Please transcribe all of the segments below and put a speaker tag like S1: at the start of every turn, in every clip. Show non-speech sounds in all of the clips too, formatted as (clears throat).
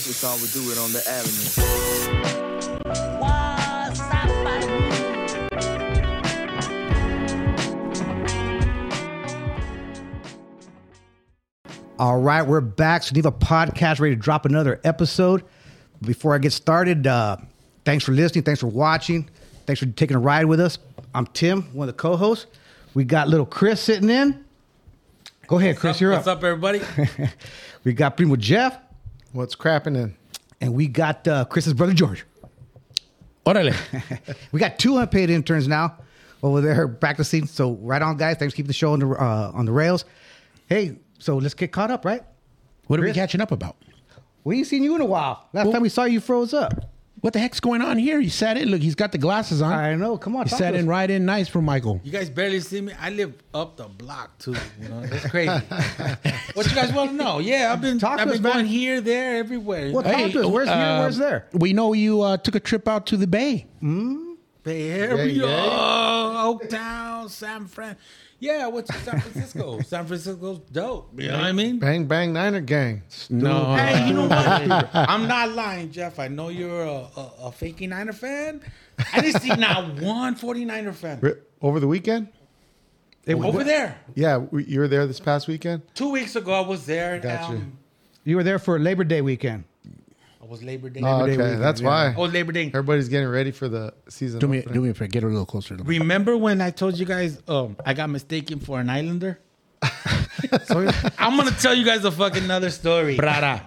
S1: so I would do it on the avenue.
S2: What's up, buddy?
S3: All right, we're back. Geneva Podcast, ready to drop another episode. Before I get started, uh, thanks for listening. Thanks for watching. Thanks for taking a ride with us. I'm Tim, one of the co hosts. We got little Chris sitting in. Go ahead, Chris, you're
S4: What's up, everybody?
S3: We got Primo Jeff,
S5: What's crapping in?
S3: and we got uh, Chris's brother
S5: (laughs)
S3: George.
S4: (laughs) Orale.
S3: We got two unpaid interns now over there practicing. So, right on, guys. Thanks for keeping the show on the, uh, on the rails. Hey, so let's get caught up, right?
S6: What are we
S3: Chris?
S6: catching up about?
S3: We ain't seen you in a while. Last time we saw you, froze up.
S6: What the heck's going on here? You sat in. Look, he's got the glasses on.
S3: I know. Come on,
S6: He
S3: talk
S6: sat
S3: to
S6: in
S3: us.
S6: right in nice for Michael.
S4: You guys barely see me. I live up the block too. You know, that's
S6: (laughs)
S4: crazy. what you guys want to know? Yeah, I've been
S3: Talk to
S4: I've
S3: us,
S4: been
S3: man.
S4: going here, there, everywhere.
S3: Well, talk to us. Where's here?
S6: uh,
S3: Where's there?
S6: We know you uh, took a trip out to the Bay.
S4: Bay Area,
S5: Yeah,
S4: oh, Oaktown, San Fran. Yeah, I went to San Francisco. San Francisco's dope. You know what I mean?
S5: Bang bang Niner gang.
S6: No,
S4: Hey, you know what? I'm not lying, Jeff. I know you're a, a, a faking Niner fan. I didn't see not one 49er fan
S5: Re- Over the weekend?
S4: over there.
S5: Yeah, we- you were there this past weekend.
S4: Two weeks ago, I was there.
S5: Gotcha.
S4: Um,
S3: You were there for Labor Day weekend.
S4: I was Labor Day.
S5: Oh,
S3: Day
S5: okay,
S3: weekend,
S5: that's
S3: yeah.
S5: why
S4: Oh, Labor Day.
S5: everybody's getting ready for the season.
S6: do me,
S5: opener.
S6: do me a favor. Get a little closer. To the
S4: Remember when I told you guys um, I got mistaken for an
S5: (laughs)
S4: Islander? I'm gonna tell you guys a fucking another story. Brada.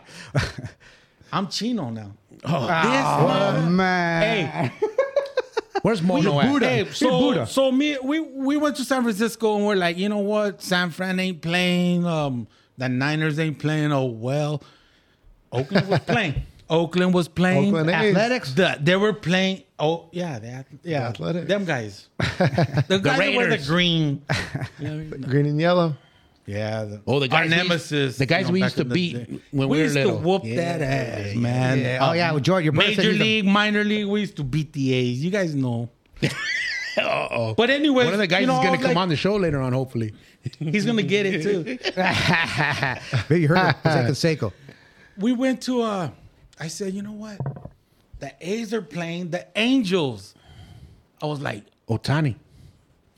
S4: (laughs) I'm Chino now. Ah.
S3: Oh man!
S4: Hey,
S6: Where's Mono at?
S4: hey, eh, so,
S3: Buddha.
S4: so me we we went to San Francisco and we're like, you know what? San Fran ain't playing. Um, the Niners ain't playing. Oh well, Oakland was
S6: (laughs)
S4: playing. Oakland was playing.
S5: Oakland A's.
S3: Athletics?
S4: The- they were playing. Oh yeah, the, ath- yeah.
S5: Athletics.
S4: Them guys. the guys that wear the
S6: Raiders.
S4: green.
S5: green and yellow.
S4: Yeah. the-
S6: Oh, the
S4: Our
S6: guys we used-
S4: nemesis.
S6: the guys we
S4: back
S6: used to
S4: in the
S6: beat
S4: day.
S6: when
S4: we
S6: we were
S4: used
S6: little.
S4: to whoop
S6: Yeah,
S4: that ass, man.
S3: Yeah. Oh yeah, well, George, your brother said
S4: Major
S3: he's a-
S4: league, minor league, we used to beat the A's. You guys know. Uh-oh. But anyway,
S6: One of the guys is going to come on the show later on, hopefully. (laughs)
S4: He's gonna get it too.
S3: Maybe you heard of Jose Canseco.
S4: we went to. Uh, I said, you know what? The A's are playing the Angels. I was like,
S6: Otani.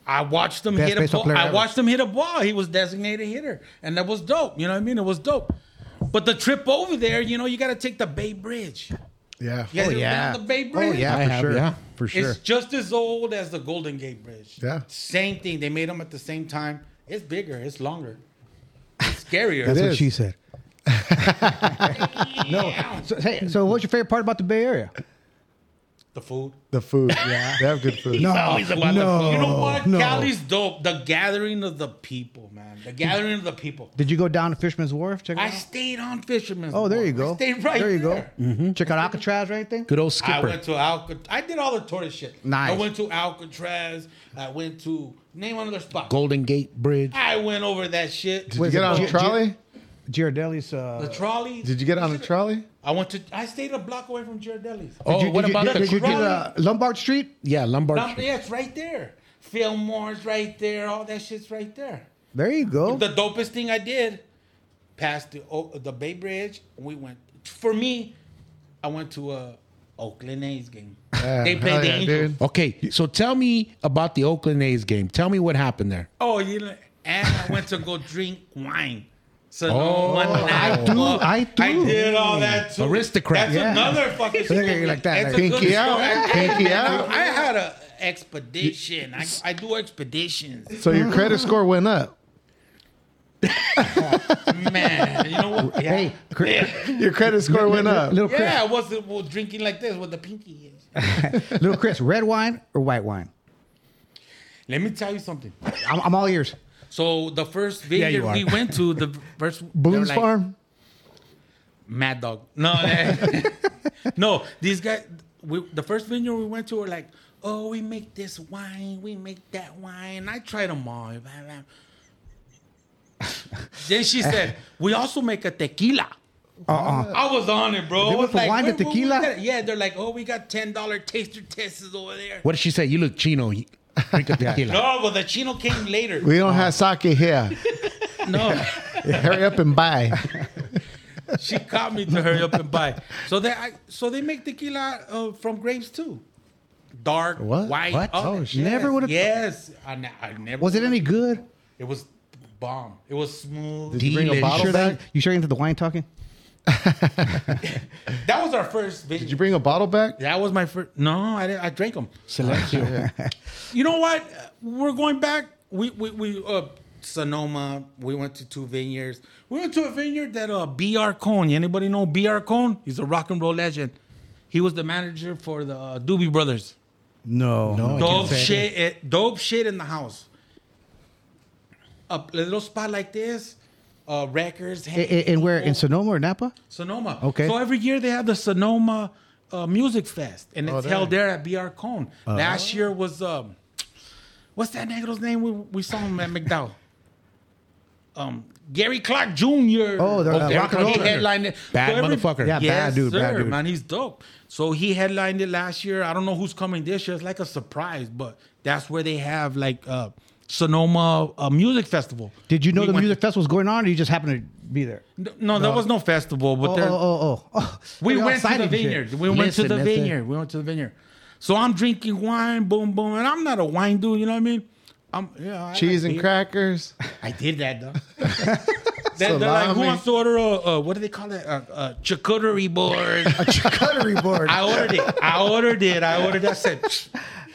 S4: I watched him
S3: Best
S4: hit a
S3: baseball
S4: ball.
S3: player
S4: I
S3: ever.
S4: watched him hit a ball. He was designated hitter, and that was dope. You know what I mean? It was dope. But the trip over there, you know, you got to take the Bay Bridge.
S5: Yeah.
S4: You guys
S3: Oh
S4: ever been
S3: yeah.
S4: on the Bay
S3: Oh
S4: Bridge?
S3: yeah,
S6: I
S3: for
S6: have,
S3: sure.
S6: yeah.
S3: for sure.
S4: It's just as old as the Golden Gate Bridge.
S5: Yeah.
S4: Same thing. They made them at the same time. It's bigger. It's longer. It's scarier.
S3: That's
S5: It
S3: what
S5: is.
S3: she said. no. So, hey, so what's your favorite part about the Bay Area?
S4: the food.
S3: (laughs)
S5: The food. Yeah. They have good food.
S4: Always about the
S3: Oh, no,
S4: food. You know what?
S3: no.
S4: Cali's dope. The gathering of the people, man. The gathering of the people.
S3: Did you go down to Fisherman's Wharf? Check it
S4: I
S3: out.
S4: stayed on Fisherman's.
S3: Oh, there you
S4: Wharf. I
S3: go.
S4: stayed right
S3: there you
S4: there.
S3: go. Check out Alcatraz or anything?
S6: Good old
S4: I
S6: skipper.
S4: went to Alcatraz. I did all the tourist shit.
S3: Nice.
S4: I went to Alcatraz. I went to name another spot.
S6: Golden Gate Bridge.
S4: I went over that shit.
S5: Did you get on a
S3: Gi-
S5: trolley?
S3: Girardelli's.
S4: The
S3: Uh,
S4: trolley.
S5: Did you get on a trolley?
S4: I went to. I stayed a block away from Girardelli's.
S6: Oh,
S3: did you,
S6: what
S3: did
S6: about
S3: you,
S6: the
S3: did you do
S4: trolley?
S3: uh, Lombard Street?
S6: Yeah, Lombard.
S4: Not-
S6: Street.
S4: yeah, it's right there. Fillmore's right there. All that shit's right there.
S3: There you go.
S4: The dopest thing I did, past the O- the Bay Bridge, we went. For me, I went to a Oakland A's game.
S5: Yeah,
S4: they
S5: hell
S4: played the
S5: yeah,
S4: Angels.
S5: dude.
S6: Okay, so tell me about the Oakland A's game. Tell me what happened there.
S4: Oh, you know, and I went to go drink wine. So
S6: Oh,
S4: no one
S3: I
S4: laughed.
S3: do,
S4: Well,
S3: I do.
S4: I did all that too.
S6: Aristocrat.
S4: That's
S3: Yeah.
S4: another fucking
S3: Look at you
S4: story.
S3: like that,
S4: That's
S3: like-
S4: a good
S5: Pinky out.
S4: story.
S5: Pinky out.
S4: I had a expedition. I, I do expeditions.
S5: So your credit score went up.
S4: Man, you know what? Yeah.
S3: Hey, Chris,
S5: Your credit score went up.
S3: little Chris,
S4: Yeah, I was well, drinking like this with the pinky.
S3: little Chris, red wine or white wine?
S4: Let me tell you something.
S3: I'm, I'm all ears.
S4: So the first vineyard
S6: you are.
S4: we went to, the first they were
S5: Boone's
S4: like,
S5: Farm.
S4: Mad Dog. No, (laughs) eh. no, these guys. We, the first vineyard we went to were like, oh, we make this wine, we make that wine. I tried them all. blah, blah. then she said, we also make a tequila.
S3: Uh-uh.
S4: I was on it,
S3: They
S4: bro. I
S3: went
S4: was
S3: from wine to
S4: "Wait, what-
S3: tequila?"
S4: what that-" Yeah, they're like, oh, we got ten dollar taster tests over there.
S6: What did she say? You look chino. You Drink a tequila.
S4: No, but the chino came later.
S3: (laughs)
S5: We don't have sake here.
S4: (laughs) No,
S5: Hurry up and buy.
S4: she caught me to hurry up and buy. So they I, so they make tequila uh, from grapes too, dark,
S5: What?
S4: white.
S5: What?
S4: all
S5: Oh,
S4: that.
S5: shit.
S3: Never
S4: Yes,
S3: would've-
S4: Yes, I, ne- I
S3: (laughs)
S4: never.
S3: Was it any good?
S4: It was bomb. It was smooth.
S5: Did you bring a
S3: You
S5: bottle
S3: sure,
S5: back?
S3: that, you sure into the wine talking?
S4: That was our first vision.
S5: Did you bring a bottle back?
S4: that was my first. No, I didn't, I drank them.
S6: Silencio.
S4: (laughs) You know what? We're going back. We we we uh Sonoma. We went to two vineyards. We went to a vineyard that uh B.R. Cohn. Anybody know B.R. Cohn? He's a rock and roll legend. He was the manager for the uh, Doobie Brothers.
S3: No. No.
S4: Dope shit. eh, dope shit in the house. A little spot like this, uh records. hang-
S3: And where? In Sonoma or Napa?
S4: Sonoma.
S3: Okay.
S4: So every year they have the Sonoma uh, Music Fest, and it's
S5: Oh, there.
S4: held there at BR Cone.
S3: Uh-huh.
S4: Last year was um, what's that negro's name? We we saw him at McDowell. Um, Gary Clark Jr.
S3: Oh, the, uh,
S4: Gary
S3: rock and
S4: Clark,
S3: roll
S4: he
S3: leader.
S4: headlined it.
S6: Bad
S4: So every-
S6: motherfucker.
S3: Yeah, bad dude, bad dude.
S4: man, he's dope. So he headlined it last year. I don't know who's coming this year. It's like a surprise, but that's where they have like uh, Sonoma uh, Music Festival.
S3: Did you know
S4: We
S3: the
S4: went-
S3: music festival was going on, or you just happened to be there?
S4: No, there was no festival, but
S3: Oh,
S4: there.
S3: oh, oh, oh, (laughs) oh.
S4: We
S3: You're
S4: went to
S3: outside
S4: the
S3: and shit.
S4: vineyard. We went
S6: Listen,
S4: to the
S6: that's it.
S4: vineyard. We went to the vineyard. So I'm drinking wine, boom, boom, and I'm not a wine dude. You know what I mean? I'm yeah. I
S5: Cheese
S4: like
S5: and
S4: beer.
S5: crackers.
S4: I did that though. They- they're like, who
S5: Salami.
S4: wants to order a, uh what do they call it? A, a charcuterie board.
S5: Cuttery board.
S4: I ordered it. I ordered it. I ordered. It. I said,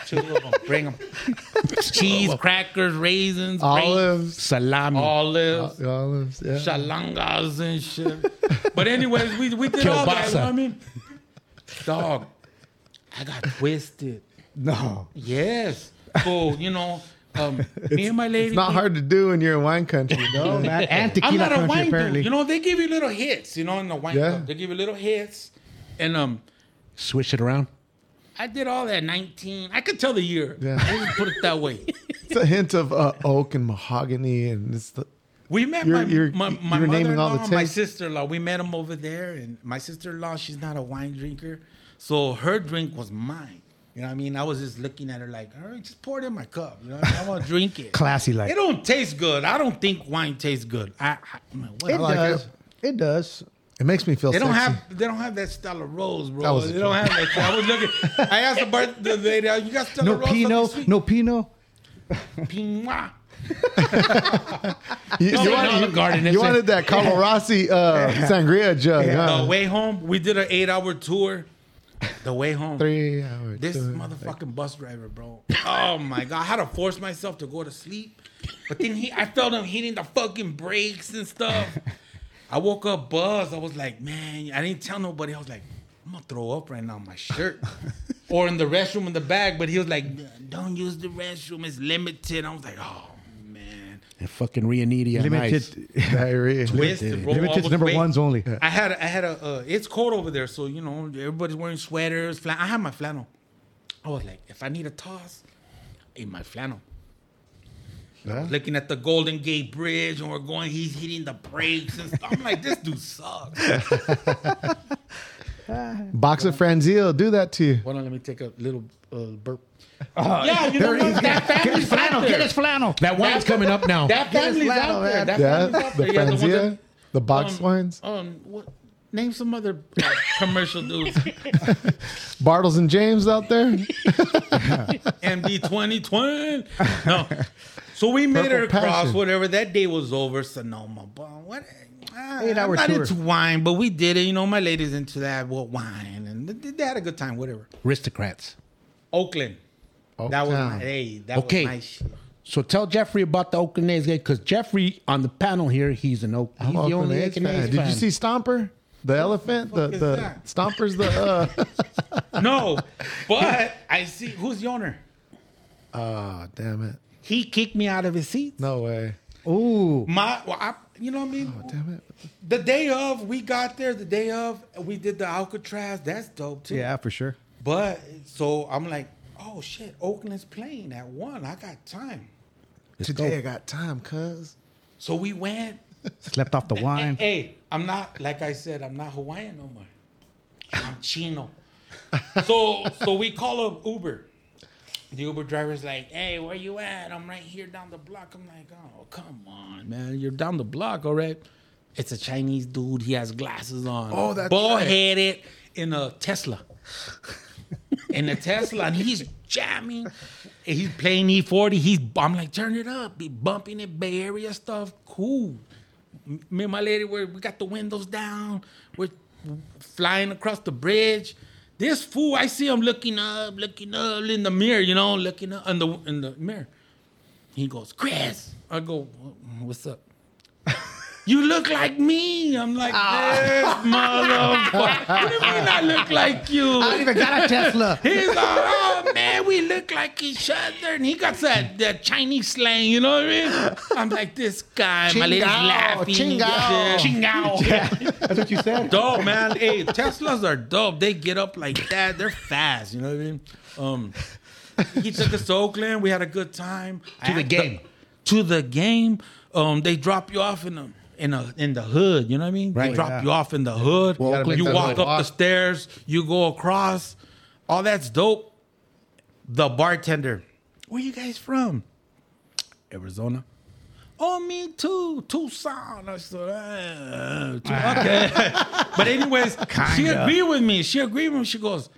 S4: two of them, bring them. Cheese, crackers, raisins, grapes,
S5: Olives.
S6: Salami.
S4: Oh. olives,
S5: Olives. Yeah.
S4: shalangas and shit. but anyways, we we did all that. You know what I
S6: Kielbasa.
S4: mean, dog, I got twisted.
S3: No.
S4: Yes. So you know, um, me and my lady.
S5: It's not hard to do when you're in wine country,
S3: Oh,
S5: though.
S4: (laughs)
S3: man. (laughs) And tequila
S4: I'm not a
S3: country,
S4: wine
S3: apparently.
S4: dude. You know, they give you little hits. You know, in the wine
S5: Yeah.
S4: club, they give you little hits, and um.
S6: Switch it around.
S4: I did all that 19. I could tell the year.
S5: Yeah.
S4: I didn't put it that way.
S5: It's a hint of uh, oak and mahogany, and it's the
S4: We met
S5: You're-
S4: my,
S5: you're-
S4: my, my
S5: you're naming all
S4: mother-in-law
S5: the
S4: and my
S5: tastes.
S4: sister-in-law. We met them over there, and my sister-in-law, she's not a wine drinker, so her drink was mine. You know what I mean? I was just looking at her like, all right, just pour it in my cup. You know what I mean? I want to drink it.
S3: Classy like.
S4: It don't taste good. I don't think wine tastes good. I, I, I'm like, what?
S3: It
S5: like
S3: does.
S5: it.
S3: It. does.
S5: It makes me feel.
S4: They don't
S5: sexy.
S4: have they don't have that Stella Rose, bro.
S5: That was a
S4: they don't
S5: joke.
S4: have that. I was looking. I asked the, bar, the lady, "You got Stella
S3: No
S4: Rose?"
S3: Pinot. No Pinot.
S4: Pinot.
S5: You, you
S4: no,
S5: wanted,
S4: no,
S5: you-
S4: garden,
S5: you
S4: it's a-
S5: wanted that Colorasi uh, sangria jug. huh?
S4: The way home, we did an eight-hour tour. The way home,
S5: Three hours.
S4: This motherfucking bus driver, bro. Oh my god, I had to force myself to go to sleep. But then he, I felt him hitting the fucking brakes and stuff. I woke up buzzed. I was like, man, I didn't tell nobody. I was like, I'm gonna throw up right now on my shirt or in the restroom in the back. But he was like, don't use the restroom. It's limited. I was like, oh man,
S6: And fucking Rianidia. Nice.
S3: (laughs) Limited.
S5: diarrhea.
S4: twisted, bro. I
S3: Limited's
S4: was
S3: number
S4: waiting.
S3: ones only.
S4: I had I had a uh, it's cold over there, so you know everybody's wearing sweaters. Flan- I had my flannel. I was like, if I need a toss, in my flannel.
S5: Yeah.
S4: Looking at the Golden Gate Bridge, and we're going. He's hitting the brakes, and stuff. I'm like, this dude (laughs) sucks.
S5: Box of Franzil, do that to you.
S4: Hold on, let me take a little uh, burp. (laughs) yeah, you know what? That
S3: Get his
S4: family's
S3: flannel.
S4: out there.
S3: Get his flannel.
S6: That wine's coming up now.
S4: That
S3: Get his
S4: family's
S3: flannel,
S4: out there.
S3: man.
S4: That
S5: Yeah,
S4: family's out
S5: the
S4: there. Yeah, ones
S5: Franzia,
S4: that-
S5: the box wines,
S4: Um, what? Name some other uh, commercial (laughs) dudes.
S5: Bartles and James
S4: (laughs)
S5: out there.
S4: MD 2020. No. So we made
S5: Purple
S4: her cross,
S5: Passion.
S4: whatever. That day was over. Sonoma. But what? ah,
S3: Eight hour
S4: I'm not
S3: tour.
S4: into wine, but we did it. You know, my lady's into that. What wine? And they, they had a good time, whatever.
S6: Aristocrats.
S4: Oakland. That was my,
S5: Oaktown.
S4: hey, that
S6: Okay.
S4: was my shit.
S6: So tell Jeffrey about the Oakland A's game because Jeffrey on the panel here, he's an Oak. He's
S5: I'm
S6: the
S5: Oakland
S6: only
S5: A's
S6: Oakland
S5: fan.
S6: A's
S5: Did
S6: fan.
S5: you see Stomper? The elephant, the,
S4: fuck is
S5: the
S4: that?
S5: Stomper's the
S4: (laughs)
S5: uh,
S4: No, but I see who's the owner.
S5: oh damn it,
S4: He kicked me out of his seat.
S5: no way,
S3: Ooh.
S4: My, well, I, you know what I mean?
S5: damn it,
S4: The day of, we got there. The day of, we did the Alcatraz. That's dope too.
S3: Yeah, for sure.
S4: But so I'm like, oh shit, Oakland's playing at one. I got time.
S5: today I got time, cuz
S4: So we went.
S3: Slept off the wine. (laughs)
S4: Hey, I'm not like I said, I'm not Hawaiian no more. I'm Chino. So so we call up Uber. The Uber driver's like, hey, where you at? I'm right here down the block. I'm like, oh, come on, man. You're down the block, all right. It's a Chinese dude. He has glasses on.
S5: Oh, that's
S4: bald
S5: right.
S4: headed in a Tesla. in a Tesla, and he's jamming. And he's playing E40. He's I'm like, turn it up. Be bumping it, Bay Area stuff. Cool. M- Me and my lady, we're, we got the windows down. We're flying across the bridge. This fool, I see him looking up, looking up in the mirror, you know, looking up in the in the mirror. He goes, Chris. I go, what's up? (laughs) You look like me. I'm like, this motherfucker. (laughs) What do you mean I look like you?
S3: I don't even got a
S4: (laughs)
S3: Tesla.
S4: He's like, oh man, we look like each other. And he got that, that Chinese slang, you know what I mean? I'm like, this guy, my lady's
S5: Chingao,
S4: laughing.
S5: chingao.
S3: (laughs)
S4: Chingao.
S3: That's what you said.
S4: Dope, man. Hey, Teslas are dope. They get up like that. They're fast, you know what I mean? Um, he took us to Oakland. We had a good time. To
S6: the game.
S4: to the game. Um, they drop you off in the in a in the hood. You know what I mean? They
S6: Right.
S4: drop
S3: Yeah.
S4: you off in the hood.
S5: gotta
S4: You,
S5: make that
S4: walk
S5: hood.
S4: up the stairs. You go across. All that's dope. The bartender. Where you guys from? Arizona. Oh, me too. Tucson. I said, "Ah, Tu- okay. but anyways, she
S3: Kinda.
S4: agreed with me. She agreed with me. She goes,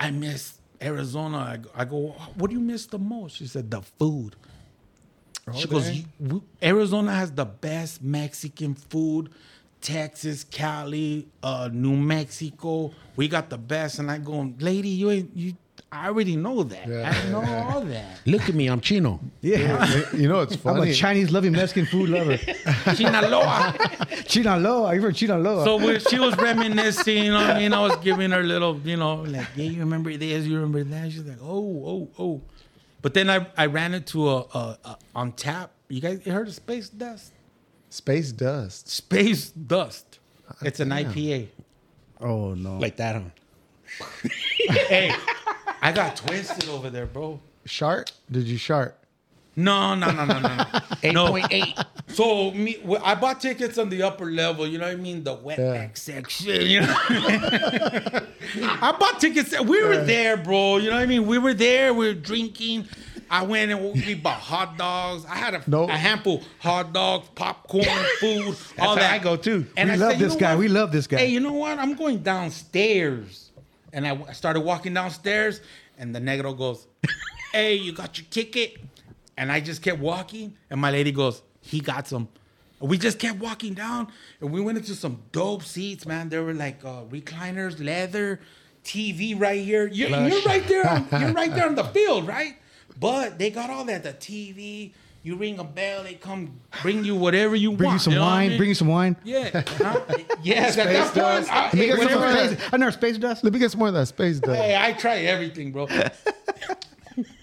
S4: I miss Arizona. I go, I go, what do you miss the most? She said, the food. She goes, "You- we- Arizona has the best Mexican food. Texas, Cali, uh, New Mexico, we got the best. And I go, lady, you ain't you. I already know that. I know all that.
S6: Look at me, I'm Chino.
S3: Yeah.
S5: You know,
S3: (laughs)
S5: it's
S3: I'm
S5: funny.
S3: a Chinese loving Mexican food (laughs) lover.
S4: Sinaloa.
S3: Chinaloa. You from Chinaloa?
S4: So we, she was reminiscing. You know what I mean, I was giving her little, you know, like, yeah, you remember this, you remember that. She's like, oh, oh, oh. But then I, I ran into a, a, a on tap. You guys you heard of Space Dust?
S5: Space dust.
S4: Space Dust. It's an IPA.
S3: oh no.
S6: Like that, huh?
S4: Hey, I got twisted over there, bro.
S5: Shart? Did you shart?
S4: No, no, no, no, no. Eight point eight. So me, well, I bought tickets on the upper level. You know what I mean? The wet
S5: Yeah.
S4: back section. You know. (laughs) I bought tickets. We were there, bro. You know what I mean? We were there. We were drinking. I went and we bought hot dogs. I had a,
S5: No.
S4: a handful hot dogs, popcorn, food, all
S6: how
S4: that.
S6: I go, too.
S4: And
S3: we
S4: I
S3: love
S4: said, you
S3: this
S4: know
S3: guy.
S4: what?
S3: We love this guy.
S4: Hey, you know what? I'm going downstairs. And I w- I started walking downstairs, and the negro goes, Hey, you got your ticket? And I just kept walking, and my lady goes, He got some. And We just kept walking down, and we went into some dope seats, man. There were like uh, recliners, leather, TV right here. You're, you're right there. On, you're right
S3: (laughs)
S4: there on the field, right? But they got all that the TV. You ring a bell, they come bring you whatever you
S3: bring
S4: want.
S3: you some
S4: know what I
S3: wine.
S4: mean?
S3: Bring you some wine.
S5: (laughs)
S4: Yeah. Huh? yes, at
S5: Space
S4: that point,
S5: dust.
S4: I,
S5: Let me get
S4: hey,
S5: some
S4: whenever-
S5: of that.
S3: Space, I never space dust.
S5: Let me get some more of that space dust.
S4: hey, I try everything,
S5: (laughs)
S4: bro.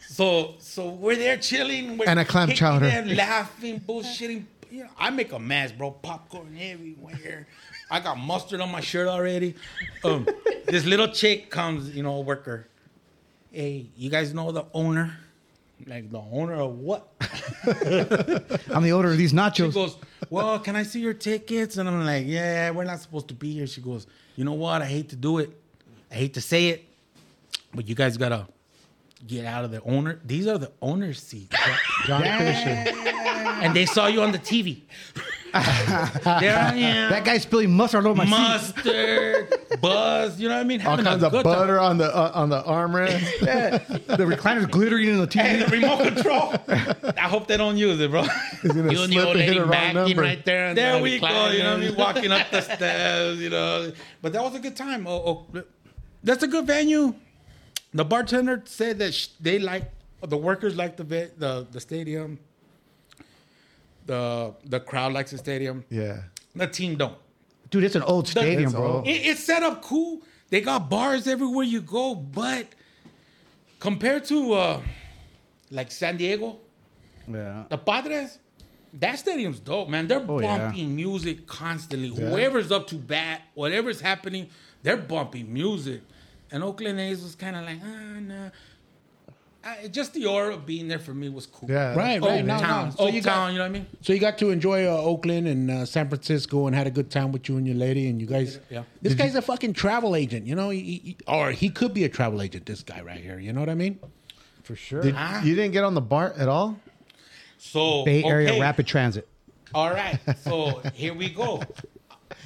S4: so so we're there chilling. We're
S5: And a clam
S4: kicking
S5: chowder.
S4: it, laughing, bullshitting. You know, I make a mess, bro. Popcorn everywhere. I got mustard on my shirt already. Um, this little chick comes, you know, worker. Hey, you guys know the owner? Like the owner of what?
S3: I'm the owner of these
S4: She
S3: nachos.
S4: goes, Well, can I see your tickets? And I'm like, Yeah, we're not supposed to be here. She goes, You know what? I hate to do it. I hate to say it, but you guys gotta get out of the owner. These are the owner's seats. (laughs)
S5: John Fisher.
S4: and they saw you on the
S5: (laughs)
S4: TV. there I am.
S3: that guy's spilling mustard all over my seat.
S4: Mustard, buzz, you know what I mean?
S5: All
S4: Having a
S5: kinds of
S4: good time.
S5: butter on the uh, on the armrest.
S3: The recliner's glittering in the
S4: Hey,
S3: TV.
S4: the (laughs) remote control. I hope they don't use it, bro.
S5: gonna
S1: You and the
S5: slip
S1: old
S5: and hit
S1: lady
S5: a wrong
S1: back in
S5: number.
S1: right there. on the- on
S4: There
S1: the
S4: we go.
S1: climb.
S4: You know what I
S6: (laughs)
S4: mean? Walking up the stairs, you know. But that was a good time. Oh, oh that's a good venue. The bartender said that sh- they like the workers like the ve- the the stadium. The the crowd likes the stadium.
S5: yeah.
S4: The team don't.
S3: Dude, it's an old stadium,
S5: It's
S3: bro.
S5: old.
S4: It, it's set up cool. They got bars everywhere you go, but compared to uh, like San Diego,
S3: Yeah.
S4: the Padres, that stadium's dope, man. They're
S3: Oh, yeah.
S4: bumping music constantly. Whoever's up to bat, whatever's happening, they're bumping music. And Oakland A's was kind of like, ah, nah. I, just the aura of being there for me was cool.
S5: Yeah.
S6: Right, right.
S4: Old
S6: no, no.
S4: town,
S6: So
S4: old
S6: you got-
S4: town. You know what I mean?
S6: So you got to enjoy uh, Oakland and uh, San Francisco and had a good time with you and your lady and you guys.
S4: Yeah.
S6: This guy's a fucking travel agent, you know, he, he- or he could be a travel agent. This guy right here, you know what I mean?
S3: For sure.
S5: Did, you didn't get on the BART at all?
S4: So
S3: Bay Area
S4: okay.
S3: Rapid Transit.
S4: All right, so here we go.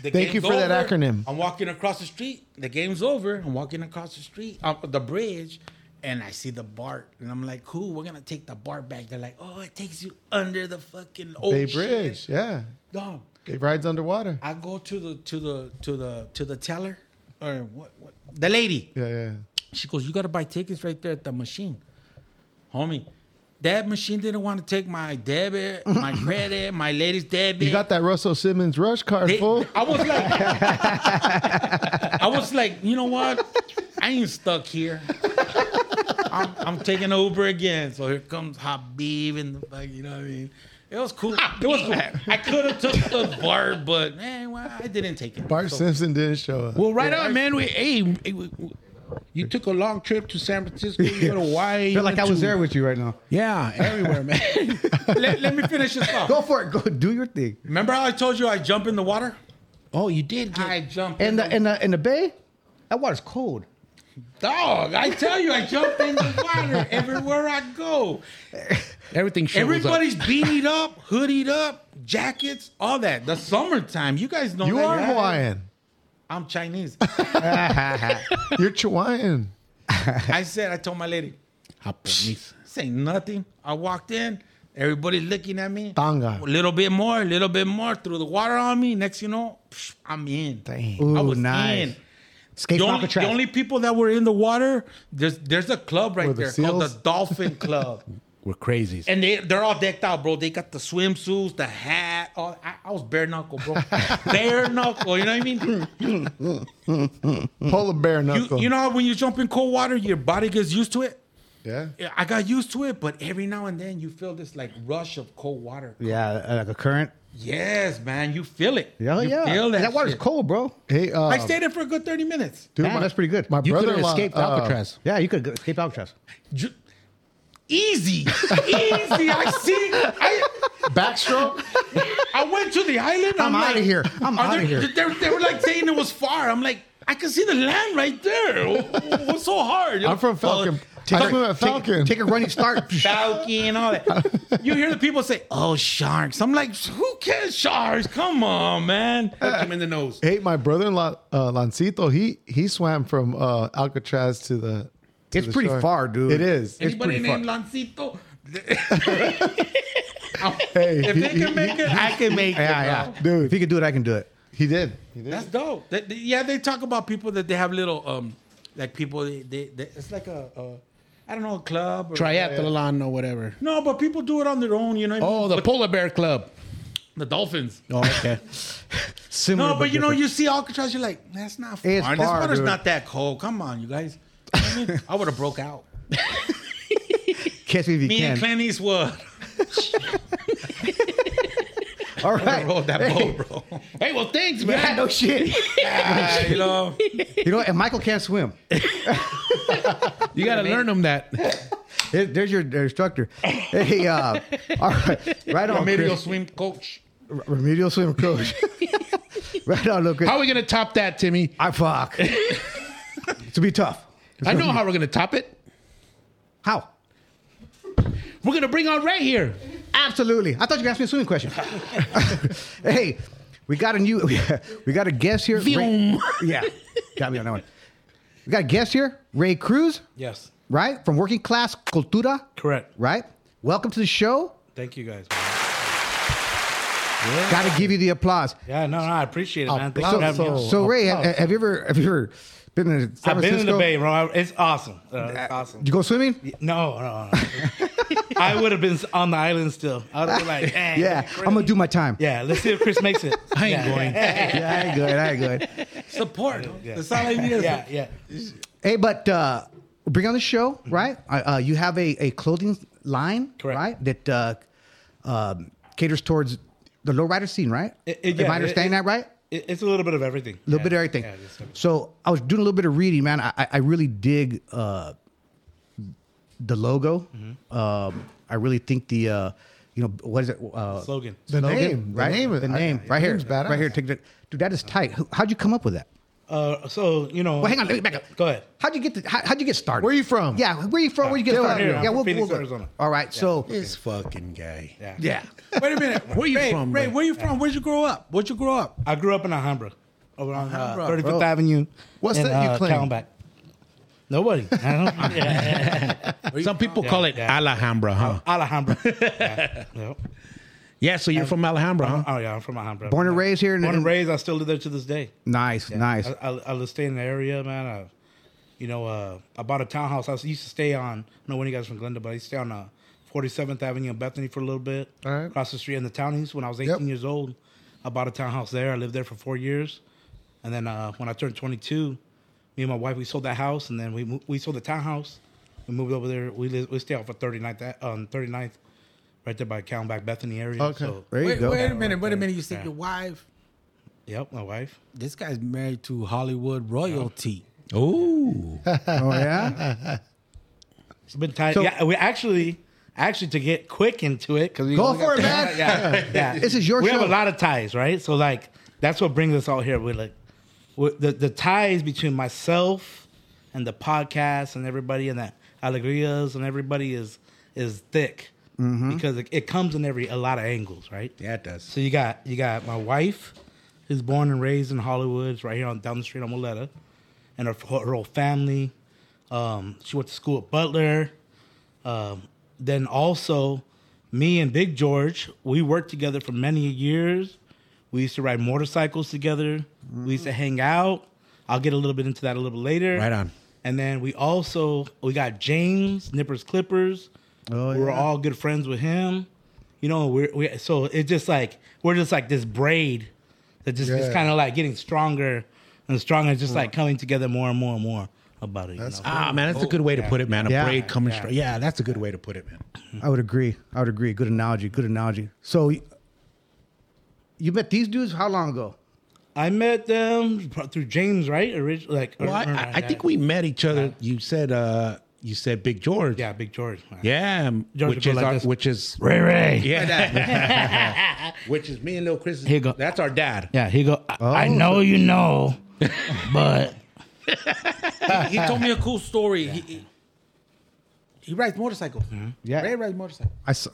S4: The
S5: Thank you
S4: game's
S5: for that
S4: over.
S5: acronym.
S4: I'm walking across the street. The game's over. I'm walking across the street, up the bridge, and I see the BART. And I'm like, cool, we're going to take the BART back. They're like, oh, it takes you under the fucking
S5: Bay
S4: ocean.
S5: Bridge. Yeah.
S4: Dog.
S5: It rides underwater.
S4: I go to the to the to the to the teller or what, what the lady.
S5: Yeah, yeah.
S4: She goes, You gotta buy tickets right there at the machine. Homie, that machine didn't want to take my debit,
S5: (clears throat)
S4: my credit, my lady's debit.
S5: You got that Russell Simmons rush card,
S4: They-
S5: fool.
S4: I was like, I was like, you know what? I ain't stuck here. I'm, I'm taking Uber again. So here comes Habib and the fuck, you know what I mean? It was cool. It was cool. I could have took the bar, but man, well, I didn't take it.
S5: Bart
S4: So-
S5: Simpson didn't show up.
S6: Well, right on, man. We, hey, we- we- you took a long trip to San Francisco, you
S4: (laughs)
S6: went to Hawaii.
S3: Feel like I was there with you right now.
S6: Yeah,
S4: (laughs)
S6: everywhere, man.
S4: let, let me finish this off.
S3: Go for it. Go do your thing.
S4: Remember how I told you I jump in the water?
S6: oh, you did. Get,
S4: I jump
S3: And
S4: in the,
S3: the in the in the bay, that water's (laughs) cold.
S4: dog. I tell you, I jump in the water everywhere I go.
S6: everything. shrivels up.
S4: Everybody's beanied up, hoodied up, jackets, all that. The summertime, you guys know
S5: you
S4: that,
S5: are
S4: right?
S5: Hawaiian.
S4: I'm
S5: (laughs)
S4: Chinese.
S5: You're Chihuahuan.
S4: I said, I told my lady,
S6: Japanese.
S4: say nothing. I walked in, everybody looking at me.
S5: Tanga.
S4: A little bit more, a little bit more. Threw the water on me. Next, you know, psh, I'm in.
S5: Damn.
S4: I
S3: Ooh,
S4: was
S3: nice.
S4: in.
S3: Escape
S4: the
S3: from
S4: only,
S3: Alcatraz.
S4: the only people that were in the water, there's there's a club right
S5: Were the
S4: there called the
S5: seals?
S4: Dolphin Club,
S5: (laughs)
S6: We're crazies.
S4: and they they're all decked out, bro. They got the swimsuits, the hat. All I, I was bare knuckle,
S3: (laughs)
S4: bro, bare knuckle. You know what I mean?
S5: Polar bear
S4: You,
S5: knuckle.
S4: you know how when you jump in cold water, your body gets used to it.
S5: Yeah.
S4: Yeah, I got used to it, but every now and then you feel this like rush of cold water.
S3: yeah, uh, like a current.
S4: Yes, man, you feel it.
S3: Yeah,
S4: you
S3: yeah.
S4: Feel that,
S3: that water's
S4: shit.
S3: cold, bro.
S5: Hey, uh,
S4: I stayed there for a good thirty minutes.
S5: dude,
S3: Damn,
S5: my,
S3: that's pretty good.
S5: my
S6: You could have
S5: brother-in-law,
S6: escaped
S5: uh,
S6: Alcatraz.
S3: yeah, you could go- escape (laughs) Alcatraz.
S4: Ju- Easy, easy. I see. I,
S5: backstroke.
S4: I went to the island.
S3: I'm
S4: like,
S3: outta here. I'm
S4: are
S3: outta here.
S4: there- They, they were like saying it was far. I'm like, I can see the land right there. Wh- What's so hard?
S5: I'm from Falcon. I'm from Falcon.
S3: Take, take a running start. (laughs)
S4: Falcon and all that. You hear the people say, "Oh, sharks." I'm like, who cares sharks? Come on, man. Look him in the nose.
S5: hey, my brother-in-law, uh, Lancito, he he swam from uh, Alcatraz to the. to
S3: It's
S5: the
S3: pretty
S5: shore.
S3: far, dude.
S5: It is. It's
S4: Anybody
S5: pretty far.
S4: named Lancito?
S5: Hey,
S4: (laughs) if
S5: he-
S4: they
S5: he-
S4: can make it, I can make it.
S3: yeah,
S4: bro.
S3: yeah, dude. If you could do it, I can do it.
S5: He did. He did.
S4: That's dope. That- that- yeah, they talk about people that they have little um, like people they, they, they it's like a, a I don't know a club or
S6: Triathlon or whatever.
S4: No, but people do it on their own. You know. what I mean?
S6: Oh, the Polar Bear Club.
S4: the dolphins.
S6: Oh,
S4: (laughs)
S6: okay.
S3: Similar,
S4: No, but you know,
S3: different.
S4: you see Alcatraz, you're like, that's not far.
S3: It's
S4: this
S3: far,
S4: water's
S3: dude.
S4: not that cold. Come on, you guys. You know what (laughs) I, mean? I would have broke out.
S3: catch me if you
S4: Me
S3: can.
S4: and Clint (laughs) Eastwood
S3: All right,
S4: rolled that
S3: Hey,
S4: boat, (laughs) bro.
S6: hey, well, thanks, man.
S3: Yeah, (laughs) no shit.
S4: Ah, you know,
S3: You know, and Michael can't swim.
S6: You got to learn them that.
S3: There- There's your your instructor. Hey, uh, all right, right on,
S4: remedial
S3: Chris.
S4: swim coach.
S3: remedial swim coach.
S4: (laughs)
S3: (laughs) right on, look, Chris.
S6: How are we going to top that, Timmy?
S3: I
S4: (laughs)
S3: fuck. it's gonna be tough.
S6: I know how we're going to top it.
S3: How?
S6: We're going to bring on Ray here.
S3: Absolutely. I thought you were asking me a swimming
S1: (laughs)
S3: question. hey, we got a new, (laughs) we got a guest here. Ray,
S6: Vroom.
S3: (laughs) yeah, got me on that one. We got a guest here, Ray Cruz,
S1: Yes,
S3: right? From Working Class Cultura,
S1: correct.
S3: right? Welcome to the show.
S1: Thank you guys.
S3: Got to give you the applause.
S1: Yeah, no, no, I appreciate it, man. Thanks
S5: So-
S1: for having me.
S5: so-
S3: So, Ray, ha- have, you ever have you ever been in San
S1: I've been in the
S3: Francisco?
S1: Bay, bro. I- It's awesome. Uh, it's awesome.
S3: Did you go swimming?
S1: No, no, no. I would have been on the island still. I would have
S3: (laughs)
S1: been like, "Dang,
S3: Yeah,
S1: Chris."
S3: I'm gonna do my time.
S1: Yeah, let's see if Chris
S3: (laughs)
S1: makes it.
S6: I ain't going.
S3: yeah, I ain't good. I ain't good.
S4: Support. That's all I need. is-
S1: Yeah, yeah.
S3: Hey, but uh, bring on the show, right? Uh, uh, you have a, a clothing line,
S1: Mm-hmm. Correct.
S3: right? That uh, um, caters towards the lowrider scene, right?
S1: It- it-
S3: Am
S1: yeah,
S3: I understanding
S1: it-
S3: that right?
S1: It- it's a little bit of everything.
S3: A little bit of everything. so I was doing a little bit of reading, man. I, I- I really dig uh, the logo.
S1: Mm-hmm.
S3: Um, I really think the uh, you know what is it? Uh,
S1: slogan.
S5: the
S3: slogan,
S5: name.
S3: right?
S5: The name.
S3: the name, right here,
S5: Name's badass.
S3: right here. Take that, dude. That is tight. Who- How'd you come up with that?
S1: Uh, so you know.
S3: Well, hang on, let me back up.
S1: Go ahead.
S3: How'd you get the, how, how'd you get started?
S5: Where you from?
S3: Yeah, where you from? Where you get
S5: Still out
S3: started?
S5: here.
S3: yeah,
S1: I'm from Phoenix, Arizona.
S3: All right, so
S6: This fucking guy.
S1: Yeah.
S3: yeah,
S4: Wait a minute.
S6: Where you
S4: Ray,
S6: from,
S4: Ray,
S6: Ray?
S4: where you from? Where'd you grow up? Where'd you grow up?
S1: I grew up in Alhambra, over on uh,
S4: Alhambra,
S1: 35th
S5: bro.
S1: Avenue.
S5: What's
S1: in,
S5: that you
S1: uh,
S5: claim?
S1: Camelback.
S3: (laughs)
S1: Nobody. (laughs) I don't, yeah, Uh,
S6: Some people call it Alhambra, huh?
S3: (laughs)
S1: Alhambra. Yeah. Yep.
S6: Yeah, so
S1: uh,
S6: you're from Alhambra, huh?
S1: Oh yeah, I'm from Alhambra.
S3: Born and raised here in-
S1: Born and raised. I still live there to this day.
S3: nice, nice.
S1: I, I, I stay in the area, man. I, you know, uh, I bought a townhouse. I used to stay on. I know when you guys from Glendale, but I used to stay on uh, 47th Avenue in Bethany for a little bit.
S5: All right.
S1: Across the street in the townies. When I was 18
S5: Yep.
S1: years old, I bought a townhouse there. I lived there for four years, and then uh, when I turned 22, me and my wife we sold that house, and then we mo- we sold the townhouse. We moved over there. We live, we stay off of 39th a- uh, on 39th, right there by Callenback Bethany area.
S5: Okay.
S1: So,
S3: there you
S4: wait,
S3: go.
S4: wait a minute. Wait a minute. You said your wife.
S1: yep, my wife.
S4: This guy's married to Hollywood royalty.
S6: Ooh.
S3: Oh
S5: (laughs)
S3: yeah,
S1: It's been tight.
S3: So-
S1: yeah, we actually, actually to get quick into it because
S3: Go for it, man.
S1: Yeah,
S3: (laughs)
S1: yeah.
S3: This is your
S1: We
S3: show.
S1: have a lot of ties, right? So like that's what brings us all here. We like with the the ties between myself and the podcast and everybody and that alegrias and everybody is is thick
S3: Mm-hmm.
S1: because it, it comes in every a lot of angles, right?
S6: Yeah, it does.
S1: So you got you got my wife, who's born and raised in Hollywood, right here on down the street on Moleta, and her, her whole family. Um, she went to school at Butler. Um, then also, me and Big George, we worked together for many years. We used to ride motorcycles together. We used to hang out. I'll get a little bit into that a little bit later.
S6: Right on.
S1: And then we also we got James Nippers Clippers.
S3: Oh,
S1: we were
S3: yeah.
S1: all good friends with him. You know, we're we, so it's just like we're just like this braid that just is
S5: Yeah.
S1: kind of like getting stronger and stronger, just like coming together more and more and more about it. you know?
S6: Ah, man, that's a good way to put it, man. A
S3: Yeah.
S6: braid coming straight. Yeah, that's a good way to put it, man.
S3: I would agree. I would agree. Good analogy. Good analogy. So you met these dudes how long ago?
S1: I met them pro- through James, right? Orig- like,
S6: Well, I,
S1: or- uh, or-
S6: I, I think we met each other. You said, uh, you said Big George.
S1: yeah, Big George.
S6: Yeah, m-
S1: George
S6: which
S1: would
S6: is
S1: go like
S6: our,
S1: this.
S6: which is
S1: Ray Ray. Yeah,
S6: yeah, (laughs) which is me and Lil Chris.
S1: Here you go.
S6: That's our dad.
S1: yeah. He go. I,
S3: Oh.
S1: I know you know, but
S4: he told me a cool story. He, he, he rides motorcycle.
S3: Yeah.
S4: Ray rides motorcycle.
S3: I saw,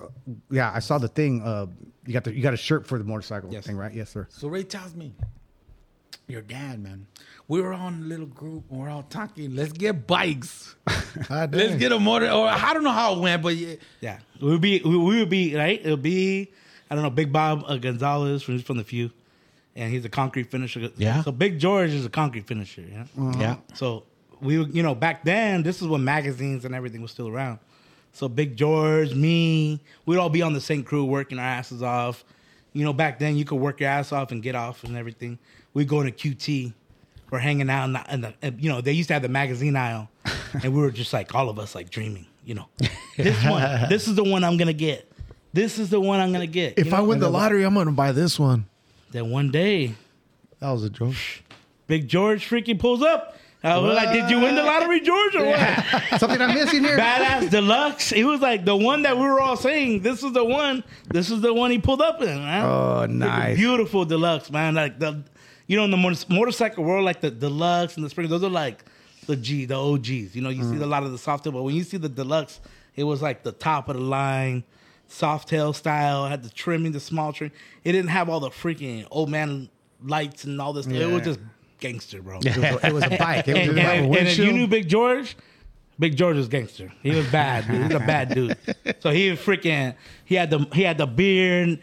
S3: yeah, I saw the thing. Uh, you got the you got a shirt for the motorcycle thing, right? Yes, sir.
S4: So Ray tells me, your dad, man. We were on a little group. and We're all talking. Let's get (laughs) bikes.
S5: Ah,
S4: Let's
S5: dang.
S4: get a motor. Or I don't know how it went, but yeah.
S1: yeah, we would be we, we would be right. It'll be I don't know. Big Bob uh, Gonzalez from from the few, and he's a concrete finisher.
S6: Yeah.
S1: So Big George is a concrete finisher. Yeah.
S6: Yeah.
S1: So we, would- you know, back then, this is when magazines and everything was still around. So Big George, me, we'd all be on the same crew working our asses off. You know, back then you could work your ass off and get off and everything. We go to QT, we're hanging out, in the, in the, you know, they used to have the magazine aisle, and we were just like all of us like dreaming. You know, this one, this is the one I'm gonna get. This is the one I'm gonna get.
S5: If
S1: you know?
S5: I win the lottery, I'm gonna buy this one.
S1: then one day
S5: That was a joke.
S1: Big George freaking pulls up. I was like, "Did you win the lottery, George, or what?"
S3: Something I'm missing
S1: (laughs)
S3: here.
S1: Badass Deluxe. He was like the one that we were all saying. This is the one. This is the one he pulled up in. Man.
S3: Oh,
S1: Freaking
S3: nice.
S1: beautiful Deluxe, man. Like the, you know, in the motor- motorcycle world, like the Deluxe and the Sprinter, those are like the G, the OGs. You know, you
S3: Mm.
S1: see a lot of the soft tail, but when you see the Deluxe, it was like the top of the line, soft tail style. Had the trimming, the small trim. It didn't have all the freaking old man lights and all this. It was just gangster, bro.
S3: It was a- it was a bike. It was,
S1: And,
S5: Did it
S1: and-
S5: have a
S1: and if you
S5: windshield?
S1: knew Big George, Big George was gangster. He was bad. dude. He was a bad dude. So he was freaking. He had the he had the beard.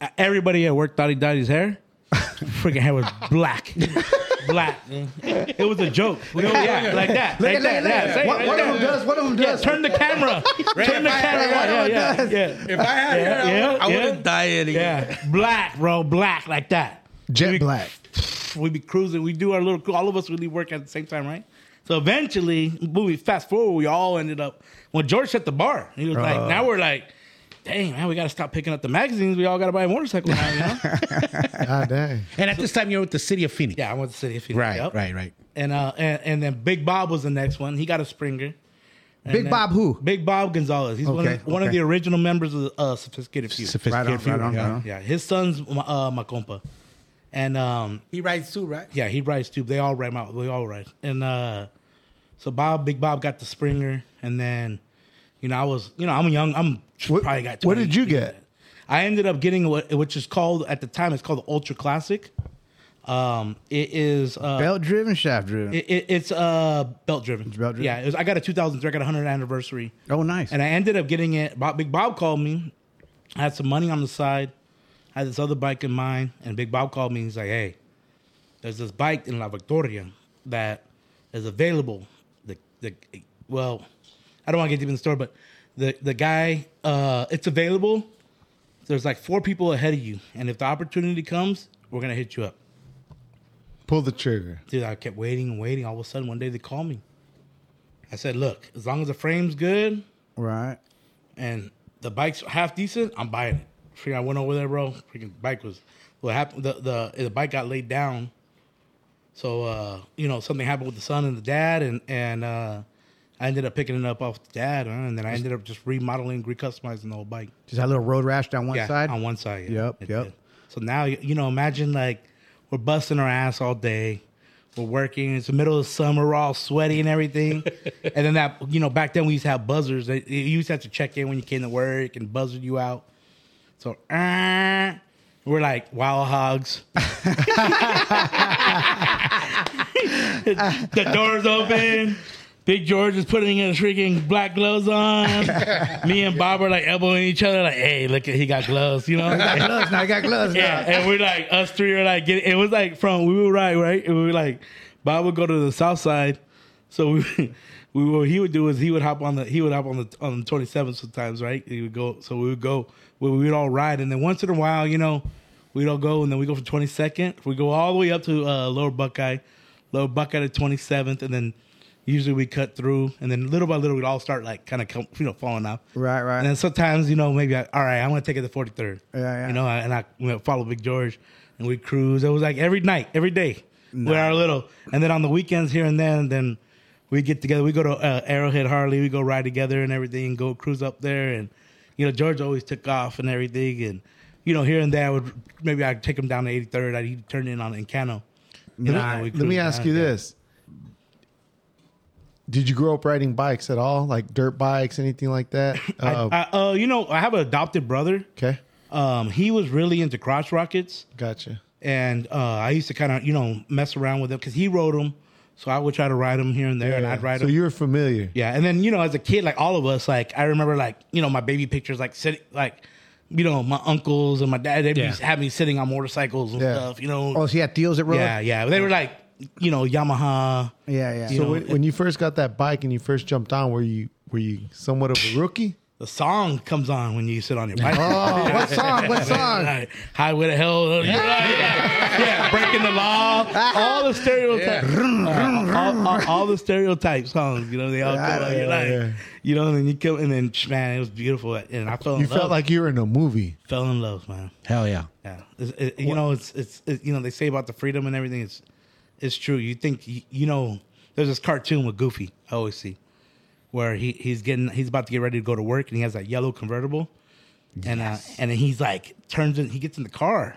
S1: Uh, Everybody at work thought he dyed his hair. Freaking hair was black, black. It was a joke. We all- yeah, like that,
S3: look
S1: like
S3: at that.
S1: that.
S3: look at
S1: yeah,
S3: that.
S1: say it
S3: One,
S1: right
S3: one of
S1: there.
S3: them does. One of them
S1: Yeah,
S3: does.
S1: turn
S3: (laughs)
S1: the camera. turn the camera.
S3: one
S1: Yeah,
S3: of
S1: yeah,
S3: them
S1: yeah.
S4: If I had
S1: Yeah,
S4: her,
S1: yeah,
S4: I, would,
S1: yeah.
S4: I wouldn't die any.
S1: Yeah, black, bro, black like that.
S5: Jet
S1: We-
S5: black.
S1: we be cruising. We do our little. cru- All of us really work at the same time, right? So eventually, movie fast forward, we all ended up. When George shut the bar, he was like, "Now we're like, dang man, we got to stop picking up the magazines. We all got to buy a motorcycle now." You know?
S5: Ah, dang.
S6: And at this time, you're with the city of Phoenix.
S1: yeah, I went to City of Phoenix.
S6: Right,
S1: yep.
S6: right, right.
S1: And uh, and, and then Big Bob was the next one. He got a Springer. And
S3: Big
S1: then-
S3: Bob who?
S1: Big Bob Gonzalez. He's one, of,
S3: Okay,
S1: one of
S3: okay.
S1: the original members of the, uh, Sophisticated Few.
S6: Sophisticated
S3: Right on,
S6: Phoenix,
S3: right on,
S6: yeah.
S3: right on.
S1: Yeah, his son's my, uh, my compa. and um,
S4: He rides too, right?
S1: yeah, he rides too. They all ride my, they all ride. And uh, so Bob, Big Bob got the Springer, and then you know I was, you know I'm young, I'm
S5: What-
S1: probably got.
S5: what did
S1: 20.
S5: you get?
S1: I ended up getting what, which is called at the time, it's called the Ultra Classic. Um, it is uh,
S3: Belt driven, shaft driven.
S1: it, it, it's uh belt driven.
S3: belt driven.
S1: Yeah, it was, I got a 2003. I got a 100th anniversary.
S3: oh, nice.
S1: And I ended up getting it. Bob, Big Bob called me. I had some money on the side. I had this other bike in mind, and Big Bob called me. He's like, "Hey, there's this bike in La Victoria that is available. The the well, I don't want to get deep in the story, but the the guy, uh, it's available. There's like four people ahead of you, and if the opportunity comes, we're gonna hit you up."
S5: Pull the trigger.
S1: Dude, I kept waiting and waiting. All of a sudden, one day they called me. I said, "Look, as long as the frame's good,
S3: right.
S1: and the bike's half decent, I'm buying it. Freaking, I went over there, bro. Freaking bike was what happened. The the the bike got laid down, so uh, you know something happened with the son and the dad, and and uh, I ended up picking it up off the dad, huh? and then I ended up just remodeling, recustomizing the whole bike.
S3: Just had a little road rash down one
S1: yeah,
S3: side.
S5: (laughs)
S1: on one side.
S3: Yep,
S1: It
S3: yep.
S1: did. So now you you know, imagine like we're busting our ass all day. We're working. It's the middle of the summer. We're all sweaty
S3: (laughs)
S1: and everything. and then that, you know, back then we used to have buzzers. They, you used to have to check in when you came to work and buzzer you out. So uh, we're like wild hogs. (laughs) the door's open. Big George is putting his freaking black gloves on.
S3: (laughs)
S1: Me and Bob are like elbowing each other, like, "Hey, look at he got gloves,"
S3: (laughs)
S1: you know.
S3: I got gloves now. I got gloves
S1: Yeah,
S3: now.
S1: and we're like us three are like getting. It was like from we were right, right. And we were like Bob would go to the south side, so we, (laughs) we what he would do is he would hop on the he would hop on the on the twenty seventh sometimes, right? He would go, so we would go. We would all ride, and then once in a while, you know, we'd all go, and then we go from twenty second, we go all the way up to uh, Lower Buckeye, Lower Buckeye to twenty seventh, and then. Usually we cut through, and then little by little we'd all start like kind of come, you know falling off.
S3: Right, right.
S1: And then sometimes you know maybe I, all right, I'm gonna take it to 43rd.
S3: Yeah, yeah.
S1: You know, I- and I we follow Big George, and we cruise. It was like every night, every day, with our little. And then on the weekends here and then, then we get together. We go to uh, Arrowhead Harley. We go ride together and everything, and go cruise up there. And you know, George always took off and everything. And you know, here and there, I would maybe I'd take him down to 83rd. I'd he'd turn in on Encano. You know, and we
S5: Let me
S1: cruise
S5: ask
S1: down
S5: you
S1: there.
S5: this. Did you grow up riding bikes at all? Like dirt bikes, anything
S3: (coughs)
S5: like that? Uh,
S1: I, uh, you know, I have an adopted brother.
S5: okay.
S1: Um, he was really into cross rockets.
S5: Gotcha.
S1: and uh, I used to kind of you know mess around with him because he rode them, so I would try to ride him here and there, and I'd ride
S5: so
S1: him.
S5: you were familiar.
S1: Yeah, and then you know as a kid, like all of us, like I remember like you know my baby pictures, like sitting like. You know, my uncles and my dad, they'd
S6: Yeah.
S1: be have me sitting on motorcycles and
S5: Yeah.
S1: stuff, you know.
S3: Oh, so you had deals that rode?
S1: yeah, yeah. They were like, you know, Yamaha.
S3: Yeah, yeah. (laughs)
S5: So when, when you first got that bike and you first jumped on, were you were you somewhat of a rookie?
S1: The song comes on when you sit on your bike. (laughs)
S3: oh, what song? (laughs) What song?
S1: Like, highway to hell. Yeah, yeah, yeah, breaking the law. All the stereotypes. all, all- all the stereotype songs. You know, they all come out. You're like,
S5: yeah.
S1: you know, and then you come, and then sh- man, it was beautiful. And I fell in
S5: You
S1: love.
S5: felt like you were in a movie.
S1: fell in love, man.
S6: Hell yeah.
S1: Yeah, It's- it- you know, it's it's it- you know they say about the freedom and everything. It's it's true. You think you, you know? There's this cartoon with Goofy. I always see where he he's getting he's about to get ready to go to work and he has that yellow convertible, and uh, and then he's like turns in he gets in the car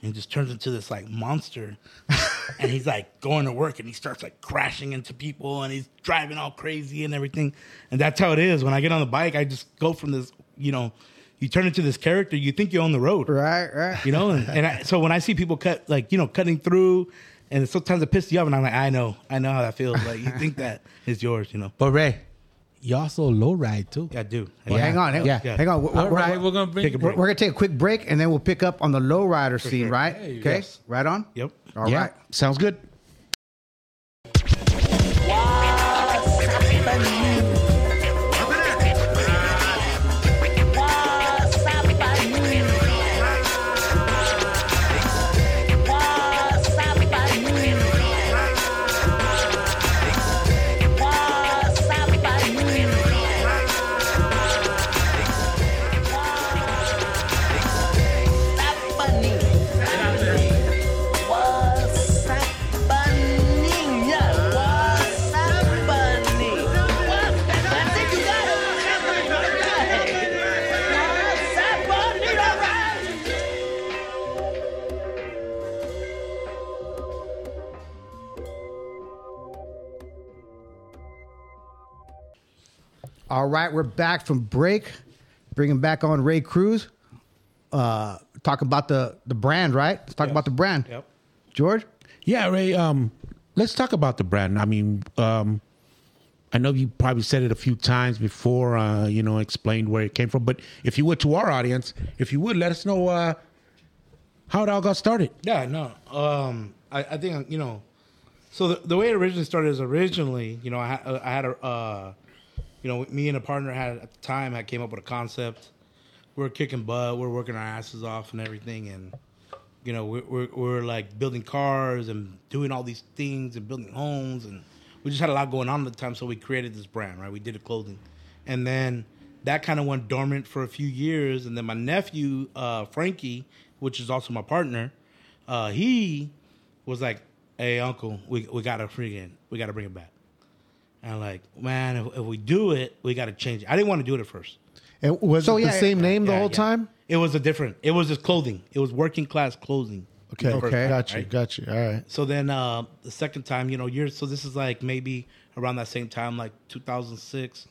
S1: and just turns into this like monster, and he's like going to work and he starts like crashing into people and he's driving all crazy and everything, and that's how it is. When I get on the bike, I just go from this you know. You turn into this character. You think you own the road,
S3: Right, right.
S1: you know and, and I, so when i see people cut like you know cutting through and sometimes it pisses you off and i'm like i know i know how that feels like you think that is yours you know
S6: But Ray, you also low ride too.
S1: yeah i do
S3: Well, hang on, hang,
S6: Yeah.
S3: yeah. hang on. We're,
S4: All
S3: we're-
S4: right, we're gonna bring.
S1: Take a
S3: we're-
S1: break.
S3: we're gonna take a quick break and then we'll pick up on the lowrider scene, right? Okay,
S1: Yes.
S3: right on.
S1: Yep.
S3: All right.
S6: Yeah. Sounds good.
S2: What's happening?
S3: All right, we're back from break. Bringing back on Ray Cruz. Uh, talk about the the brand, right? Let's talk about the brand.
S1: Yep.
S3: George.
S6: Yeah, Ray. Um, let's talk about the brand. I mean, um, I know you probably said it a few times before. Uh, you know, explained where it came from. But if you would to our audience, if you would let us know uh, how it all got started.
S1: Yeah, no. Um, I, I think you know. So the, the way it originally started is originally, you know, I, ha- I had a, uh, you know, me and a partner had at the time I came up with a concept. We are kicking butt. We are working our asses off and everything, and you know, we're, we're we're like building cars and doing all these things and building homes, and we just had a lot going on at the time. So we created this brand, right? We did the clothing, and then that kind of went dormant for a few years, and then my nephew uh, Frankie, which is also my partner, uh, he was like, "Hey, uncle, we we gotta freaking we gotta bring it back." And I'm like, man, if, if we do it, we gotta change it. I didn't want to do it at first.
S5: And was
S3: So,
S5: it
S3: yeah,
S5: the same
S3: yeah,
S5: name the
S1: Yeah,
S5: whole
S1: yeah.
S5: time?
S1: It was a different. It was just clothing. It was working class clothing.
S5: Okay,
S1: First,
S5: okay, got you,
S1: right?
S5: got you. All right.
S1: So then uh, the second time, you know, years. So this is like maybe around that same time, like 2006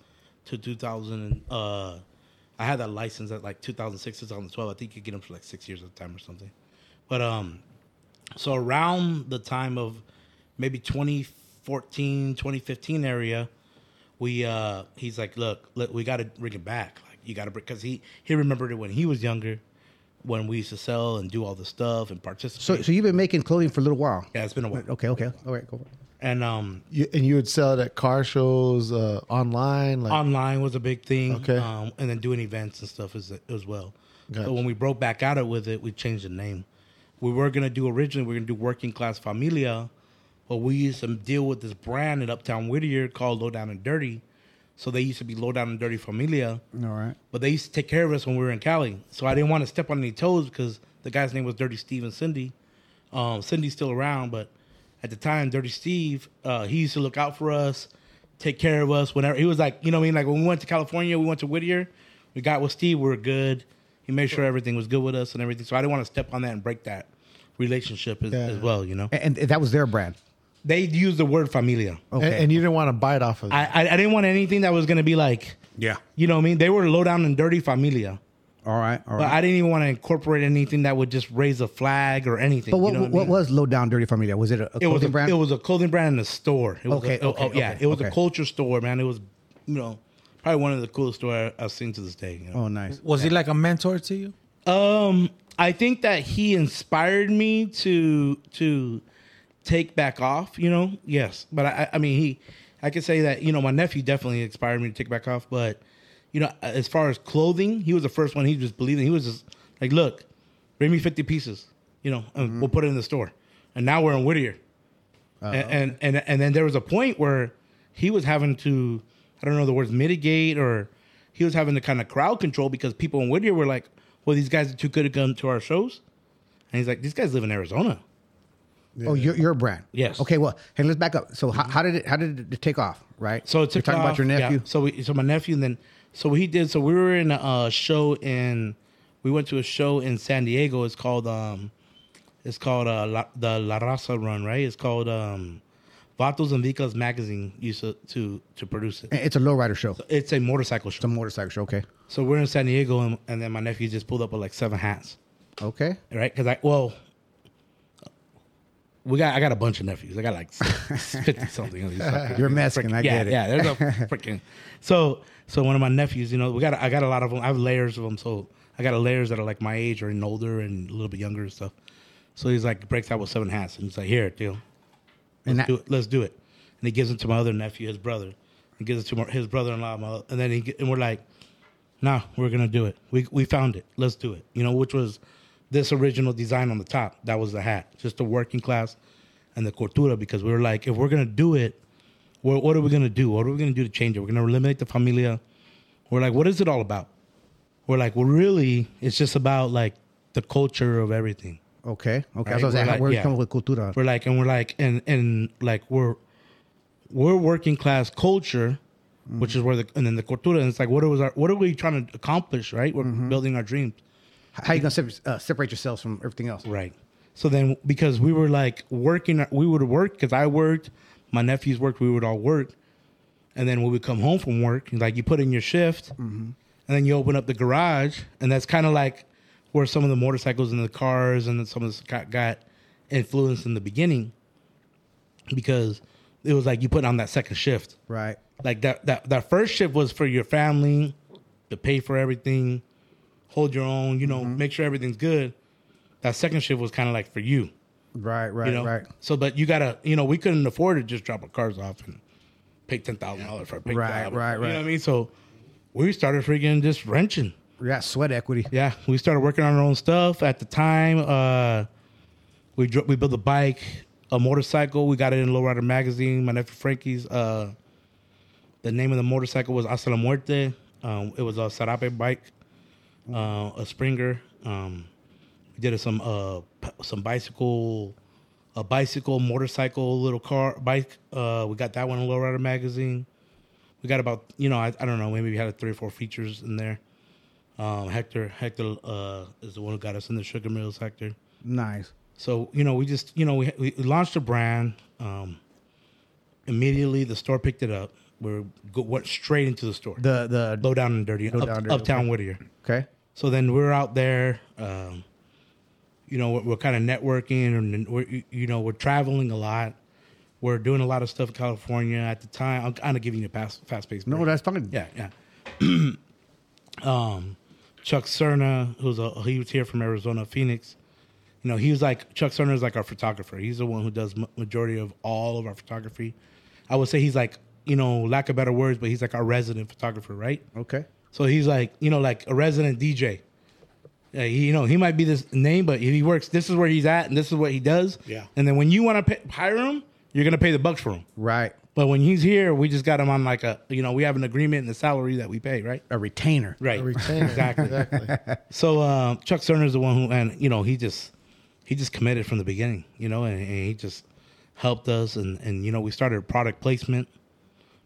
S1: to 2000. And, uh, I had that license at like 2006, 2012. I think you get them for like six years at a time or something. But um, so around the time of maybe 2014, 2015 area, we uh, he's like, look, look we got to bring it back. Like you got to bring because he he remembered it when he was younger, when we used to sell and do all the stuff and participate.
S3: So so you've been making clothing for a little while.
S1: yeah, it's been a while.
S3: Okay. Okay. All right. Cool.
S1: And um,
S5: You, and you would sell it at car shows, uh, online, like
S1: online was a big thing.
S5: Okay.
S1: Um, and then doing events and stuff as as well.
S5: Gotcha.
S1: So when we broke back out of with it, we changed the name. We were gonna do originally we are gonna do working class familia, but we used to deal with this brand in Uptown Whittier called Low Down and Dirty. So they used to be Low Down and Dirty Familia.
S3: All right.
S1: But they used to take care of us when we were in Cali. So I didn't want to step on any toes because the guy's name was Dirty Steve and Cindy. Um, Cindy's still around, but at the time, Dirty Steve, uh, he used to look out for us, take care of us whenever. He was like, you know what I mean? Like when we went to California, we went to Whittier, we got with Steve, we were good. He made sure everything was good with us and everything. So I didn't want to step on that and break that relationship as,
S5: Yeah.
S1: as well, you know?
S3: And, and that was their brand.
S1: They use the word familia.
S5: and,
S3: Okay.
S5: and you didn't want to bite off of it.
S1: I, I, I didn't want anything that was going to be like,
S6: Yeah.
S1: you know what I mean? They were low down and dirty familia.
S3: all right. All
S1: But
S3: right.
S1: I didn't even want to incorporate anything that would just raise a flag or anything.
S3: But, what
S1: you know
S3: what,
S1: what, I mean?
S3: was low down dirty for me? There was it a, a
S1: it was
S3: clothing
S1: a,
S3: brand?
S1: It was a clothing brand in a store. It was
S3: Okay,
S1: a, oh,
S3: okay,
S1: oh, yeah,
S3: okay,
S1: it was a
S3: okay.
S1: culture store, man. It was, you know, probably one of the coolest stores I've seen to this day. You know?
S3: oh, nice.
S4: Was he like a mentor to you?
S1: Um, I think that he inspired me to to take back off. You know, yes, but I, I mean, he, I could say that you know, my nephew definitely inspired me to take back off. But you know, as far as clothing, he was the first one. He just believed in. He was just like, look, bring me fifty pieces. You know, and we'll put it in the store. And now we're in Whittier. And, and and and then there was a point where he was having to I don't know the words mitigate or he was having to kind of crowd control because people in Whittier were like, well, these guys are too good to come to our shows, and he's like, these guys live in Arizona.
S3: Oh, your, your brand.
S1: Yes.
S3: Okay. Well, hey, let's back up. So how, how did it how did it take off? Right.
S1: So it's
S3: you're talking about your nephew.
S1: So we, so my nephew, and then so what he did. So we were in a show in, we went to a show in San Diego. It's called um, it's called uh La, the La Raza Run, right? It's called um, Vatos and Vicas magazine used to to, to produce it.
S3: And It's a lowrider show.
S1: It's a motorcycle show.
S3: It's a motorcycle show. Okay.
S1: So we're in San Diego, and, and then my nephew just pulled up with like seven hats,
S3: Okay.
S1: right? Because I well, we got I got a bunch of nephews. I got like (laughs) fifty
S3: (laughs)
S1: something. of these fuckers.
S3: You're Mexican. I
S1: yeah,
S3: get it. (laughs)
S1: yeah. There's a freaking so so one of my nephews. You know, we got I got a lot of them. I have layers of them. So I got layers that are like my age or and older and a little bit younger and stuff. So he's like breaks out with seven hats, and he's like, "Here, deal,
S3: And that,
S1: do it. Let's do it. And he gives it to my other nephew, his brother. He gives it to my, his brother-in-law, my, and then he g- and we're like, "Nah, we're gonna do it. We we found it. Let's do it." You know, which was this original design on the top. That was the hat, just the working class and the cortura, because we were like, if we're gonna do it, what, what are we gonna do? What are we gonna do to change it? We're gonna eliminate the familia. We're like, what is it all about? We're like, well, really, it's just about like the culture of everything.
S3: okay. Okay.
S1: Right,
S3: So I was
S1: we're
S3: like,
S1: like-
S3: where you
S1: yeah.
S3: coming with cultura?
S1: We're like, and we're like, and and like we're we're working class culture, which is where the and then the cultura. And it's like, what was our what are we trying to accomplish? Right, we're building our dreams.
S3: How you gonna sep- uh, separate yourselves from everything else?
S1: Right. So then, because we were like working, we would work because I worked, my nephews worked, we would all work, And then when we come home from work, like you put in your shift, and then you open up the garage, and that's kind of like where some of the motorcycles and the cars and some of this got, got influenced in the beginning, because it was like you put on that second shift
S3: Right.
S1: like that that that first shift was for your family to pay for everything hold your own you
S3: Mm-hmm.
S1: know make sure everything's good that second shift was kind of like for you
S3: Right. Right.
S1: you know
S3: Right.
S1: so but you gotta you know we couldn't afford to just drop our cars off and pay ten thousand dollars for a pink
S3: Right,
S1: job.
S3: right,
S1: you know
S3: right.
S1: what i mean so we started freaking just wrenching
S3: Yeah. Sweat equity.
S1: yeah, we started working on our own stuff at the time. Uh, we dro- we built a bike, a motorcycle. We got it in Lowrider magazine. My nephew Frankie's. Uh, the name of the motorcycle was Hasta la Muerte. Um, it was a Sarape bike, uh, a Springer. Um, we did some uh, p- some bicycle, a bicycle motorcycle little car bike. Uh, we got that one in Lowrider magazine. We got about you know I, I don't know maybe we had three or four features in there. Um, Hector, Hector uh, is the one who got us in the sugar mills. Hector.
S3: Nice.
S1: So you know, we just you know we we launched a brand. Um, immediately, the store picked it up. We go, went straight into the store.
S3: The the
S1: low down and dirty, up,
S3: Down and Dirty,
S1: uptown Whittier.
S3: okay.
S1: So then we're out there. Um, you know, we're, we're kind of networking, and we're you- you know we're traveling a lot. We're doing a lot of stuff in California at the time. I'm kind of giving you a fast fast pace.
S3: No, that's fucking
S1: Yeah, yeah. (clears throat) um, Chuck Cerna, who's a he was here from Arizona, Phoenix. You know, he was like Chuck Cerna is like our photographer. He's the one who does ma- majority of all of our photography. I would say he's like you know, lack of better words, but he's like our resident photographer, right?
S3: Okay.
S1: So he's like you know, like a resident DJ. Yeah, he, you know, he might be this name, but he works. This is where he's at, and this is what he does.
S6: Yeah.
S1: And then when you want to hire him, you're gonna pay the bucks for him.
S3: Right.
S1: But when he's here, we just got him on like a, you know, we have an agreement and the salary that we pay, right?
S3: A retainer.
S1: Right.
S5: Retainer.
S1: (laughs) Exactly.
S5: exactly.
S1: So um, Chuck Cerner is the one who, and you know, he just, he just committed from the beginning, you know, and, and he just helped us, and and you know, we started product placement.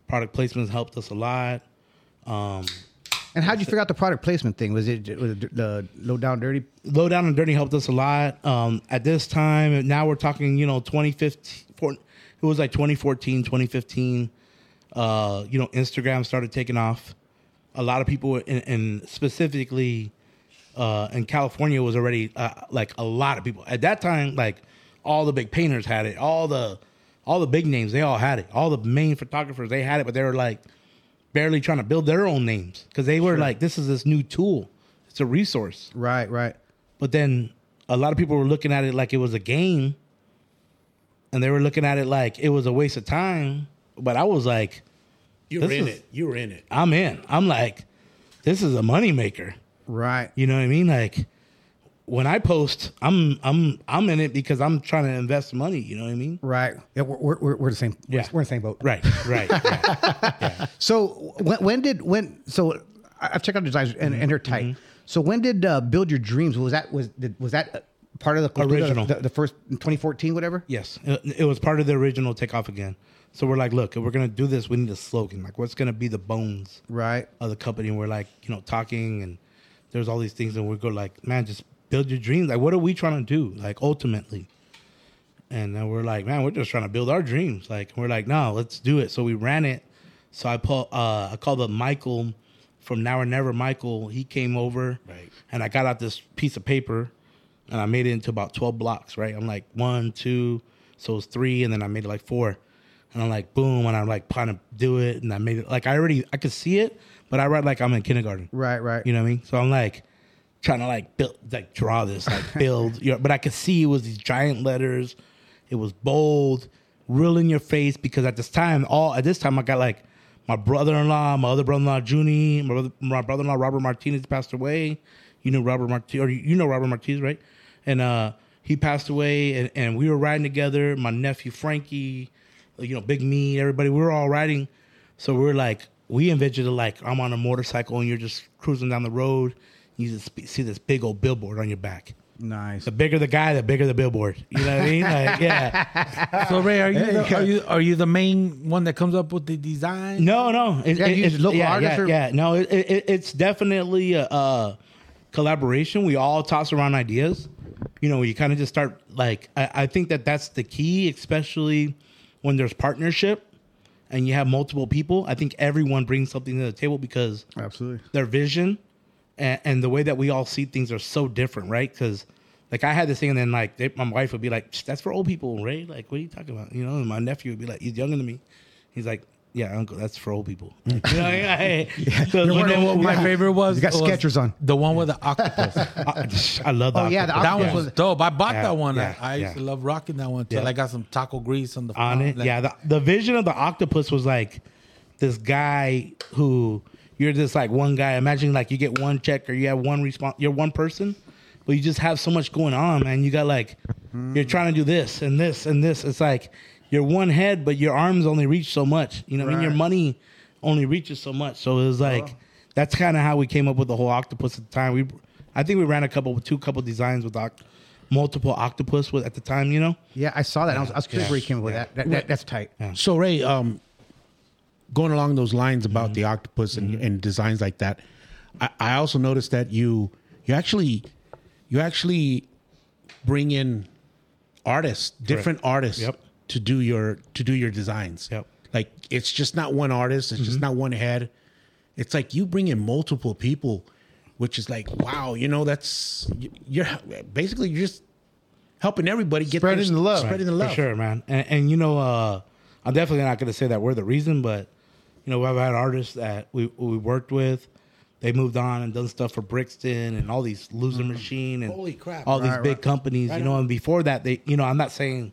S1: Product placements helped us a lot. Um,
S3: And how'd you figure out the product placement thing? Was it, was it the low down dirty?
S1: Low Down and Dirty helped us a lot. Um, at this time, now we're talking, you know, 2015, four- it was like 2014, 2015. Uh, you know, Instagram started taking off. A lot of people, in, in specifically uh, in California, was already uh, like a lot of people. At that time, like all the big painters had it, all the all the big names, they all had it. All the main photographers, they had it, but they were like barely trying to build their own names because they were like, this is this new tool. It's a resource.
S3: Right. Right.
S1: But then a lot of people were looking at it like it was a game. And they were looking at it like it was a waste of time. But I was like,
S6: You
S1: This
S6: were in
S1: is-
S6: it. You were in it.
S1: I'm in. I'm like, this is a moneymaker.
S3: Right.
S1: You know what I mean? Like when I post, I'm I'm I'm in it because I'm trying to invest money, you know what I mean?
S3: Right. Yeah, we're, we're- we're, we're the same. we're-
S1: Yeah.
S3: We're in the same boat.
S1: Right, right, right.
S3: So when, when did when so I- I've checked out the designs and, and
S1: Mm-hmm.
S3: they're tight. So when did uh, build your dreams? Was that was did, was that uh, part of the
S1: Original.
S3: the, the first 2014 whatever?
S1: (laughs) Yes, it, it was part of the original takeoff again. So we're like, look, if we're gonna do this, we need a slogan. Like, what's gonna be the bones
S3: Right.
S1: of the company? And we're like, you know, talking and there's all these things, and we go like, man, just build your dreams. Like, what are we trying to do? Like, ultimately. And then we're like, man, we're just trying to build our dreams. Like, we're like, no, let's do it. So we ran it. So I pull, uh, I called up Michael from Now or Never. Michael, he came over,
S6: Right.
S1: And I got out this piece of paper, and I made it into about twelve blocks. Right? I'm like one, two, so it's three, and then I made it like four, and I'm like boom, and I'm like trying to do it, and I made it like I already I could see it, but I read like I'm in kindergarten,
S3: Right. Right.
S1: you know what I mean? So I'm like trying to like build, like draw this, like build. You know, but I could see it was these giant letters. It was bold, real in your face. Because at this time, all at this time, I got like my brother-in-law, my other brother-in-law, Junie, my, brother, my brother-in-law, Robert Martinez passed away. You know Robert Martinez, or you know Robert Martinez, right? And uh, he passed away, and, and we were riding together. My nephew Frankie, you know, Big Me, everybody. We were all riding. So we're like, we envisioned it like I'm on a motorcycle and you're just cruising down the road. You just spe- see this big old billboard on your back.
S3: Nice.
S1: The bigger the guy, the bigger the billboard. You know what I
S3: (laughs)
S1: mean? Like, yeah.
S4: So Ray, are you, the, are you are you the main one that comes up with the design?
S1: No, no. It,
S3: Yeah, you use local
S1: yeah,
S3: artists
S1: yeah,
S3: or-
S1: yeah. No, it, it, it's definitely a, a collaboration. We all toss around ideas. You know, you kind of just start like I, I think that that's the key, especially when there's partnership. and you have multiple people, I think everyone brings something to the table because
S3: Absolutely.
S1: their vision and, and the way that we all see things are so different, right? Because like I had this thing, and then like they, my wife would be like, "That's for old people, right?" Like, what are you talking about? You know, and my nephew would be like, "He's younger than me." He's like, "Yeah, uncle, that's for old people." (laughs) you know, yeah, yeah. So when they-
S4: what my favorite was
S3: You got
S4: was
S3: Skechers on.
S4: The one with the
S1: (laughs)
S4: octopus.
S1: I, I love that.
S3: Oh, yeah, the
S4: that
S3: octopus
S4: one was dope. I bought
S1: Yeah,
S4: that one.
S1: yeah,
S4: I, I used
S1: yeah.
S4: to love rocking that one till
S1: Yeah.
S4: I got some taco grease on the
S1: on
S4: front,
S1: it.
S4: Oh, like-
S1: yeah, the, the vision of the octopus was like this guy who you're just like one guy. Imagine like you get one check or you have one response. You're one person, but you just have so much going on, man. You got like you're trying to do this and this and this. It's like you're one head, but your arms only reach so much. You know, what I mean, your money only reaches so much. So it was like that's kind of how we came up with the whole octopus at the time. We, I think we ran a couple, two couple designs with oct- multiple octopus with at the time. You know.
S3: Yeah, I saw that. I was, I was curious where he came up with that. That, that. That's tight.
S6: So Ray, um, going along those lines
S1: Mm-hmm.
S6: about the octopus and, and designs like that, I, I also noticed that you you actually you actually bring in artists, different artists,
S1: Yep.
S6: to do your to do your designs.
S1: Yep. Mm-hmm.
S6: Like it's just not one artist, it's just not one head. It's like you bring in multiple people, which is like wow, you know that's you're basically you're just helping everybody get
S5: Spreading the love.
S6: spreading the
S1: Right,
S6: love.
S1: For sure, man. And, and you know, uh, I'm definitely not going to say that we're the reason, but you know, I've had artists that we we worked with. They moved on and done stuff for Brixton and all these Loser Machine and
S6: Mm. Holy crap.
S1: all these
S3: Right,
S1: big
S3: right.
S1: companies,
S6: Right
S1: you know.
S6: on.
S1: And before that, they, you know, I'm not saying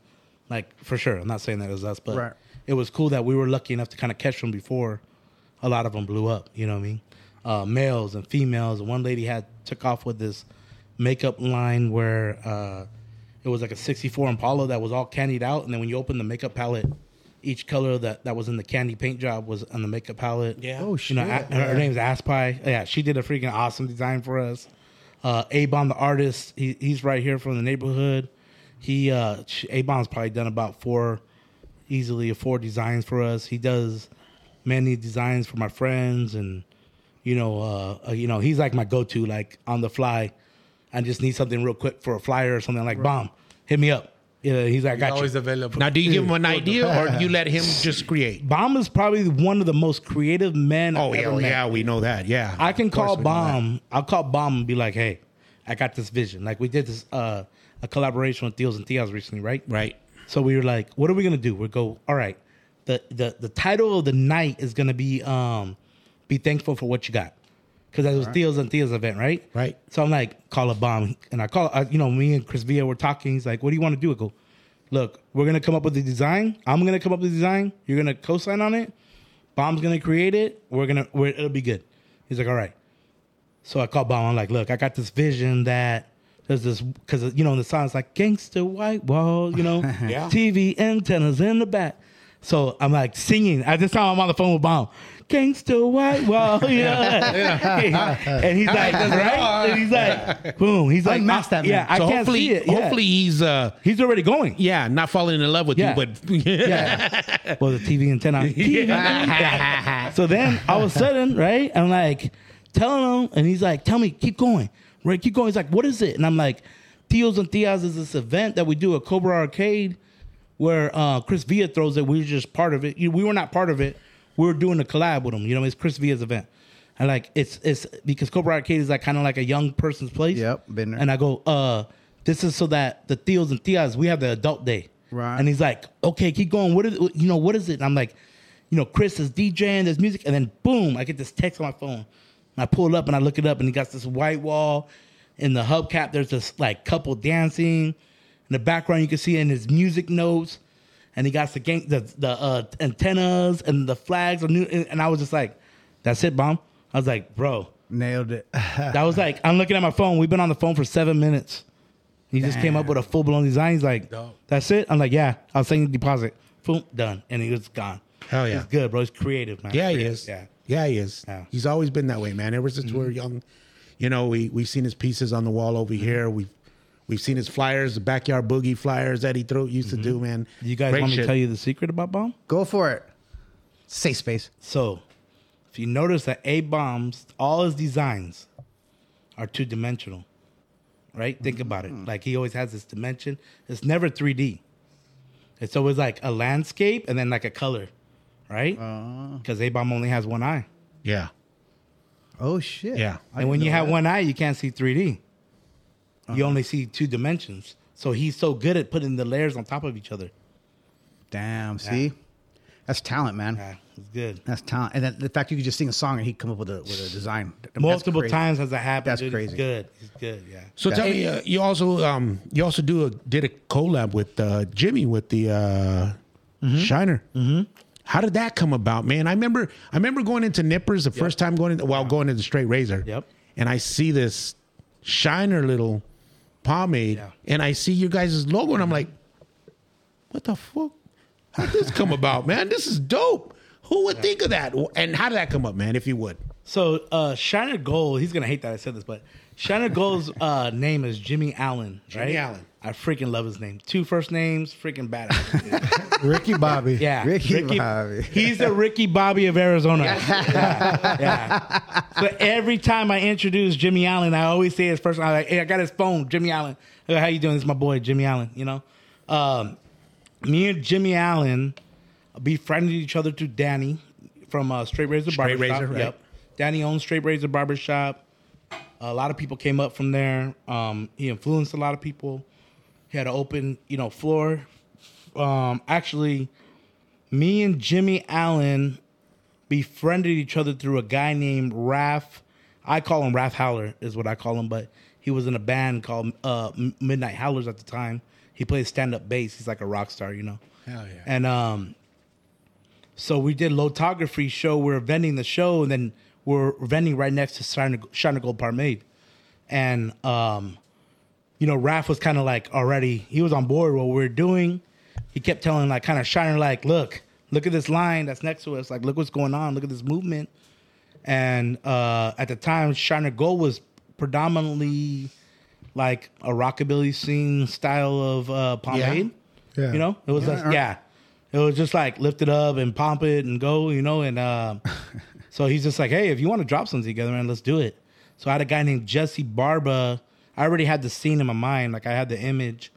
S1: like for sure, I'm not saying that it was us, but
S3: Right.
S1: it was cool that we were lucky enough to kind of catch them before a lot of them blew up. You know what I mean? Uh, males and females. And One lady had took off with this makeup line where uh, it was like a '64 Impala that was all candied out, and then when you open the makeup palette, each color that that was in the candy paint job was on the makeup palette.
S6: Yeah.
S1: Oh shit. You know, A- her, her name's Aspie. Yeah, she did a freaking awesome design for us. Uh, A Bomb, the artist, he, he's right here from the neighborhood. He uh, A Bomb's probably done about four easily four designs for us. He does many designs for my friends, and you know, uh, uh, you know, he's like my go-to, like on the fly. I just need something real quick for a flyer or something like bomb. Hit me up. Yeah, he's like, I got
S4: Always
S1: you.
S4: available.
S6: Now, do you give him an idea, or you let him just
S1: (laughs)
S6: create?
S1: Bomb is probably one of the most creative men.
S6: Oh
S1: I've
S6: yeah,
S1: ever
S6: oh,
S1: met.
S6: yeah, we know that. Yeah,
S1: I can
S6: Of course
S1: call
S6: we know that.
S1: Bomb. I'll call Bomb and be like, hey, I got this vision. Like we did this uh a collaboration with Deals and Theos recently, right?
S6: Right.
S1: So we were like, what are we gonna do? We go, all right, the the the title of the night is gonna be um be thankful for what you got. Cause that was Theos and Theos event, right?
S6: Right.
S1: So I'm like, call a bomb. And I call I, you know, me and Chris Villa were talking. He's like, what do you want to do? I go, look, we're gonna come up with the design. I'm gonna come up with the design. You're gonna co-sign on it. Bomb's gonna create it. We're gonna we're, it'll be good. He's like, all right. So I called Bomb. I'm like, look, I got this vision that there's this because you know in the song it's like gangster white wall, you know,
S6: (laughs) Yeah.
S1: TV antennas in the back. So I'm like singing. At this time, I'm on the phone with Bomb. Gangster white wall, (laughs) you know. (laughs) and he's
S6: (laughs)
S1: like, right? And he's like, boom. He's like,
S3: Unmask that man.
S1: Yeah, I
S6: So
S1: can't
S6: hopefully,
S1: see it. Yeah.
S6: hopefully he's uh,
S1: he's already going.
S6: yeah, not falling in love with
S1: Yeah.
S6: you, but (laughs)
S1: Yeah. (laughs) well, the TV antenna. TV. (laughs) Yeah. So then all of a sudden, right? I'm like telling him, and he's like, "Tell me, keep going, Ray, keep going." He's like, "What is it?" And I'm like, "Theos and Theos is this event that we do at Cobra Arcade, where uh, Chris Villa throws it. We were just part of it. You- We were not part of it. We were doing a collab with him. You know, it's Chris Villa's event." And like it's it's because Cobra Arcade is like kind of like a young person's place.
S3: Yep, been there.
S1: And I go, uh, this is so that the Theos and Theas we have the adult day.
S3: Right.
S1: And he's like, okay, keep going. What is you know, what is it? And I'm like, you know, Chris is DJing, there's music, and then boom, I get this text on my phone. And I pull up and I look it up, and he got this white wall. In the hubcap, there's this like couple dancing. In the background, you can see in his music notes, and he got the gang, the, the uh, antennas and the flags. Are new, and, and I was just like, "That's it, bomb." I was like, "Bro,
S3: Nailed it. (laughs)
S1: that was like, I'm looking at my phone. We've been on the phone for seven minutes. He just came up with a full blown design. He's like,
S4: Dope.
S1: that's it. I'm like, yeah, I'll send you the deposit. Boom, done. And he was gone.
S6: Hell yeah.
S1: He's good, bro. He's creative, man.
S6: yeah, he
S1: Creative.
S6: is.
S1: Yeah.
S6: yeah, he is.
S1: Yeah. Mm-hmm.
S6: He's always been that way, man. Ever since we were young, you know, we we've seen his pieces on the wall over here. We've we've seen his flyers, the backyard boogie flyers that he throw, used to do, man.
S1: Mm-hmm. You guys
S6: Great
S1: want me
S6: shit.
S1: to tell you the secret about Bomb?
S3: Go for it. Safe space.
S1: So, if you notice that A Bomb's, all his designs are two dimensional, right? Think about
S3: Hmm.
S1: it. Like, he always has this dimension. It's never 3D, it's always like a landscape and then like a color, right?
S3: Uh-huh.
S1: Because A bomb only has one eye,
S6: Yeah.
S3: Oh shit.
S6: Yeah.
S1: and when you have one eye, you can't see three D.
S3: Uh-huh.
S1: You only see two dimensions. So he's so good at putting the layers on top of each other.
S3: Damn. See, that's talent, man.
S1: Yeah, it's good.
S3: That's talent. And then the fact you could just sing a song and he'd come up with a with a design I mean, that's
S1: Multiple
S3: crazy.
S1: times has that happened.
S3: That's
S1: dude.
S3: crazy.
S1: It's good. It's good. Yeah.
S6: So tell me, uh, you also um, you also do a, did a collab with uh, Jimmy with the uh, Shiner. Mm-hmm. How did that come about, man? I remember I remember going into Nippers the first time going into, while going into Straight Razor.
S1: Yep.
S6: And I see this Shiner little pomade,
S1: Yeah.
S6: and I see your guys' logo, and I'm like, what the fuck? How would this come
S1: (laughs)
S6: about, man? This is dope. Who would think of that? And how did that come up, man? If you would,
S1: So uh Shiner Gold, he's gonna hate that I said this, but Shiner Gold's uh name is Jimmy Allen, right?
S6: Jimmy Allen.
S1: I freaking love his name. Two first names, freaking badass.
S6: (laughs)
S1: dude. (laughs)
S5: Ricky Bobby.
S1: Yeah.
S3: Ricky Bobby.
S1: He's the Ricky Bobby of Arizona. yeah. yeah. So every time I introduce Jimmy Allen, I always say his first name. I'm like, hey, I got his phone, Jimmy Allen. Hey, how you doing? It's my boy, Jimmy Allen, you know? Um, me and Jimmy Allen befriended each other through Danny from uh, Straight Razor
S6: Straight
S1: Barbershop.
S6: Razor, right.
S1: Yep. Danny owns Straight Razor Barbershop. A lot of people came up from there. Um, he influenced a lot of people. He had an open, you know, floor. Um, actually, me and Jimmy Allen befriended each other through a guy named Raph. I call him Raph Howler, is what I call him, but he was in a band called uh, M- Midnight Howlers at the time. He plays stand up bass. He's like a rock star, you know?
S6: Hell yeah.
S1: And um, so we did Lotography show. We are vending the show, and then we're vending right next to Shiner, Shiner Gold Parmade. And um, you know, Raph was kind of like already he was on board what we were doing. He kept telling like kind of Shiner like, look, look at this line that's next to us. Like, look what's going on. Look at this movement. And uh, at the time, Shiner Gold was predominantly like a rockabilly scene style of uh, pomade.
S5: Yeah.
S1: You know, it was like, yeah, it was just like lift it up and pump it and go, you know. And uh, so he's just like, hey, if you want to drop something together, man, let's do it. So I had a guy named Jesse Barba. I already had the scene in my mind, like I had the image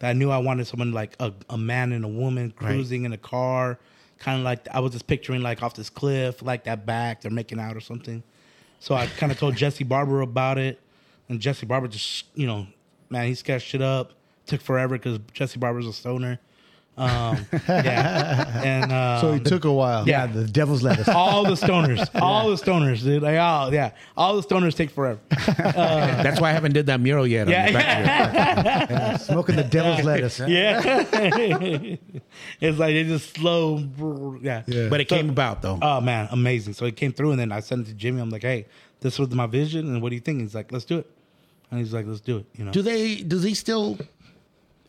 S1: that I knew I wanted someone like a, a man and a woman cruising in a car, kind of like I was just picturing like off this cliff, like that back they're making out or something. So I kind of told Jesse Barber about it, and Jesse Barber just you know, man, he sketched it up. Took forever because Jesse Barber's a stoner. Um, yeah, and uh,
S5: So it took a while.
S1: yeah,
S3: Yeah, the devil's lettuce.
S1: (laughs) all the stoners, all the stoners, dude. Like, all yeah, all the stoners take forever.
S6: that's why I haven't did that mural yet. on
S1: Uh, Yeah.
S6: the back of it.
S3: Smoking the
S1: (laughs)
S3: devil's lettuce.
S1: Yeah, (laughs) it's like they just slow. (laughs) Yeah,
S5: Yeah.
S6: But it came about though.
S1: Oh man, amazing! So it came through, and then I sent it to Jimmy. I'm like, "Hey, this was my vision, and what do you think?" He's like, "Let's do it," and he's like, "Let's do it." You know?
S6: Do they? Do they still?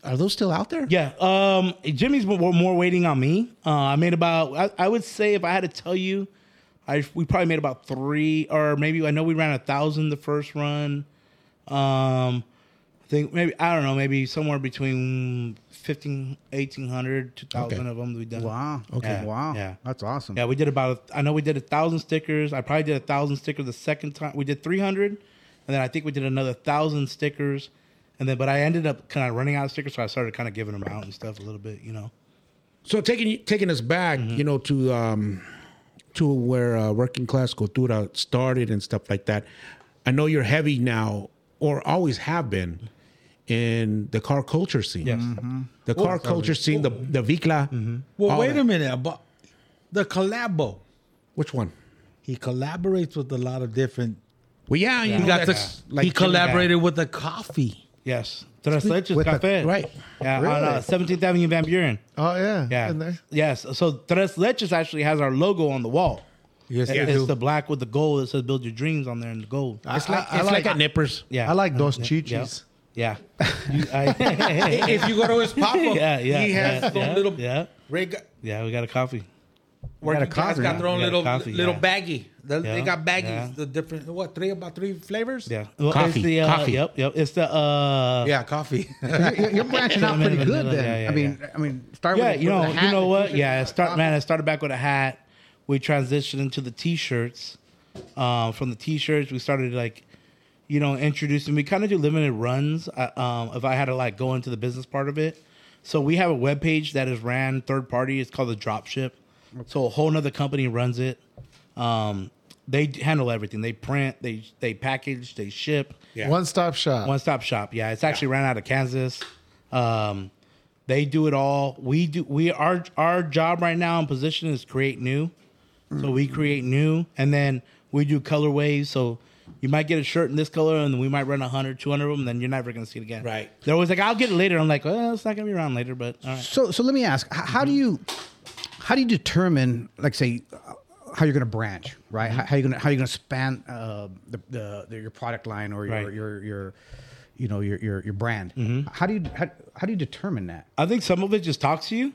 S6: Are those still out there?
S1: yeah. Um, Jimmy's more, more waiting on me. Uh, I made about. I, I would say if I had to tell you, I we probably made about three or maybe I know we ran a thousand the first run. Um, I think maybe I don't know, maybe somewhere between 15, 1800, 2000
S6: Okay.
S1: of them we done.
S3: Wow. Okay.
S1: Yeah.
S3: Wow.
S1: Yeah.
S3: That's awesome.
S1: Yeah, we did about. I know we did a thousand stickers. I probably did a thousand stickers the second time. We did three hundred, and then I think we did another thousand stickers, and then but I ended up kind of running out of stickers, so I started kind of giving them out and stuff a little bit, you know.
S6: So taking taking us back, you know, to um, to where uh, working class cultura started and stuff like that. I know you're heavy now, or always have been, in the car culture scene. Mm-hmm.
S1: Yes.
S6: The car culture scene, the the Vicla.
S4: Well,
S6: all
S4: wait
S6: that.
S4: a minute. About the collabo,
S6: Which one?
S4: he collaborates with a lot of different.
S6: Well, yeah, you
S4: He
S6: know,
S4: got the,
S6: that's
S4: he collaborated with the coffee.
S1: Yes, Tres Leches
S3: with the-
S1: Cafe,
S6: right.
S1: Yeah, on
S5: Really?
S1: uh, Seventeenth Avenue in Van Buren.
S5: Oh yeah.
S1: Yeah,
S5: In there.
S1: yes. So Tres Leches actually has our logo on the wall.
S4: Yes,
S1: It's
S4: they do.
S1: the black with the gold that says "Build Your Dreams" on there in the gold.
S6: It's like, it's like, at Nippers.
S1: Yeah,
S5: I like Dos
S1: Yeah.
S5: Chichis.
S1: Yeah, You- I-
S4: (laughs)
S1: (laughs)
S4: if you go to his pop up,
S1: yeah, yeah.
S4: he has
S1: yeah,
S4: his own
S1: yeah,
S4: little.
S1: yeah,
S4: Ray got,
S1: yeah. We got a coffee.
S4: working class
S3: coffee,
S4: got their
S1: yeah.
S4: own
S1: We got a
S4: little
S1: coffee,
S4: little
S1: yeah.
S4: baggie. The- They
S1: Yeah,
S4: got baggies.
S1: yeah.
S4: The different what three about three flavors.
S1: Yeah, well,
S6: Coffee,
S1: It's the, uh,
S6: coffee.
S1: Yep, yep. It's the uh,
S4: yeah, coffee.
S3: You're, you're branching out pretty
S1: Vanilla,
S3: good
S1: vanilla,
S3: then.
S1: yeah, yeah,
S3: I mean, I mean, start
S1: yeah.
S3: with
S1: You
S3: with
S1: know,
S3: the hat
S1: you know
S3: and
S1: what?
S3: t-shirt
S1: Yeah, I
S3: and
S1: start
S3: stuff.
S1: man. I started back with a hat. We transitioned into the t-shirts. Uh, from the t-shirts, we started like, you know, introducing. We kind of do limited runs. Uh, um, if I had to like go into the business part of it, so we have a webpage that is ran third party. It's called the Dropship. So a whole nother company runs it. Um, they handle everything. They print, they they package, they ship.
S6: Yeah.
S5: One stop shop.
S1: One stop shop. Yeah, it's actually ran out of Kansas. Um, they do it all. We do. We our our job right now in position is create new. So we create new, and then we do colorways. So you might get a shirt in this color, and we might run 100, 200 of them. Then you're never gonna see it again.
S4: Right.
S1: They're always like, "I'll get it later." I'm like, "Well, it's not gonna be around later, but all right."
S3: So, so let me ask: h- How do you, how do you determine, like, say, uh, how you're going to branch, right?
S1: Mm-hmm.
S3: How, how you going to how you going to span uh, the, the, the your product line or your
S1: Right. Mm-hmm.
S3: your, your you know your your, your brand? How do you how, how do you determine that?
S1: I think some of it just talks to you.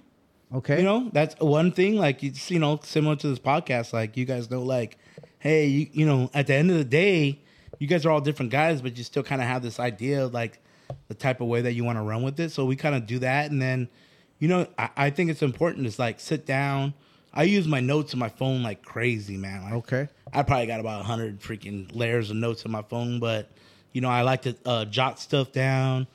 S3: Okay,
S1: You know, that's one thing. Like it's you know similar to this podcast. Like you guys know, like hey, you, you know, at the end of the day, you guys are all different guys, but you still kind of have this idea of like the type of way that you want to run with it. So we kind of do that, and then you know, I, I think it's important. Is like sit down. I use my notes in my phone like crazy, man. Like,
S3: Okay.
S1: I probably got about 100 freaking layers of notes on my phone, but you know, I like to uh, jot stuff down,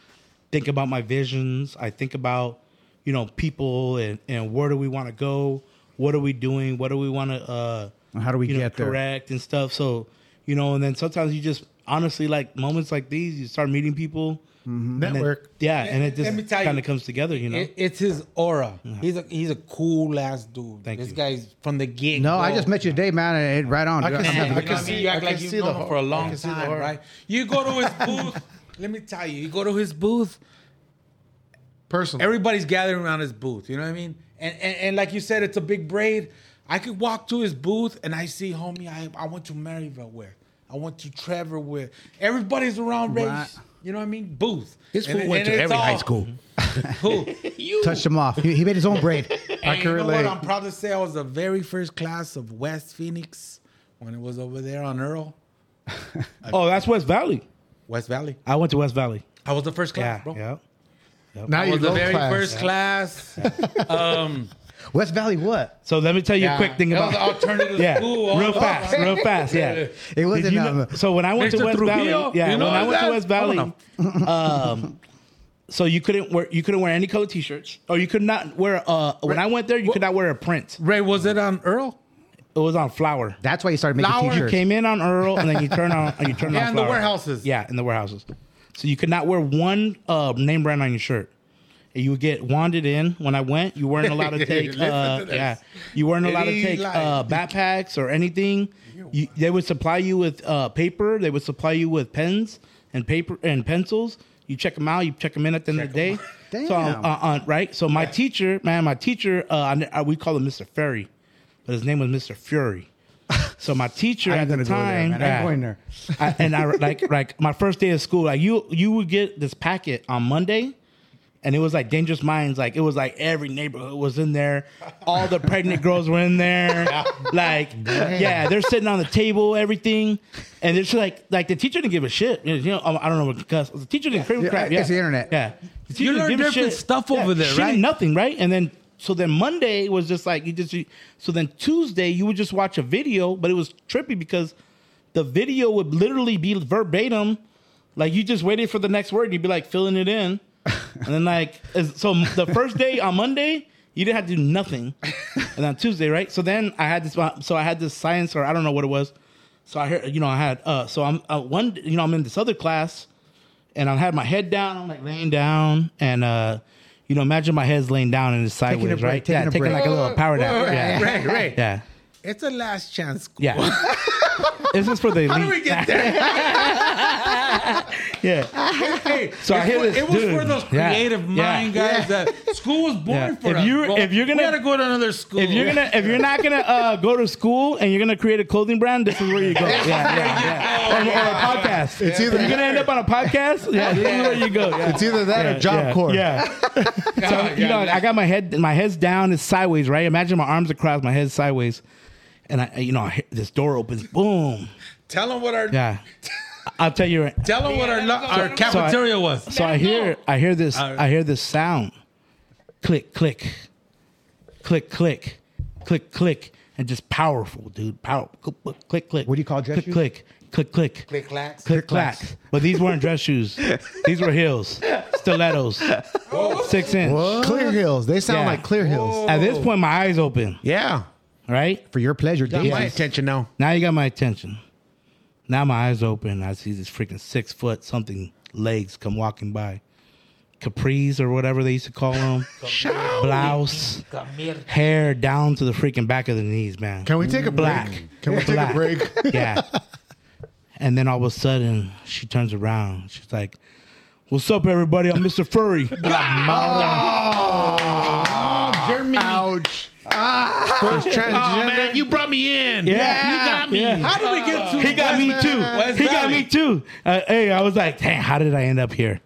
S1: think about my visions. I think about, you know, people and, and where do we want to go? What are we doing? What do we want to, uh,
S3: And how do we
S1: you know,
S3: get there?
S1: correct and stuff? So, you know, and then sometimes you just honestly like moments like these, you start meeting people.
S3: Mm-hmm.
S1: and it-
S5: Network.
S1: yeah. And it
S4: Let me
S1: just
S4: tell you.
S1: kind of comes together, you know?
S4: It, it's his aura. He's a he's a cool ass dude.
S1: Thank
S4: this
S1: you.
S4: guy's from the gig.
S3: no, I just met you today, man, and it, right on.
S5: I
S3: dude.
S5: can
S3: I'm
S5: see-
S4: Man,
S3: happy-
S4: you
S5: I
S4: know what I
S5: see-
S4: mean? You
S5: I
S4: act
S5: can
S4: like you've
S5: see the
S4: known him
S5: aura.
S4: for a
S5: I
S4: long
S5: can see the
S4: time,
S5: aura.
S4: right? You go to his booth. (laughs) let me tell you, you go to his booth.
S5: Personal.
S4: Everybody's gathering around his booth. You know what I mean? And and, and like you said, it's a big braid. I could walk to his booth and I see, homie, I, I went to Maryville with. I went to Trevor with. Everybody's around race.
S3: Right.
S4: You know what I mean? Booth.
S6: This
S4: And-
S6: fool went
S4: and it's
S6: to every high
S4: all-
S6: school.
S4: (laughs)
S1: (laughs)
S4: Who?
S3: (laughs)
S4: you.
S3: touched him off. He, he made his own braid.
S5: I
S4: And
S5: can
S4: you know what?
S5: relate.
S4: I'm proud to say I was the very first class of West Phoenix when it was over there on Earl,
S1: oh, that's West Valley.
S4: West Valley.
S1: I went to West Valley.
S4: I was the first class,
S1: Yeah.
S4: bro.
S1: Yeah.
S5: now
S4: I
S5: you
S4: was the
S5: go
S4: very
S5: class.
S4: first
S1: (laughs)
S4: class. um,
S3: West Valley, what?
S1: So let me tell you
S4: yeah.
S1: a quick thing
S4: That
S1: about
S4: was an alternative
S1: (laughs) Yeah,
S4: school. all
S1: real
S4: over.
S1: fast, real fast. Yeah,
S3: It wasn't,
S1: Did you
S3: um,
S1: know- so when I went
S4: Mr.
S1: to West
S4: Trujillo,
S1: Valley, yeah,
S4: you know
S1: when I went
S4: that?
S1: to West
S4: I don't
S1: Valley, um, so you couldn't wear you couldn't wear any color T-shirts, or you could not wear. Uh, when I went there, you could not wear a print.
S4: Ray, was it on Earl?
S1: It was on flower.
S3: That's why you started making
S4: Flower.
S3: t-shirts.
S1: Came in on Earl, and then you turn on you turn
S4: Yeah,
S1: on
S4: in the
S1: flower.
S4: warehouses.
S1: Yeah, in the warehouses. So you could not wear one uh, name brand on your shirt. And You would get wanded in. When I went, you weren't
S4: (laughs)
S1: allowed to take.
S4: Listen to
S1: uh,
S4: this.
S1: yeah, you weren't allowed to
S4: Any
S1: take
S4: lie.
S1: uh, backpacks or anything. You, they would supply you with uh, paper. They would supply you with pens and paper and pencils. You check them out. You check them in at the end of the day.
S3: Damn.
S1: So um, uh, uh, right. So my teacher, man, my teacher, uh, I, kn- uh, we call him Mr. Ferry, but his name was Mr. Fury. So my teacher
S3: I ain't
S1: at
S3: gonna
S1: the
S3: go there,
S1: time,
S3: man. I ain't going there.
S1: I, and I like like my first day of school, like you you would get this packet on Monday, and it was like Dangerous Minds, like it was like every neighborhood was in there, all the pregnant girls were
S3: (laughs)
S1: in there, like yeah, they're sitting on the table, everything, and it's like like the teacher didn't give a shit, you know, I don't know what cuss, the teacher didn't give a crap,
S3: yeah,
S1: yeah,
S3: it's the internet.
S1: yeah, The teacher
S4: You
S1: didn't
S4: learn
S1: give a
S4: different
S1: shit.
S4: stuff over there,
S1: she didn't
S4: right?
S1: nothing, right? And then so then Monday was just like you just you- so then Tuesday you would just watch a video, but it was trippy because the video would literally be verbatim, like you just waited for the next word, you'd be like filling it in, and then like is- so the first day on Monday you didn't have to do nothing, and on Tuesday right, so then I had this uh, so I had this science or I don't know what it was, so I heard you know I had uh so I'm uh, one you know I'm in this other class and I had my head down. I'm like laying down, and uh, you know, imagine my head's laying down and it's
S3: a
S1: sideways,
S3: break,
S1: right?
S3: taking
S1: yeah,
S3: a
S1: taking
S3: break.
S1: like a little power nap. yeah.
S4: Ray, Ray.
S1: yeah,
S4: It's a last chance school. (laughs)
S1: yeah. (laughs) this is for the elite.
S4: How do we get there?
S1: yeah,
S4: Hey,
S1: (laughs) So I
S4: it
S1: hear
S4: was-
S1: this
S4: It was
S1: dude.
S4: for those
S1: Yeah.
S4: creative
S1: Yeah.
S4: mind guys. That school was born
S1: Yeah.
S4: for
S1: If
S4: us.
S1: you're-
S4: bro.
S1: if you're gonna-
S4: we gotta go to another school.
S1: if you're
S4: (laughs)
S1: gonna if you're not gonna uh, go to school and you're gonna create a clothing brand, this is where you go. Yeah, yeah, yeah. Or, or a podcast.
S5: It's either-
S1: you're gonna end up on a podcast. Yeah, this is where you go. Yeah.
S5: It's either that or Job
S1: yeah,
S5: Corps.
S1: Yeah. so
S4: Yeah,
S1: you know,
S4: yeah.
S1: I got my head, my head's down, it's sideways, right? Imagine my arms across, my head's sideways, and I, you know, I, hit- this door opens, boom.
S4: tell them what our
S1: Yeah, I'll tell you.
S4: tell them what our lo- our cafeteria was.
S1: So I hear, I hear this, I hear this sound, click, click, click, click, click, click, and just powerful, dude. Power, click, click.
S3: What do you call dress
S1: Click,
S3: shoes?
S1: click, click, click,
S4: Click clacks.
S1: click, clack. But these weren't dress shoes. These were
S3: (laughs)
S1: heels, stilettos, six inch.
S5: Clear Hills. They sound
S1: Oh. Yeah. Oh.
S5: like Clear Hills.
S1: At this point, my eyes open.
S6: Yeah.
S1: Right
S3: For your pleasure,
S6: Got
S3: damn.
S6: my attention now.
S1: now, you got my attention. Now my eyes open. I see this freaking six foot something legs come walking by, capris or whatever they used to
S6: (laughs)
S1: call them, blouse, hair down to the freaking back of the knees, man.
S5: Can we take a break?
S1: Black.
S5: Can we take a
S1: Black. (laughs)
S5: break?
S1: yeah. And then all of a sudden, she turns around. She's like, "What's up, everybody? I'm Mr.
S6: (laughs)
S1: Furry."
S5: Ouch. First
S6: Oh,
S5: transgender.
S6: man, you brought me in. (laughs) You got me.
S1: Yeah.
S4: How do we get to
S1: He got me too.
S4: West
S1: he got
S4: Valley.
S1: me too. Uh, hey, I was like, dang, how did I end up here?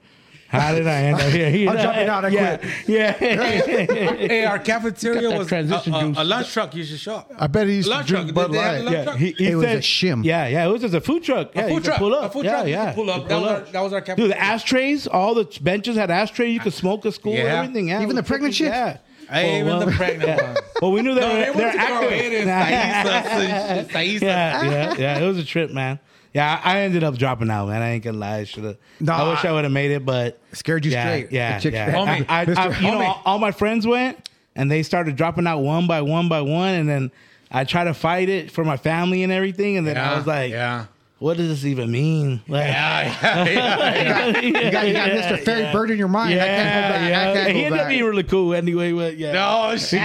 S1: How did I end up
S4: (laughs)
S1: here? He- uh,
S3: I'm jumping out, I
S1: yeah, Yeah.
S4: Hey, our cafeteria
S6: that
S4: was
S6: transition
S4: a, a,
S6: juice.
S4: a lunch truck. You should shop.
S5: I bet he used to
S4: Lunch
S5: drink
S4: truck.
S5: Bud
S4: Did they have
S5: Light.
S4: lunch
S1: (laughs) yeah.
S4: truck?
S1: He, he
S3: It was
S1: said-
S3: a shim.
S1: Yeah, yeah. It was just a food truck. Yeah,
S4: A
S1: you
S4: food
S1: could
S4: truck.
S1: Pull
S4: A
S1: up.
S4: food
S1: yeah,
S4: truck. You
S1: Yeah,
S4: could pull up.
S1: You
S4: That
S1: pull
S4: was
S1: up.
S4: our- that was our
S1: Dude,
S4: cafeteria.
S1: the ashtrays. All the benches had ashtrays. You could smoke at school.
S4: Yeah.
S1: Everything. Yeah,
S3: Even the
S1: it was
S3: pregnant
S1: freaking-
S3: chicks?
S1: Yeah.
S4: Hey, even the pregnant
S1: Oh, yeah.
S4: ones.
S1: Well, we knew they
S4: No,
S1: were
S4: they
S1: they're
S4: went to
S1: active.
S4: Carreras,
S1: (laughs)
S4: Saisas, Saisas.
S1: yeah, yeah,
S3: (laughs)
S1: yeah. It was a trip, man. Yeah, I I ended up dropping out, man. I ain't gonna lie. I should have.
S3: Nah.
S1: I wish I would have made it, but
S3: Scared you
S1: yeah,
S3: straight.
S1: Yeah,
S3: The chick-
S1: yeah.
S4: Homie.
S1: I, I, I,
S4: Mr.
S1: you know,
S4: Homie.
S1: all, all my friends went, and they started dropping out one by one by one, and then I tried to fight it for my family and everything, and then I was like,
S4: yeah.
S1: "What does this even mean?" Like,
S4: Yeah,
S6: (laughs)
S3: You got, you got Mr. Ferry Bird in your mind. I can't go back. I
S1: (laughs) yeah.
S3: can't
S1: He
S3: go
S1: ended up
S3: back.
S1: being really cool anyway, but yeah.
S4: No, shit.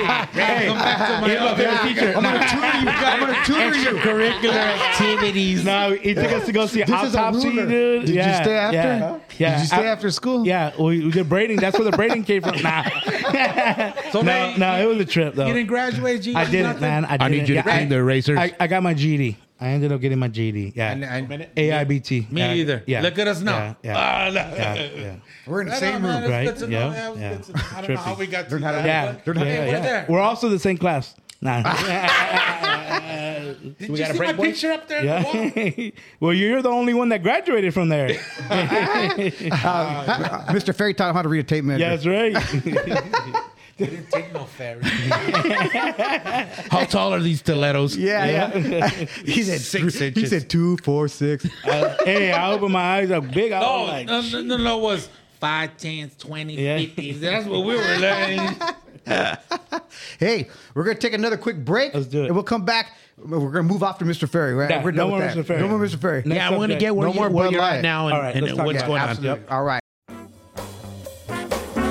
S1: He was my favorite teacher.
S3: I'm gonna tutor
S1: (laughs)
S3: you. I'm gonna tutor you.
S6: (laughs)
S4: Extracurricular activities.
S1: No, he took us to go see
S5: This is a
S1: autopsy,
S5: ruler.
S1: dude.
S5: Did you
S1: Yeah,
S5: stay after?
S1: Yeah, yeah.
S5: Did you stay
S1: I-
S5: after school?
S1: Yeah, we, we did braiding. That's where the braiding came from. Nah,
S4: (laughs) So
S1: no,
S4: no,
S1: no, it was a trip though.
S4: You didn't graduate, G.
S1: I didn't, man. I, didn't.
S6: I need you to
S1: Yeah,
S6: clean the erasers.
S1: I, I got my GD. I ended up getting my GD. Yeah,
S4: And- and-
S1: AIBT.
S4: Me
S1: yeah.
S4: either.
S1: Yeah,
S4: Look at us now.
S1: Yeah, yeah,
S4: Ah, no.
S1: yeah,
S4: (laughs)
S1: yeah.
S3: We're in the
S4: No,
S3: same room.
S4: no, man, that's
S1: Right?
S4: good to know.
S1: Yeah,
S4: That was
S1: yeah.
S4: good to know. I don't know how we got to
S3: not
S4: that.
S1: Yeah,
S4: but-
S1: yeah,
S4: Hey, we're
S1: yeah.
S4: there.
S1: We're also the same class.
S4: (laughs)
S1: Nah.
S4: Did
S1: we
S4: you
S1: got
S4: see
S1: a
S4: my
S1: break, boys?
S4: picture up there? on the wall?
S1: yeah. (laughs) well, you're the only one that graduated from
S4: (laughs)
S1: there. (laughs)
S3: (laughs) Mr. Ferry taught him how to read a tape measure.
S1: yeah, that's right.
S4: (laughs) We didn't take no ferry.
S6: How tall are these stilettos?
S3: Yeah, yeah. (laughs) he said
S6: Six
S3: three- He
S6: inches.
S3: said two, four, six. (laughs)
S1: Uh, hey, I opened my eyes up big. I
S4: No,
S1: was like,
S4: Oh, no, no, no, no, it was 5, 10, 20,
S1: Oh, Yeah.
S4: 50. That's what we were learning.
S3: Hey, we're gonna take another quick break.
S1: Let's do it.
S3: And we'll come back. We're gonna move off to Mr. Ferry. Right?
S1: Yeah,
S3: we're
S1: no
S3: done with
S1: more
S3: that.
S1: Mr. Ferry.
S3: No more Mr. Ferry.
S1: Next
S6: Yeah, I want to
S1: subject.
S6: get where,
S3: No
S6: you,
S3: more
S6: where
S3: Bud
S6: you're
S3: Light.
S6: at now and,
S1: All right,
S6: and
S1: let's talk
S6: what's
S1: about it.
S6: going on.
S1: Absolutely. Yep.
S3: All right.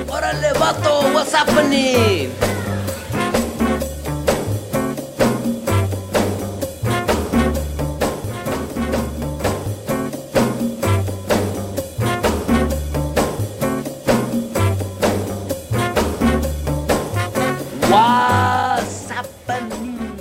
S2: Órale, vato, what's happening? What's happening?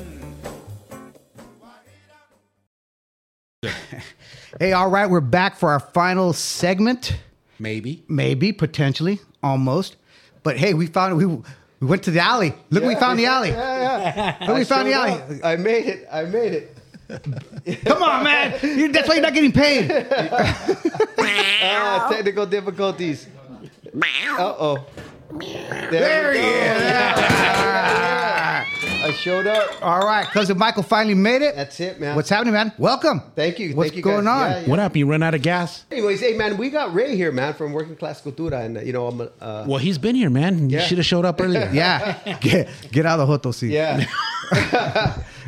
S3: Hey, all right. We're back for our final segment.
S4: Maybe.
S3: Maybe, potentially, almost. But hey, we found we we went to the alley. Look, we found the alley. Look, we found the alley.
S7: I made it. I made it.
S3: Come on, man. You- That's why you're not getting paid.
S7: (laughs) Ah, technical difficulties. Uh oh. There,
S3: There
S7: we
S3: he
S7: go.
S3: is.
S7: I showed up.
S3: All right, cousin Michael finally made it.
S7: That's it, man.
S3: What's happening, man? Welcome.
S7: Thank you.
S3: What's
S7: Thank you,
S3: going
S7: guys.
S3: on?
S7: Yeah, yeah.
S6: What happened? You run out of gas?
S7: Anyways, hey man, we got Ray here, man, from Working Class Cultura, and uh, you know I'm. a- Uh,
S6: Well, he's been here, man. You
S7: Yeah.
S6: should have showed up earlier.
S3: (laughs) Yeah, get, get out of the hotel seat.
S7: (laughs) yeah.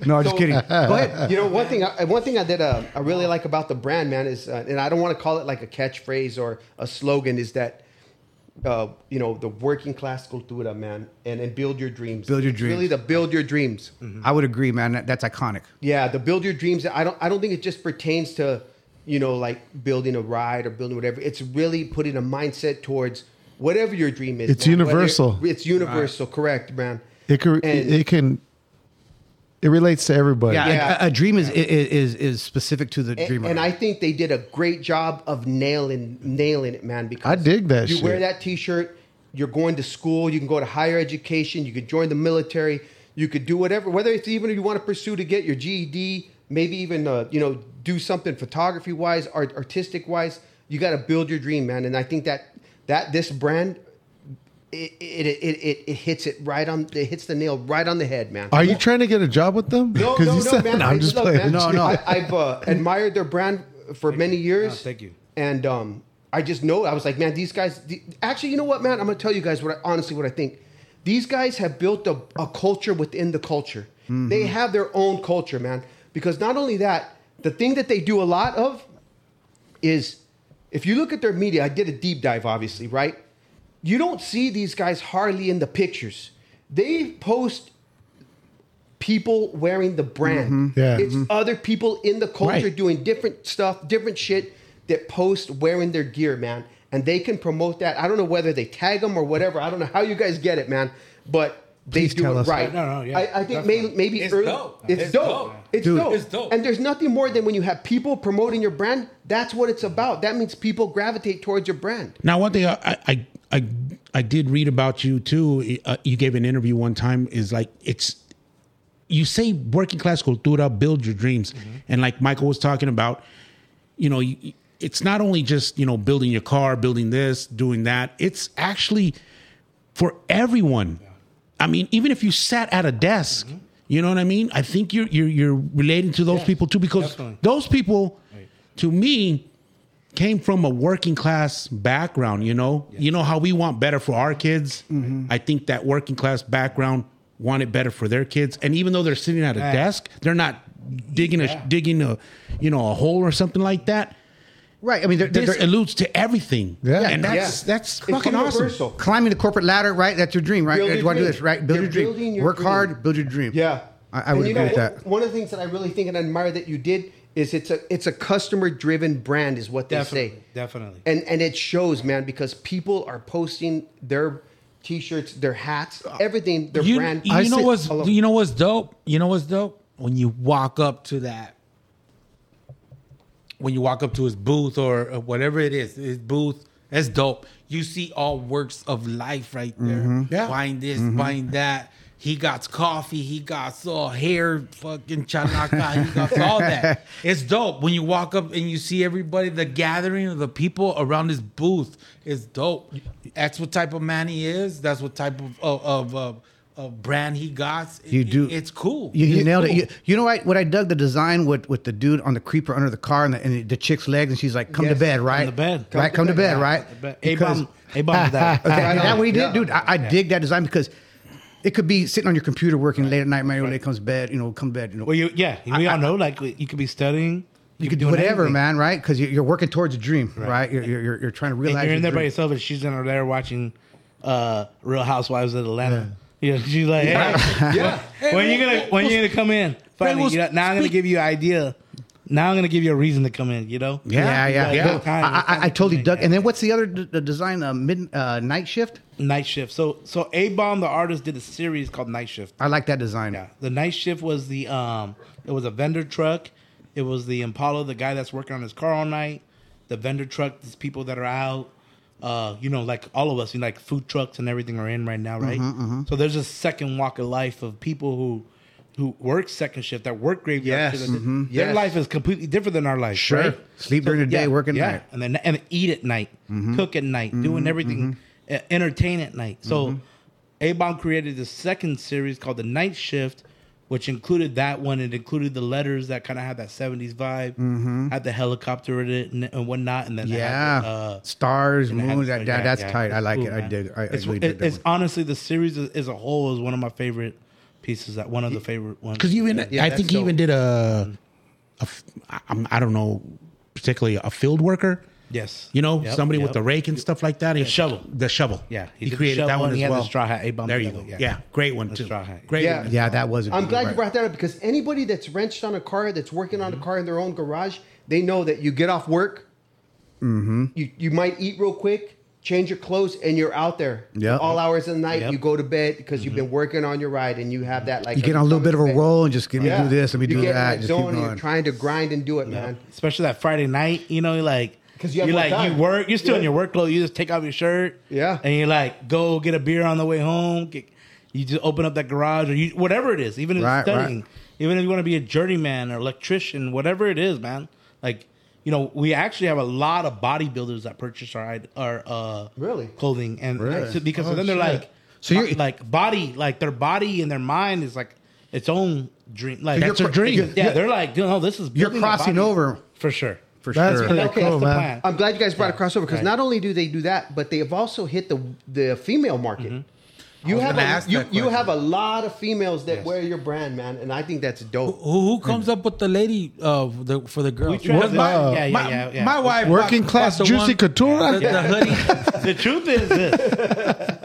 S3: No, I'm just
S7: So-
S3: kidding. Go ahead.
S7: you know one thing I, one thing i did uh, i really like about the brand man is uh, and i don't want to call it like a catchphrase or a slogan is that uh, you know the working class cultura man and, and build your dreams
S3: Build your
S7: It's really
S3: dreams. Mm.
S7: the build your dreams
S3: I would agree, man. That, that's iconic.
S7: yeah the build your dreams i don't i don't think it just pertains to you know like building a ride or building whatever it's really putting a mindset towards whatever your dream is
S5: It's
S7: man. Whether-
S5: universal.
S7: it's universal correct man
S5: It can.
S7: And-
S5: it can. It relates to everybody.
S3: Yeah, a-
S7: Yeah.
S3: A, a dream is, i is is specific to the
S7: A-
S3: dreamer.
S7: And I think they did a great job of nailing nailing it, man. Because
S5: I dig that
S7: You wear
S5: shit.
S7: that T-shirt, you're going to school. You can go to higher education. You could join the military. You could do whatever. Whether it's even if you want to pursue to get your GED, maybe even uh, you know do something photography wise, art, artistic wise. You got to build your dream, man. And I think that that this brand it, it, it, it, it hits it right on it hits the nail right on the head, man.
S5: Are you trying to get a job with them?
S7: No,
S5: (laughs) 'Cause
S7: no,
S5: you
S7: no,
S5: said-
S7: man.
S5: No,
S7: I-
S5: I'm just
S7: look,
S5: playing.
S7: man,
S3: No,
S1: (laughs)
S3: no.
S7: I, I've uh, admired their brand for many years.
S1: No, thank you.
S7: And um, I just know I was like, man, these guys. the- actually, you know what, man? I'm gonna tell you guys what I, honestly what I think. These guys have built a, a culture within the culture.
S5: Mm-hmm.
S7: They have their own culture, man. Because not only that, the thing that they do a lot of is if you look at their media, I did a deep dive, obviously, right? You don't see these guys hardly in the pictures. They post people wearing the brand.
S3: Mm-hmm.
S5: Yeah.
S7: It's other people in the culture
S6: Right.
S7: doing different stuff, different shit that post wearing their gear, man. And they can promote that. I don't know whether they tag them or whatever. I don't know how you guys get it, man. But they
S3: Please
S7: do
S3: tell
S7: it
S3: us.
S7: right.
S1: No, no, yeah,
S7: I, I think may,
S1: definitely.
S7: maybe
S4: It's
S7: early-
S4: dope.
S7: It's,
S4: It's
S7: dope.
S4: dope.
S7: It's
S3: Dude.
S7: dope.
S4: It's dope.
S7: And there's nothing more than when you have people promoting your brand. That's what it's about. That means people gravitate towards your brand.
S6: Now, one thing I I I, I did read about you too. Uh, you gave an interview one time. Is like it's you say working class cultura build your dreams, and like Michael was talking about, you know, you, it's not only just you know building your car, building this, doing that. It's actually for everyone. I mean, even if you sat at a desk, you know what I mean. I think you're you're you're relating to those people too because
S1: definitely.
S6: those people, to me, came from a working class background, you know? You know how we want better for our kids?
S3: Mm-hmm.
S6: I think that working class background wanted better for their kids. And even though they're sitting at a
S1: Yeah.
S6: desk, they're not digging a digging a you know a hole or something like that.
S3: Right. I mean, they're, they're,
S6: This
S3: they're
S6: alludes to everything.
S5: Yeah.
S6: And that's
S7: Yeah.
S6: that's
S7: It's
S6: fucking awesome.
S7: universal.
S3: climbing the corporate ladder, right? That's your dream, right?
S7: Build your
S3: you want to do
S7: dream.
S3: this, right? Build
S7: You're
S3: your dream.
S7: building your
S3: Work
S7: dream.
S3: hard, build your dream.
S7: Yeah,
S3: I, I
S7: And
S3: would
S7: you
S3: agree
S7: know,
S3: with that.
S7: One of the things that I really think and admire that you did is it's a it's a customer driven brand is what they
S1: Definitely,
S7: say.
S1: definitely.
S7: And and it shows, man, because people are posting their t-shirts, their hats, everything, their
S4: Uh, you,
S7: brand.
S4: you
S5: I
S4: know
S5: see-
S4: what's
S7: Hello.
S4: you know what's dope? You know what's dope? When you walk up to that when you walk up to his booth or uh, whatever it is, his booth, that's dope. You see all works of life right there.
S7: Mm-hmm.
S6: Yeah.
S4: Buying this, buying that. He got coffee. He got all hair, fucking chanaca. He
S7: (laughs)
S4: got all that. It's dope when you walk up and you see everybody, the gathering of the people around his booth is dope. That's what type of man he is. That's what type of uh, of of, of, of brand he got.
S3: You do-
S4: It's cool.
S3: You, you
S4: It's
S3: nailed it.
S4: cool.
S3: You, you know what? What I dug the design with with the dude on the creeper under the car and the, and the chick's legs, and she's like, "Come to
S7: Yes,
S3: bed, right?
S1: to bed.
S3: right? Come to bed, right?
S1: A
S3: Because-
S1: bomb, a bomb for that.
S3: (laughs) Okay,
S7: Right
S3: is that
S7: on.
S3: what he did,
S7: Yeah.
S3: dude? I, I dig that design because it could be sitting on your computer working late at night. Mario late comes to bed, you know, come to bed, you know,
S1: Well, you, yeah, we all know. Like you could be studying,
S3: you could
S1: could be
S3: do
S1: doing
S3: whatever,
S1: anything.
S3: man, right? Because you're working towards a dream, right? You're, you're- you're, you're trying to realize.
S1: And you're in
S3: your
S1: there by
S3: dream.
S1: yourself, and she's in there watching uh, Real Housewives of Atlanta. Yeah, she's like, hey,
S7: yeah.
S1: when you gonna when you gonna come in? Finally,
S4: we'll
S1: you know, now I'm gonna
S4: speak-
S1: give you an idea. Now I'm gonna give you a reason to come in. You know?
S3: Yeah, yeah,
S1: Like,
S3: yeah.
S1: good time,
S3: I,
S1: good
S3: I,
S1: time
S3: I
S1: to
S3: totally
S1: make
S3: dug.
S1: that.
S3: And then what's the other d- the design? Uh, mid uh, night shift.
S1: Night Shift. So so A Bomb, the artist, did a series called Night Shift.
S3: I like that design.
S1: Yeah, the night shift was the um, it was a vendor truck. It was the Impala, the guy that's working on his car all night. The vendor truck, these people that are out, uh, you know, like all of us, you know, like food trucks and everything are in right now,
S7: Mm-hmm,
S1: right? So there's a second walk of life of people who who work second shift that work graveyard.
S7: Yes,
S1: shift.
S7: mhm,
S1: Their
S7: yes.
S1: life is completely different than our life. Right?
S3: Sleep during the day, work at
S1: yeah.
S3: night. Mm-hmm.
S1: and then and eat at night, cook at night, doing everything, uh, entertain at night. So,
S3: Mm-hmm.
S1: A Bomb created the second series called The Night Shift, which included that one. It included the letters that kind of had that '70s vibe, had the helicopter in it and, and whatnot, and then it had
S3: Mm-hmm. Yeah,
S1: the, uh,
S3: stars,
S1: it had-
S3: moon. That,
S1: yeah,
S3: that, that's
S1: yeah,
S3: tight. I
S1: it's
S3: like
S1: cool,
S3: it. I
S1: man.
S3: did. I, I
S1: it's
S3: really
S1: it-
S3: did that
S1: it's
S3: one.
S1: honestly the series as, as a whole is one of my favorite pieces. That one of the favorite ones.
S6: Because even
S7: Yeah,
S6: I
S7: that's
S6: think he
S7: dope.
S6: even did a, a f- I- I'm- I don't know, particularly a field worker.
S1: Yes.
S6: You know,
S1: Yep,
S6: somebody
S1: yep.
S6: with the rake and stuff like that. The
S1: shovel.
S6: The shovel.
S1: Yeah,
S6: He,
S1: he did the
S6: created
S1: shovel
S6: that one
S1: and
S6: as
S1: he had the
S6: well.
S1: straw hat, A-bomb
S6: There you
S1: together,
S6: go.
S1: yeah.
S6: Yeah. Great one,
S1: The
S6: too.
S1: straw hat.
S6: Great
S7: Yeah.
S6: one.
S3: Yeah, that was. a
S7: I'm
S3: good one,
S7: glad
S3: right.
S7: you
S3: Mm-hmm.
S7: brought that up because anybody that's wrenched on a car, that's working on a car in their own garage, they know that you get off work,
S3: Mm-hmm.
S7: you you might eat real quick, change your clothes, and you're out there.
S3: Yep. Mm-hmm.
S7: All hours of the night,
S1: Yep.
S7: you go to bed because you've been working on your ride and you have that like
S3: You get on a little bit of a
S7: coming
S3: roll and just give me
S7: back.
S3: do this, let me
S7: You
S3: do
S7: get in
S3: that. Just keep
S7: zone and You're
S3: going.
S7: trying to grind and do it, man.
S1: especially that Friday night. You know, you're like
S7: 'Cause you
S1: you
S7: have
S1: are
S7: more
S1: like
S7: time.
S1: you work. You're still in
S7: Yeah.
S1: your work clothes. You just take off your shirt.
S7: Yeah.
S1: and you like go get a beer on the way home. Get, you just open up that garage or you whatever it is. Even if
S3: Right,
S1: it's studying, even if you want to be a journeyman or electrician, whatever it is, man. Like you know, we actually have a lot of bodybuilders that purchase our id- our uh,
S7: Really?
S1: clothing, and
S5: Really?
S1: because
S5: Oh,
S1: then they're
S5: shit.
S1: like,
S3: So
S1: so
S3: you're-
S1: you're like body, like their body and their mind is like its own dream. Like
S6: That's their dream.
S1: Yeah, they're like, you know, this is
S3: You're
S1: building a
S3: crossing
S1: body.
S3: over.
S1: for sure. For
S5: That's
S1: sure,
S5: pretty
S1: That's
S5: cool,
S1: the
S5: man.
S1: plan.
S7: I'm glad you guys brought a crossover because
S1: Right.
S7: not only do they do that, but they have also hit the the female market.
S3: Mm-hmm.
S7: You
S4: was
S7: have
S4: gonna
S7: a,
S4: ask
S7: you,
S4: that
S7: you
S4: question.
S7: have a lot of females that wear your brand, man, and I think that's dope.
S4: Who, who comes up with the lady uh, the, for the girl?
S1: We tried
S4: Because
S1: to-
S4: my,
S1: yeah, yeah,
S4: my,
S1: yeah, yeah.
S4: my wife,
S5: Uh, Working
S4: bought-
S5: class
S4: bought the
S5: juicy couture?
S4: The, the
S1: (laughs)
S4: hoodie.
S1: the truth is this: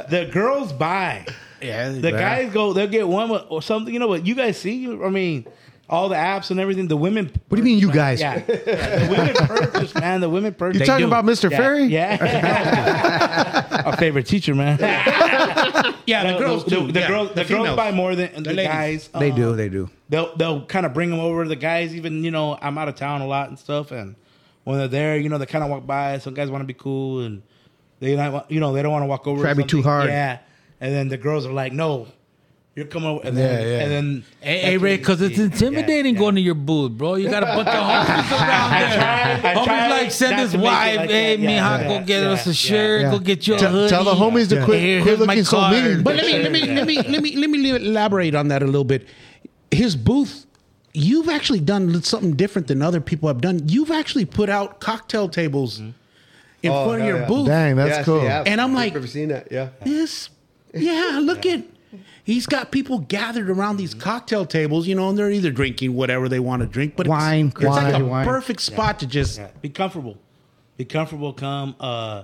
S1: the girls buy.
S4: yeah,
S1: The guys go, they'll get one with- or something. You know what? You guys see, you- I mean, all the apps and everything. The women,
S3: What do you mean, you guys?
S1: yeah, yeah, the women purchase, man. The women purchase.
S5: You
S1: They
S5: talking
S1: do.
S5: about Mr.
S1: Yeah.
S5: Ferry?
S1: Yeah,
S5: (laughs)
S1: our favorite teacher, man.
S6: Yeah,
S1: No,
S6: the girls
S1: the,
S6: too.
S1: The,
S6: yeah,
S1: girls, the, girls
S6: females.
S1: buy more than the,
S6: ladies.
S1: guys.
S3: They
S1: um,
S3: do. They do.
S1: They'll they'll kind of bring them over. The guys, even you know, I'm out of town a lot and stuff, and when they're there, you know, they kind of walk by. Some guys want to be cool, and they not, want- you know, they don't want to walk over. or
S3: Try to be too
S1: something.
S3: hard.
S1: Yeah, and then the girls are like, "No, you're coming over," and then
S5: Yeah, yeah.
S1: and then
S4: Hey, hey Ray, because it's intimidating
S1: yeah.
S4: going to your booth, bro. You got a bunch of homies around
S1: (laughs) I
S4: there.
S1: tried- I
S4: homies
S1: tried
S4: like send
S1: not
S4: his
S1: to make it
S4: wife,
S1: like
S4: hey,
S1: that. Yeah,
S4: mija,
S1: yeah,
S4: go get
S1: yeah,
S4: us a
S1: yeah.
S4: shirt, go get your
S5: Tell,
S4: hoodie.
S5: tell the homies to quit,
S4: Here,
S5: quit
S4: here's my
S5: looking so
S4: card.
S5: mean.
S6: But let me let me let me let me let me elaborate on that a little bit. His booth, you've actually done something different than other people have done. You've actually put out cocktail tables
S1: Mm-hmm.
S6: in
S7: Oh,
S6: front of
S7: yeah,
S6: your
S7: yeah.
S6: booth.
S5: Dang, that's
S7: Yes,
S5: cool.
S7: yeah.
S6: And I'm
S7: I've
S6: like-
S7: never seen that. Yeah,
S6: This, yeah, look at. He's got people gathered around these cocktail tables, you know, and they're either drinking whatever they want to drink, but it's-
S3: Wine,
S6: it's, like a
S3: wine, wine.
S6: perfect spot to just
S1: Yeah. Be comfortable. Be comfortable. Come. Uh,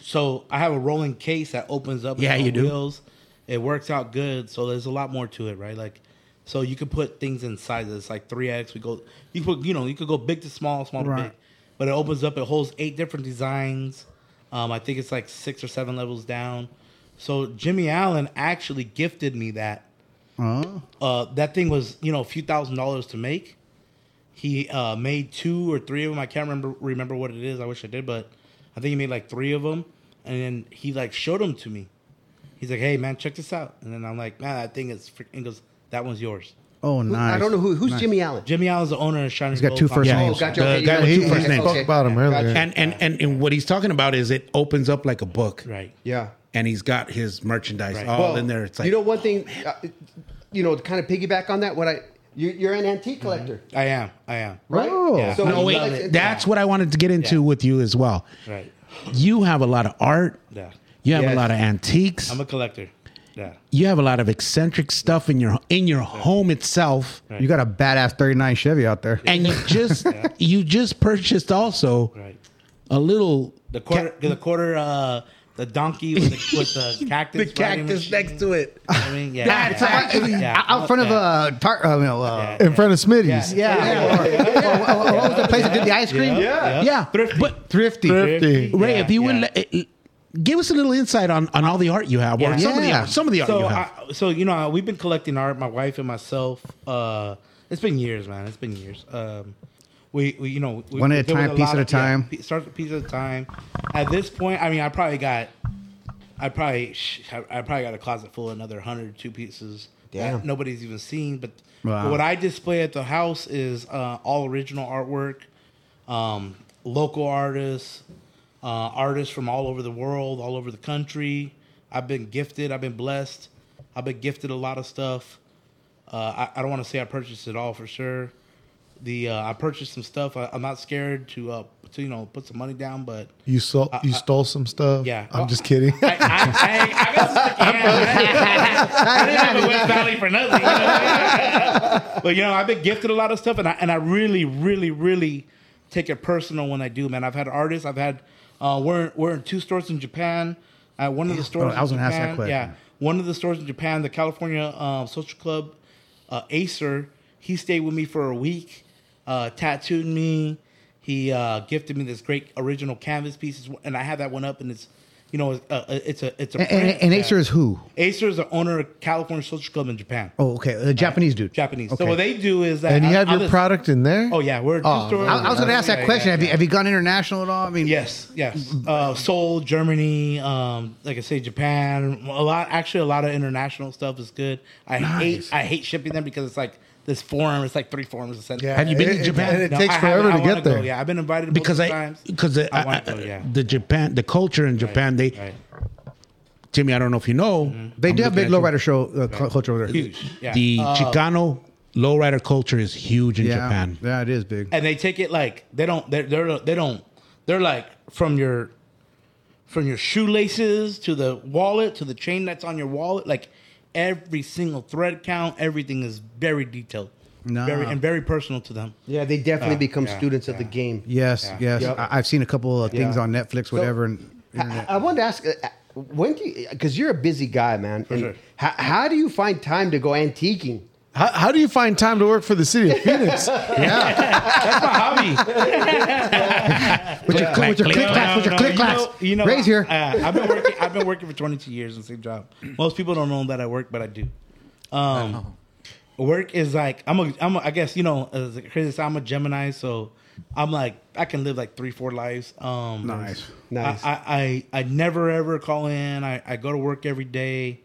S1: so I have a rolling case that opens up.
S6: Yeah,
S1: on
S6: you do.
S1: Wheels. It works out good. So there's a lot more to it, right? Like, so you can put things in sizes like three X. We go. You put. You know. You could go big to small, small to
S3: Right.
S1: big. But it opens up. It holds eight different designs. Um, I think it's like six or seven levels down. So Jimmy Allen actually gifted me that
S6: Uh-huh.
S3: Oh.
S1: uh, that thing was you know a few thousand dollars to make. He uh, made two or three of them. I can't remember remember what it is. I wish I did, but I think he made like three of them, and then he like showed them to me. He's like, "Hey man, check this out," and then I'm like, "Man, that thing is." freaking-" He goes, "That one's yours."
S3: Oh, nice.
S7: I don't know who who's
S3: Nice.
S7: Jimmy Allen.
S1: Jimmy Allen's the owner of Shining.
S3: He's got two first
S7: Oh,
S3: names.
S7: gotcha.
S6: The
S7: Okay,
S6: guy
S7: yeah,
S6: with
S7: yeah,
S6: two
S7: yeah,
S6: first
S7: okay,
S6: names.
S7: okay.
S5: Spoke about him earlier.
S7: Gotcha.
S6: and and, and and what he's talking about is it opens up like a book,
S1: Right.
S7: yeah.
S6: And he's got his merchandise
S1: Right.
S6: all
S7: Well,
S6: in there. It's like
S7: you know one thing, uh, you know, to kind of piggyback on that. What I you, you're an antique collector,
S1: I am. I am.
S7: right?
S3: Oh.
S1: Yeah.
S6: No,
S7: you
S6: wait.
S7: like-
S6: That's what I wanted to get into
S1: Yeah.
S6: with you as well.
S1: Right.
S6: You have a lot of art.
S1: Yeah.
S6: You have
S7: Yes.
S6: a lot of antiques.
S1: I'm a collector. Yeah.
S6: you have a lot of eccentric stuff in your in your home itself.
S3: You got a badass 39 Chevy out there.
S6: And
S1: (laughs)
S6: you just you just purchased also
S1: Right.
S6: a little
S1: The quarter. the quarter. Uh, the donkey with the, with the cactus.
S6: the cactus next to it.
S1: I mean, yeah.
S6: That's
S1: Yeah.
S3: Actually,
S1: Yeah.
S3: out front of
S1: Yeah.
S3: uh, tar- uh, you know, uh,
S1: Yeah.
S5: In front of Smitty's.
S3: yeah. Or, or- or- or what was the place that did the ice cream?
S1: Yeah.
S6: Yeah.
S1: Thrifty.
S6: But
S3: Thrifty.
S5: Thrifty.
S6: Ray,
S1: Yeah,
S6: if you would
S1: yeah.
S6: let- eh, eh, give us a little insight on, on all the art you have, or
S1: Yeah.
S6: some of the
S3: Yeah.
S6: art, some of the art
S1: so
S6: you have.
S1: I, so you know we've been collecting art my wife and myself uh it's been years man it's been years um we, we you know we,
S3: One at a
S1: we've been
S3: time,
S1: with
S3: piece at
S1: lot
S3: a
S1: of- yeah,
S3: time.
S1: pi- start with a piece at a time at this point i mean i probably got i probably sh- i I probably got a closet full of another 100 two pieces
S7: Damn.
S1: that nobody's even seen but,
S3: Wow.
S1: but what i display at the house is uh all original artwork um local artists uh, artists from all over the world, all over the country. I've been gifted. I've been blessed. I've been gifted a lot of stuff. Uh, I, I don't want to say I purchased it all for sure. The uh, I purchased some stuff. I, I'm not scared to uh, to you know put some money down, but
S5: You stole, you stole some stuff.
S1: Uh, yeah.
S5: I'm just kidding.
S1: (laughs)
S5: (laughs)
S1: I, I, I, I got (laughs) some sticky hands. I didn't have a West Valley for nothing. You know? what (laughs) I mean? but you know, I've been gifted a lot of stuff, and I and I really, really, really take it personal when I do, man. I've had artists. I've had uh, we're we're in two stores in Japan. At one of the stores,
S3: I was
S1: in
S3: gonna ask that
S1: Japan,
S3: question.
S1: Yeah, one of the stores in Japan, the California uh, Social Club, uh, Acer. He stayed with me for a week, uh, tattooed me. He uh, gifted me this great original canvas piece, It's- and I have that one up, and it's, you know, it's a it's a it's a
S3: And, and, and
S1: print.
S3: Acer is who?
S1: Acer is the owner of California Social Club in Japan,
S3: Oh, okay. The Japanese dude.
S1: Japanese.
S3: Okay.
S1: So what they do is that
S5: and you have
S1: I'll
S5: your
S1: just-
S5: product in there?
S1: Oh yeah, we're two stores.
S3: I, I was going to ask
S1: Yeah,
S3: that
S1: yeah,
S3: question.
S1: yeah.
S3: Have you have you gone international at all? I mean,
S1: Yes, yes. Uh, Seoul, Germany, um, like I say, Japan. A lot, actually, a lot of international stuff is good. I hate, I hate shipping them because it's like this forum. It's like three forums essentially.
S6: Have you been
S5: it-
S6: to
S5: it-
S6: Japan?
S5: and It,
S1: No,
S5: takes
S1: I haven't.
S5: forever to
S1: I wanna
S5: get there.
S1: Go. Yeah, I've been invited
S6: because
S1: multiple
S6: I
S1: times.
S6: because the,
S1: I want
S6: I-
S1: to, yeah.
S6: the Japan the culture in Japan they
S1: Right.
S6: Timmy I don't know if you know
S3: They
S6: I'm
S3: do have big
S6: looking at you.
S3: lowrider show uh, cu- culture over there.
S1: Huge. Yeah.
S6: the Chicano lowrider culture is huge in
S3: Yeah,
S6: Japan
S3: yeah, it is big.
S1: and they take it like they don't they're, they're they don't they're like from your from your shoelaces to the wallet to the chain that's on your wallet like every single thread count everything is very detailed
S3: Nah.
S1: very and very personal to them
S7: Yeah, they definitely
S1: Uh,
S7: become
S1: yeah,
S7: students of
S1: yeah.
S7: the game.
S3: Yes, yes.
S7: Yep.
S3: I, I've seen a couple of things
S7: Yeah.
S3: on Netflix,
S7: So-
S3: whatever. and
S7: I, I wanted to ask, uh, uh, when do you, because you're a busy guy, man. and
S1: sure.
S7: how, how do you find time to go antiquing?
S5: How, how do you find time to work for the city of Phoenix? yeah,
S1: (laughs)
S3: with your, cl- with your click
S6: clack, click.
S3: clacks, with your
S1: No,
S3: click
S1: you know-
S3: clacks.
S1: you know,
S3: Raise here.
S1: uh, I've been working. I've been working for 22 years in the same job. Most people don't know that I work, but I do. Um, Work is like I'm a I'm a, I guess you know as a crazy I'm a Gemini, so I'm like I can live like three four lives. Um,
S3: Nice.
S7: Nice.
S1: I, I I I never ever call in. I, I go to work every day.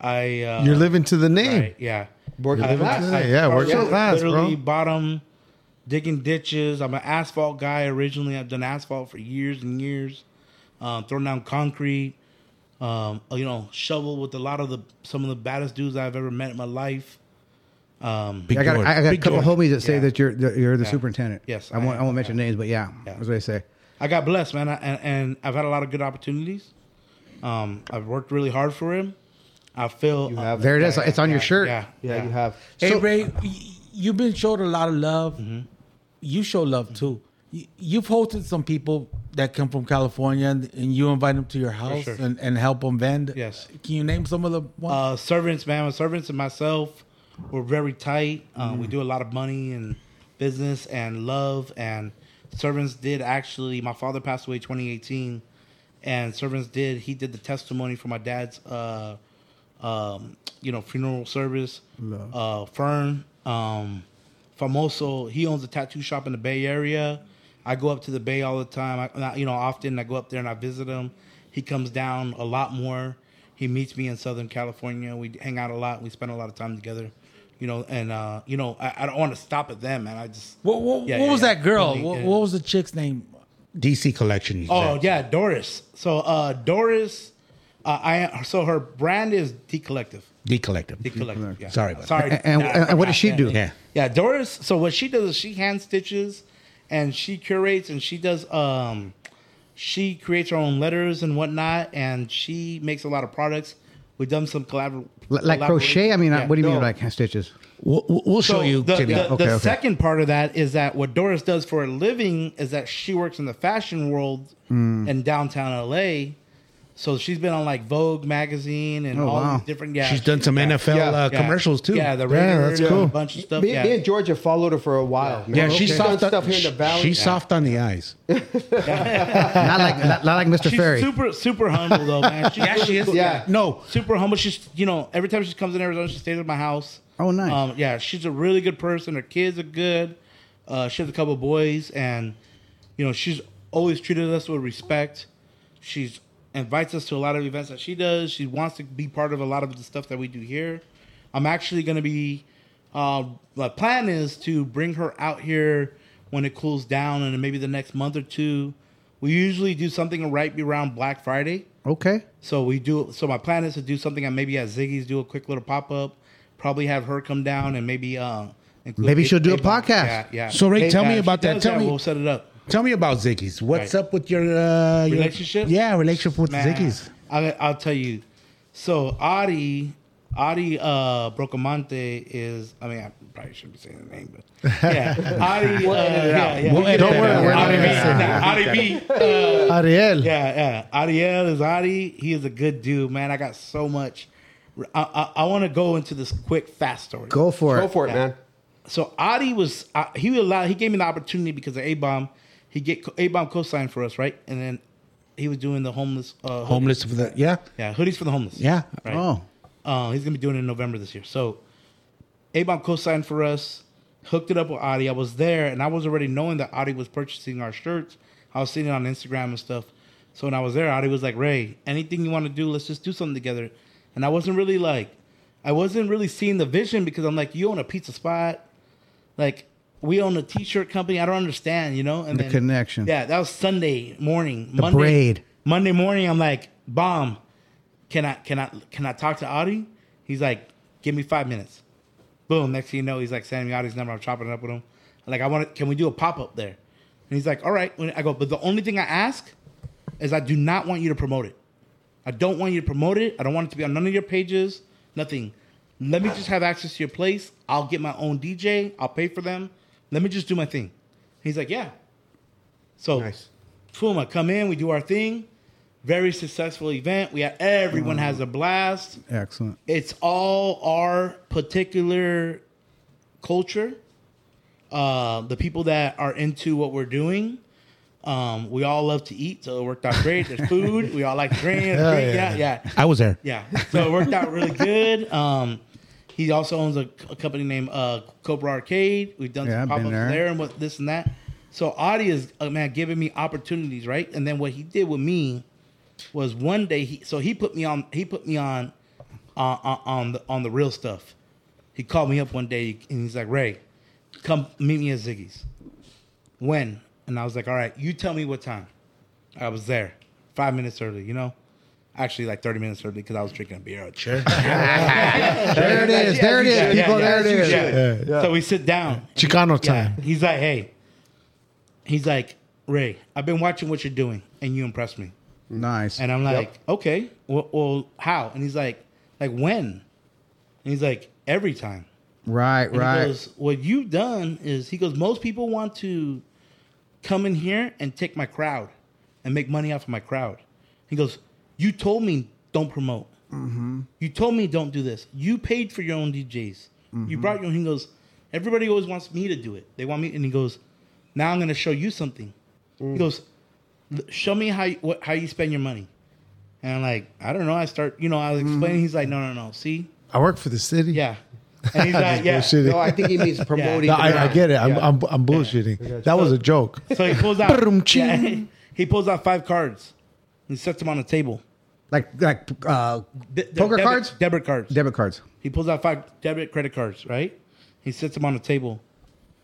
S1: I uh,
S5: you're living to the name.
S1: right, yeah.
S7: Working
S1: I-
S7: class.
S1: I- I
S5: Yeah, working
S1: started
S5: class,
S1: uh, Literally
S5: bro.
S1: bottom, digging ditches. I'm an asphalt guy originally. I've done asphalt for years and years. Um, throwing down concrete. Um, you know, shovel with a lot of the some of the baddest dudes I've ever met in my life. Um,
S6: Big
S3: I got,
S6: George.
S3: I got a
S6: Big
S3: couple
S6: George.
S3: homies that say
S1: Yeah.
S3: that you're that you're the superintendent.
S1: Yes,
S3: I
S1: I
S3: won't I
S1: am.
S3: won't mention names, but yeah,
S1: Yeah.
S3: that's what they say.
S1: I got blessed, man, I, and, and I've had a lot of good opportunities. Um, I've worked really hard for him. I feel uh,
S7: You have.
S3: There it is. It's on your shirt.
S1: Yeah,
S7: Yeah, you have.
S4: Hey Ray, y- you've been showed a lot of love.
S1: Mm-hmm.
S4: You show love too. Y- You've hosted some people that come from California, and, and you invite them to your house
S1: sure.
S4: and, and help them vend.
S1: Yes.
S4: Can you name some of the ones?
S1: Uh, servants, man. My servants and myself, we're very tight. Uh, We do a lot of money and business and love. And servants did actually. My father passed away 2018, and servants did. He did the testimony for my dad's, uh, um, you know, funeral service. Uh, Fern, um, Famoso. He owns a tattoo shop in the Bay Area. I go up to the Bay all the time. I, not- you know, often I go up there and I visit him. He comes down a lot more. He meets me in Southern California. We hang out a lot. We spend a lot of time together. You know, and uh, you know, I, I don't want to stop at them, man. I just
S4: what what,
S1: Yeah,
S4: what
S1: yeah,
S4: was
S1: yeah.
S4: that girl?
S1: Really,
S4: what,
S1: yeah.
S4: what was the chick's (laughs) name?
S6: DC collection you
S1: Oh
S6: said.
S1: yeah, Doris. So uh, Doris, uh, I so her brand is D Collective.
S6: D collective Mm-hmm.
S1: D Collective. Yeah.
S6: Sorry about
S1: Sorry.
S3: that. And-
S1: Nah, I
S3: and- and what does she
S1: forgot.
S3: do?
S6: Yeah.
S1: Yeah, Doris. So what she does is she hand stitches, and she curates, and she does. um She creates her own letters and whatnot, and she makes a lot of products. We've done some collab
S3: L- Like crochet. I mean, I-
S1: Yeah.
S3: what do you mean
S1: No.
S3: like hand stitches?
S6: We'll, we'll- we'll show
S1: So
S6: you
S1: the,
S6: Timmy.
S1: the,
S3: Okay,
S1: the
S3: okay.
S1: second part of that is that what Doris does for a living is that she works in the fashion world
S3: Hmm.
S1: in downtown LA. So she's been on like Vogue magazine and
S3: Oh,
S1: all
S3: wow.
S1: these different. Yeah,
S6: She's done some
S1: yeah,
S6: NFL
S7: Yeah,
S6: uh,
S1: yeah.
S6: commercials too.
S1: Yeah, the
S5: Yeah,
S1: Raiders,
S5: that's
S1: yeah,
S5: cool.
S1: a bunch of stuff.
S7: me,
S1: yeah,
S7: me and Georgia followed her for a while. man.
S6: yeah, she's
S7: She's done
S6: soft.
S7: stuff here in the valley.
S6: She's soft on the eyes.
S3: Not like not, not like Mr.
S1: she's
S3: Ferry.
S1: super super humble though, man. (laughs) She's
S6: Yeah, she is.
S7: Yeah.
S6: No,
S1: super humble. She's you know every time she comes in Arizona, she stays at my house.
S3: Oh, nice.
S1: Um, yeah, she's a really good person. Her kids are good. Uh, she has a couple boys, and you know she's always treated us with respect. She's invites us to a lot of events that she does. She wants to be part of a lot of the stuff that we do here. I'm actually going to be. Uh, my plan is to bring her out here when it cools down, and maybe the next month or two. We usually do something right around Black Friday.
S3: Okay.
S1: So we do. So my plan is to do something at maybe at Ziggy's, do a quick little pop up, probably have her come down and maybe uh, include
S3: Maybe she'll do a
S1: Avon.
S3: podcast.
S1: Yeah, yeah.
S6: So, Ray, tell me
S1: if she
S6: about that.
S1: does
S6: Tell me-
S1: we'll set it up.
S6: tell me about Ziggy's. What's
S1: Right.
S6: up with your, uh, your-
S1: Relationship?
S6: Yeah, relationship with
S1: Man,
S6: Ziggy's.
S1: I, I'll tell you. So Adi, Adi uh, Brocamante is. I mean, I probably shouldn't be saying the name, but
S6: (laughs)
S1: yeah, Adi. uh, yeah, yeah.
S6: We'll edit
S5: Don't
S6: that
S5: worry,
S6: out.
S5: we're not
S1: Adi B.
S5: gonna say
S1: Nah, Adi B. uh,
S5: Ariel.
S1: Yeah, yeah. Adiel is Adi. He is a good dude, man. I got so much. I I, I want to go into this quick fast story.
S3: Go for
S7: Go
S3: it.
S7: for it, man.
S1: So Adi was uh, he allowed he gave me the opportunity because of A bomb. He get A bomb co-signed for us, right? And then he was doing the homeless uh,
S6: Homeless for the yeah,
S1: yeah hoodies for the homeless.
S6: yeah.
S1: Right.
S3: Oh.
S1: Uh, he's gonna be doing it in November this year. So A-Bomb co-signed for us, hooked it up with Adi. I was there and I was already knowing that Adi was purchasing our shirts. I was seeing it on Instagram and stuff. So when I was there, Adi was like, Ray, anything you want to do, let's just do something together. And I wasn't really like I wasn't really seeing the vision because I'm like, you own a pizza spot, like we own a t-shirt company. I don't understand, you know. And
S3: The connection.
S1: Yeah, that was Sunday morning. Monday,
S3: braid.
S1: Monday morning, I'm like, bomb. Can I can I can I talk to Audie? He's like, give me five minutes. Boom. Next thing you know, he's like sending me Audie's number. I'm chopping it up with him. Like, I want to. Can we do a pop up there? And he's like, all right. When I go, but the only thing I ask is I do not want you to promote it. I don't want you to promote it. I don't want it to be on none of your pages. Nothing. Let me just have access to your place. I'll get my own DJ. I'll pay for them. Let me just do my thing. He's like, yeah. So,
S7: Nice.
S1: boom, I come in. We do our thing. Very successful event. We had, everyone has a blast.
S3: Excellent.
S1: It's all our particular culture. Uh, the people that are into what we're doing. Um, we all love to eat, so it worked out great. There's food. We all like to drink. drink (laughs) yeah, yeah.
S6: I was there.
S1: Yeah, so it worked out really good. Um, he also owns a, a company named uh, Cobra Arcade. We've done
S3: Yeah,
S1: some
S3: I've
S1: pop
S3: been
S1: ups
S3: there.
S1: there. and what this and that. So Audi is uh, man giving me opportunities, right? And then what he did with me was one day he so he put me on he put me on uh, on on the on the real stuff. He called me up one day and he's like, Ray, come meet me at Ziggy's. When? And I was like, all right, you tell me what time. I was there five minutes early, you know? Actually, like 30 minutes early because I was drinking a beer. Sure.
S3: There it is. There it is, people. There it is.
S5: Yeah, yeah.
S1: So we sit down.
S5: Chicano
S1: Yeah.
S5: time.
S1: He's like, hey, he's like, Ray, I've been watching what you're doing and you impressed me.
S3: Nice.
S1: And I'm like, okay, well, well, how? And he's like, like when? And he's like, every time.
S3: right,
S1: And
S3: right.
S1: He goes, what you've done is, he goes, most people want to come in here and take my crowd and make money off of my crowd. He goes, you told me don't promote. You told me don't do this. You paid for your own DJs. You brought your own. He goes, everybody always wants me to do it. They want me. And he goes, now I'm going to show you something. He goes, "L- show me how you, what, how you spend your money. And I'm like, I don't know. I start, you know, I was explaining. He's like, no, no, no. See?
S5: I work for the city.
S1: Yeah. And he's like, (laughs) yeah.
S5: Bullshitting.
S7: No, I think he means promoting.
S5: No,
S7: the
S5: I, I
S7: brand.
S5: get it. I'm,
S7: Yeah.
S5: I'm, I'm bullshitting. That was a
S1: (laughs)
S5: joke.
S1: So he pulls
S5: Brum,
S1: out.
S5: ching.
S1: Yeah, (laughs) he pulls out five cards and sets them on the table.
S3: like like uh,
S1: De- de-
S3: poker
S1: debit-
S3: cards,
S1: debit cards.
S3: debit cards.
S1: he pulls out five debit credit cards. Right. He sets them on the table.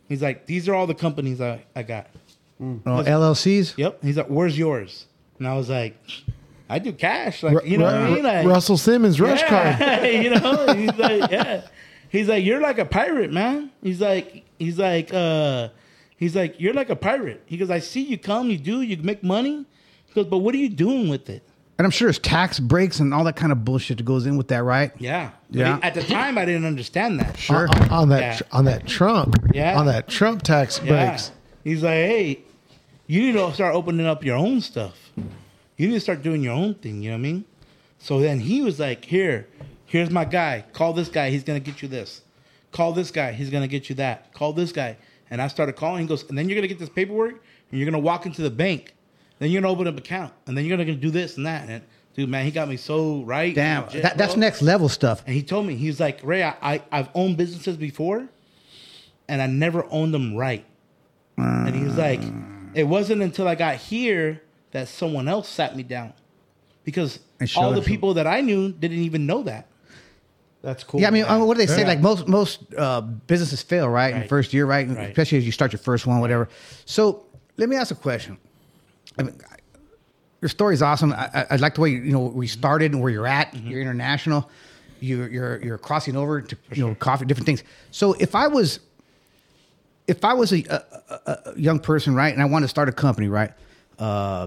S1: He's like, "These are all the companies I, I got."
S5: Uh,
S3: Oh, LLCs.
S1: Yep. He's like, "Where's yours?" And I was like, "I do cash." Like, you know what I mean? Like,
S5: Russell Simmons rush card.
S1: (laughs) yeah. you know, he's like, yeah. He's like, you're like a pirate, man. He's like, he's like, uh, he's like, you're like a pirate. He goes, I see you come, you do, you make money. He goes, but what are you doing with it?
S3: And I'm sure it's tax breaks and all that kind of bullshit that goes in with that, right?
S1: Yeah, But
S3: Yeah.
S1: he- at the time, I didn't understand that.
S3: Sure.
S5: On, on that
S1: Uh, Yeah.
S5: tr- on that Trump.
S1: Yeah.
S5: On that Trump tax
S1: Yeah.
S5: breaks.
S1: He's like, hey, you need to start opening up your own stuff. You need to start doing your own thing. You know what I mean? So then he was like, here, here's my guy. Call this guy. He's gonna get you this. Call this guy. He's gonna get you that. Call this guy. And I started calling. He goes, and then you're gonna get this paperwork, and you're gonna walk into the bank. Then you're gonna open up an account, and then you're gonna do this and that. And dude, man, he got me so right.
S3: Damn,
S1: legit,
S3: that, that's
S1: bro.
S3: next level stuff.
S1: And he told me, he was like, Ray, I, I, I've owned businesses before and I never owned them right. And he was like, it wasn't until I got here that someone else sat me down because
S3: And showed
S1: all the
S3: him.
S1: people that I knew didn't even know that.
S7: That's cool.
S3: Yeah, I mean, I mean, what do they say?
S1: Yeah.
S3: Like most most uh, businesses fail, right, in the
S1: Right.
S3: first year, right?
S1: Right.
S3: Especially as you start your first one, whatever. So let me ask a question. I mean, I- your story's awesome. I, I, I like the way you know we started and where you're at.
S1: Mm-hmm.
S3: You're international. You're you're you're crossing over to you know coffee, different things. So if I was if I was a, a, a, a young person, right, and I wanted to start a company, right, uh,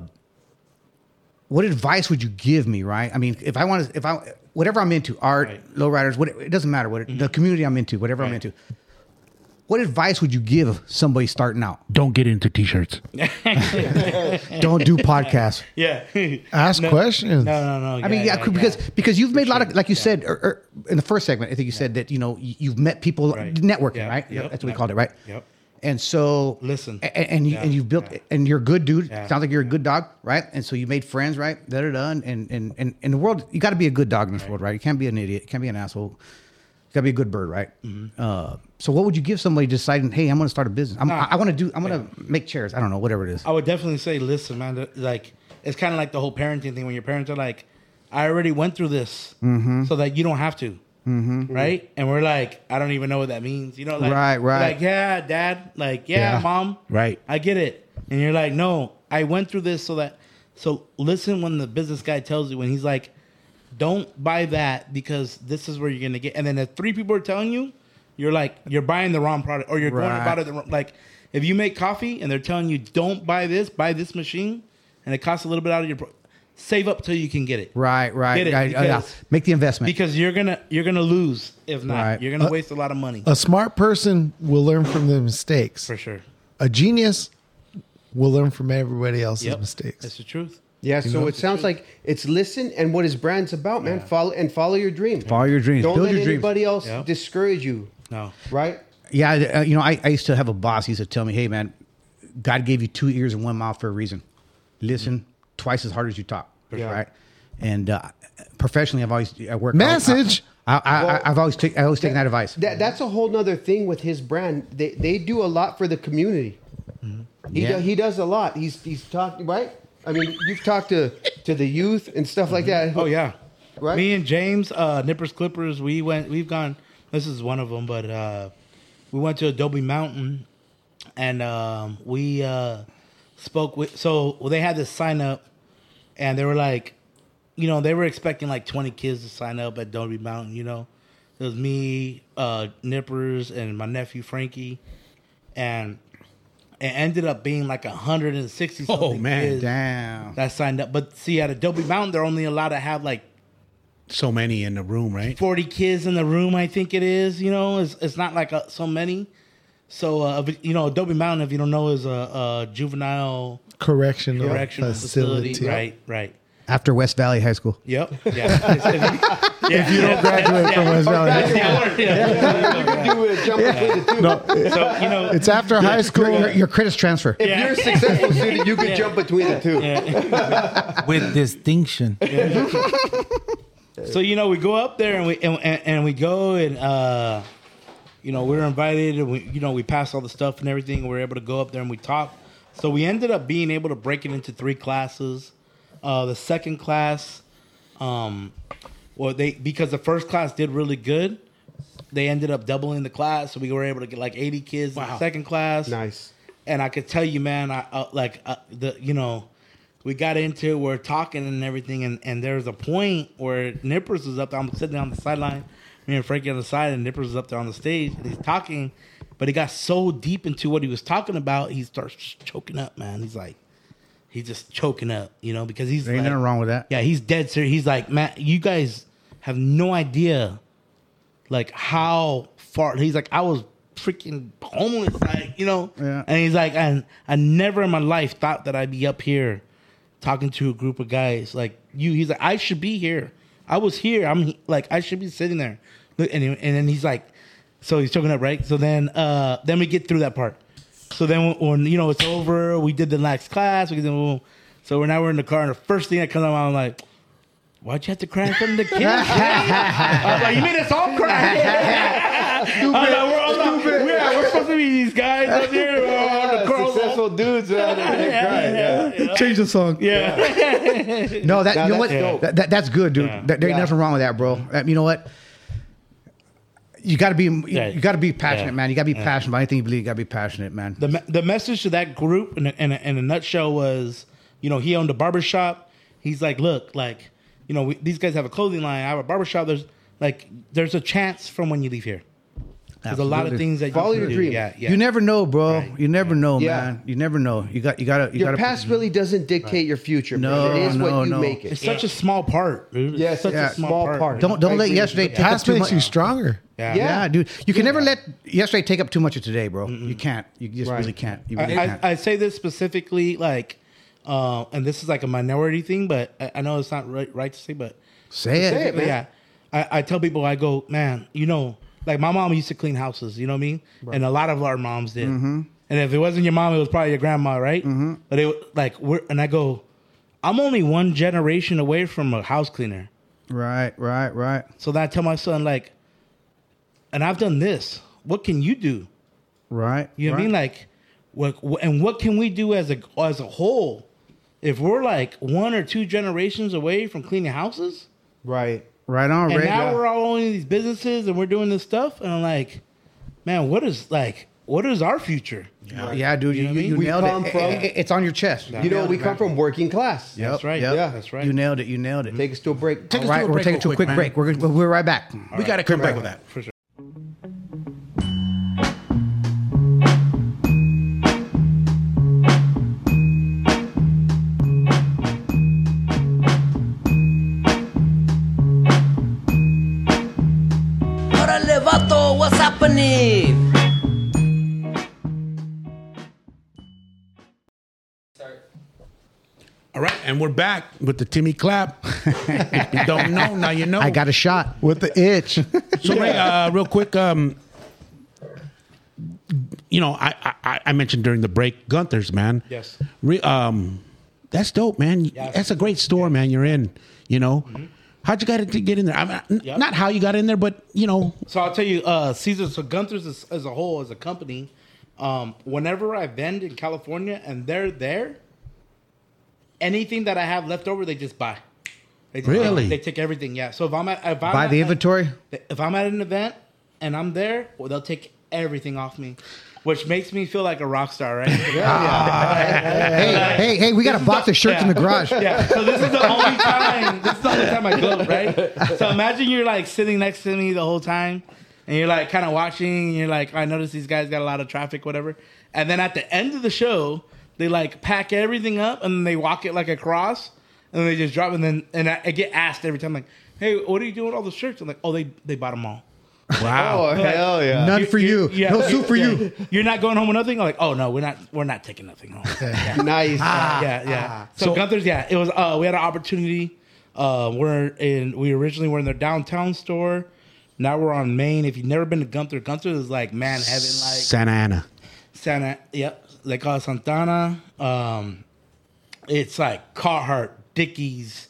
S3: what advice would you give me, right? I mean, if I want to, if I whatever I'm into, art,
S1: Right. Mm-hmm.
S3: lowriders, what it doesn't matter, what it- the community I'm into, whatever I'm
S1: Right.
S3: into. What advice would you give somebody starting
S1: (laughs)
S3: out?
S6: Don't get into t-shirts.
S3: Don't do podcasts.
S1: (laughs) Yeah.
S5: Ask questions.
S1: No, no, no.
S3: I mean, yeah, because because you've made a lot of like you said er, er, in the first segment. I think you said that you know you- you've met people
S1: Right.
S3: networking,
S1: Yeah.
S3: right?
S1: Yep.
S3: That's what we called it, right?
S1: Yep.
S3: And so
S1: Listen.
S3: a- a- and you,
S1: Yeah.
S3: and you've built
S1: Yeah.
S3: and you're a good dude.
S1: Yeah.
S3: Sounds like you're a good dog, right? And so you made friends, right? Da da da. And and and in the world, you got to be a good dog in this world, right? You can't be an idiot. You can't be an asshole. You got to be a good bird, right?
S1: Mm-hmm.
S3: Uh, so what would you give somebody deciding, hey, I'm going to start a business. I'm, I, I want to do. I'm going to make chairs. I don't know, whatever it is.
S1: I would definitely say, listen, man, th- like it's
S3: Mm-hmm.
S1: kind of like the whole parenting thing when your parents are like, I already went through this so that you don't have to. right? And we're like, I don't even know what that means, you know? Like,
S3: Right, right.
S1: Like, yeah, dad. Like, yeah,
S3: Yeah.
S1: mom.
S6: Right.
S1: I get it. And you're like, no, I went through this so that. So listen when the business guy tells you when he's like, don't buy that because this is where you're gonna get. And then if three people are telling you, you're like, you're buying the wrong product or you're going
S3: Right.
S1: about it the wrong. Like, if you make coffee and they're telling you don't buy this, buy this machine, and it costs a little bit out of your. Pro- save up till you can get it.
S3: Right, right.
S1: Get it,
S3: Yeah, yeah.
S1: because-
S3: Make the investment.
S1: Because you're gonna you're gonna lose if not.
S3: Right. Uh,
S1: You're gonna waste a lot of money
S5: A smart person will learn from their mistakes.
S1: for sure.
S5: A genius will learn from everybody else's
S1: Yep. That's
S5: mistakes.
S1: the truth.
S7: Yeah, so it sounds like it's listen and what his brand's about, man. Follow and follow your dream.
S3: Follow your dreams.
S7: Don't
S3: Build
S7: let
S3: your dreams.
S7: anybody else
S1: Yeah.
S7: discourage you.
S1: No.
S7: Right?
S3: Yeah, I- uh, you know, I, I used to have a boss. He used to tell me, "Hey, man, God gave you two ears and one mouth for a reason. Listen twice as hard as you talk."
S7: Yeah.
S3: Right. And uh, professionally, I've always I work
S5: Message.
S3: I, I,
S7: Well,
S3: I, have always take, I always taken that advice.
S7: That, that's a whole nother thing with his brand. They they do a lot for the community.
S1: Mm-hmm.
S7: He
S3: Yeah.
S7: do, he does a lot. He's he's talking right. I mean, you've talked to to the youth and stuff like that.
S1: Oh yeah.
S7: Right?
S1: Me and James, uh, Nippers Clippers, we went. We've gone. This is one of them, but uh, we went to Adobe Mountain, and um, we uh, spoke with. So well, they had this sign up, and they were like, you know, they were expecting like twenty kids to sign up at Adobe Mountain. You know, it was me, uh, Nippers, and my nephew Frankie, and it ended up being like hundred and sixty.
S6: Oh, man,
S1: kids
S3: Damn.
S1: that signed up. But see, at Adobe Mountain, they're only allowed to have like
S6: So many in the room, right?
S1: 40 kids in the room, I think it is. You know, it's, it's not like uh so many. So, uh, if- you know, Adobe Mountain, if you don't know, is a, a juvenile
S5: Correctional,
S1: correctional
S5: facility.
S1: facility. Right, right.
S3: After West Valley High School,
S1: Yep. Yeah. If you don't
S5: Graduate from West Valley.
S6: (laughs)
S7: You uh, jump between the two.
S1: So, you know,
S5: It's after high school.
S3: your credits transfer.
S7: If
S1: Yeah.
S7: you're a successful student, you can jump between the two.
S4: with distinction.
S1: so you know we go up there and we and, and, and we go and uh you know we're invited and we you know we pass all the stuff and everything and we're able to go up there and we talk so we ended up being able to break it into three classes uh the second class um well they because the first class did really good they ended up doubling the class so we were able to get like 80 kids in the second class
S7: Nice.
S1: and I could tell you, man, I, I like uh, the you know, we got into it, we're talking and everything, and and there was a point where Nippers was up there. I'm sitting on the sideline, me and Frankie on the side, and Nippers was up there on the stage, and he's talking, but he got so deep into what he was talking about, he starts choking up, man. He's like, he's just choking up, you know, because he's
S3: There ain't
S1: like-
S3: nothing wrong with that.
S1: yeah, he's dead serious. He's like, Matt, you guys have no idea, like how far. He's like, I was freaking homeless, like you know.
S3: Yeah.
S1: And he's like, and I never in my life thought that I'd be up here talking to a group of guys like you. He's like, I should be here. I was here. I'm he- like, I should be sitting there. Look, And he- and then he's like, so he's choking up, right? So then, uh, then we get through that part. So then, when, when, you know it's over, we did the next class. We did, so we're now we're in the car, and the first thing that comes out, I'm like, why'd you have to cry in front of the kids? I was like, you made us all
S7: (laughs)
S1: cry. Stupid. I was like, we're, all like, yeah, we're supposed to be these guys up here. We're on the
S7: Yeah,
S1: girls.
S7: successful dudes. uh, they cry, yeah.
S5: Change the song.
S1: Yeah.
S3: (laughs) No, that
S7: Now
S3: you know
S7: that's
S3: what?
S7: dope.
S3: That, that- that's good, dude.
S1: Yeah.
S3: That, there ain't
S7: Yeah.
S3: nothing wrong with that, bro.
S5: Mm-hmm.
S3: That- you know what? You got to be you,
S1: Yeah.
S3: got to be passionate,
S1: Yeah.
S3: man. You got to be
S1: Yeah.
S3: passionate about anything you believe. You got to be passionate, man.
S1: the, me- the message to that group in a, in, a, in a nutshell was, you know, he owned a barbershop. He's like, look, like, you know, we, these guys have a clothing line. I have a barbershop. There's like, there's a chance from when you leave here. There's a lot of
S3: Absolutely.
S1: things that
S7: Follow
S1: you
S7: your
S1: can do.
S7: dream.
S1: Yeah, yeah.
S3: You never know, bro.
S1: Right.
S3: You never know,
S7: Yeah.
S3: man. You never know. You got you got to you
S7: Your
S3: got
S7: past really doesn't dictate your future.
S3: No,
S7: man. it is
S3: no,
S7: what you
S3: no.
S7: make it.
S1: It's such a small part. Dude. It's
S7: Yes,
S1: such
S7: yeah,
S1: a small,
S7: small
S1: part.
S7: part.
S3: Don't don't
S7: I
S3: let
S7: agree with
S3: yesterday
S7: you.
S3: take up
S5: Past
S3: too
S5: makes
S3: much.
S5: you stronger.
S1: Yeah.
S7: Yeah.
S3: Yeah, dude. You can never let yesterday take up too much of today, bro. You can't. You just
S7: Right.
S3: really can't. You really
S1: I,
S3: can't.
S1: I, I say this specifically, like, uh, and this is like a minority thing, but I, I know it's not right, right to say, but
S3: say it.
S7: Say it, man.
S1: yeah, I, I tell people, I go, man, you know, like my mom used to clean houses, you know what I mean? And a lot of our moms did.
S7: Mm-hmm.
S1: And if it wasn't your mom, it was probably your grandma, right? But it like we're and I go, I'm only one generation away from a house cleaner.
S3: Right, right, right.
S1: So then I tell my son, like, and I've done this. What can you do?
S3: Right.
S1: You know what I mean? Like, what and what can we do as a as a whole if we're like one or two generations away from cleaning houses?
S7: Right.
S3: Right on,
S1: and
S3: Ray.
S1: now we're all owning these businesses and we're doing this stuff. And I'm like, man, what is like, what is our future?
S3: yeah, dude, you,
S1: You know what I
S3: you,
S1: mean?
S3: you
S7: We
S3: nailed it.
S7: come
S3: I- I-
S7: from-
S3: I- it's on your chest.
S7: You know, we come from working class.
S3: Yep,
S1: That's right.
S3: yep.
S7: Yeah.
S1: That's right.
S3: You nailed it. You nailed it.
S7: Take us to a break.
S6: Take us
S3: All
S6: to
S3: right,
S6: a
S3: we're
S6: break
S3: taking
S6: real
S3: to a quick
S6: quick, man.
S3: break. We're, we're right back.
S6: We got to come back with that.
S1: For sure.
S2: Órale, vato, what's happening?
S6: All right, and we're back with the Timmy
S3: (laughs)
S6: clap. you don't know now, you know.
S3: I got a shot.
S5: with the itch.
S6: So Ray, uh, real quick, um, you know, I, I I mentioned during the break, Gunther's man.
S1: Yes.
S6: Re, um, that's dope, man. That's a great store, man. You're in. You know, how'd you got to get in there? I mean, n-
S1: Mm-hmm. Yeah.
S6: Not how you got in there, but you know,
S1: So I'll tell you, uh, Caesar. So Gunther's as, as a whole, as a company, um, whenever I vend in California and they're there, anything that I have left over, they just buy. They just,
S6: Really?
S1: They, take everything. Yeah. So if I'm at if I'm
S3: Buy
S1: at
S3: the
S1: an-
S3: inventory?
S1: if I'm at an event and I'm there, well, they'll take everything off me, which makes me feel like a rock star, right?
S7: Ah.
S3: Hey, hey, hey, we got a
S1: (laughs)
S3: box of shirts in the garage.
S1: Yeah. So this is the only time. This is the only time I gloat, right? So imagine you're like sitting next to me the whole time, and you're like kind of watching. And you're like, I notice these guys got a lot of traffic, whatever. And then at the end of the show, they like pack everything up and they walk it like across, and they just drop. And then and I, I get asked every time like, Hey, what are you doing with all the shirts? I'm like, Oh, they they bought them all.
S6: wow.
S7: Oh, hell yeah.
S3: None for you.
S1: yeah,
S3: no soup for
S1: yeah.
S3: you.
S1: You're not going home with nothing. I'm like, oh no, we're not. We're not taking nothing home. Yeah
S7: Nice.
S6: Ah,
S1: yeah, yeah. so, Gunther's, yeah, it was. Uh, we had an opportunity. Uh, we're in. We originally were in their downtown store. Now we're on Main. If you've never been to Gunther, Gunther is like man heaven, like
S6: Santa Ana.
S1: Santa. Yep, they call it Santana. Um, it's like Carhartt, Dickies.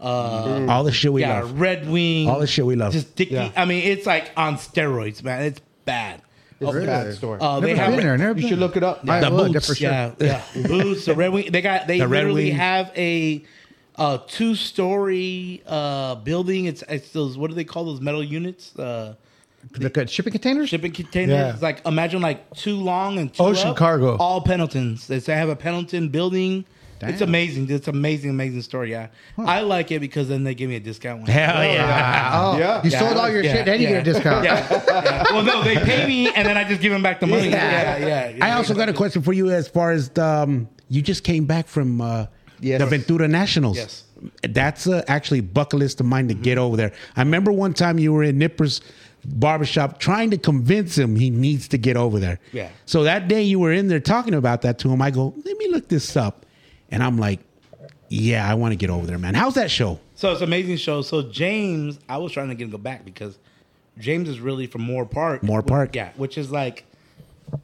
S1: Uh,
S6: All the shit we
S1: yeah,
S6: love.
S1: Red Wing.
S6: All the shit we love.
S1: Just Dickie.
S7: Yeah.
S1: I mean, it's like on steroids, man. It's bad.
S7: It's a bad story.
S1: Uh, they
S3: Never
S1: have
S3: been there. Never
S7: you
S3: been
S7: should
S3: there.
S7: look it up.
S3: I
S6: The
S3: would,
S6: boots.
S3: for sure.
S1: Yeah,
S3: (laughs)
S1: yeah. Boots, the Red Wing. They got they
S6: The Red
S1: literally
S6: Wing.
S1: have a uh two story uh building. It's it's those what do they call those metal units? Uh
S3: Look at shipping containers.
S1: shipping containers.
S5: Yeah.
S1: It's like imagine like two long and two
S5: Ocean
S1: up,
S5: cargo.
S1: All Pendletons. They say have a Pendleton building. It's
S3: Damn.
S1: amazing. It's amazing, amazing story. Yeah, I like it because then they give me a discount. One.
S6: Hell yeah.
S3: Wow.
S7: Yeah.
S3: You
S1: Yeah.
S3: sold all your
S1: Yeah,
S3: shit, and you
S1: yeah.
S3: get a discount.
S1: Yeah, (laughs) yeah. Well, no, they pay me and then I just give them back the money.
S3: Yeah.
S1: Yeah, yeah. yeah,
S6: I also got a question for you as far as the, um, you just came back from uh,
S7: Yes.
S6: the Ventura Nationals.
S1: Yes.
S6: That's uh, actually a bucket list of mine to get over there. I remember one time you were in Nipper's barbershop trying to convince him he needs to get over there.
S1: Yeah.
S6: So that day you were in there talking about that to him. I go, let me look this up. And I'm like, yeah, I want to get over there, man. How's that show?
S1: So it's an amazing show. So James, I was trying to get him to go back because James is really from Moore Park.
S6: Moore
S1: Wh-
S6: Park.
S1: yeah, which is like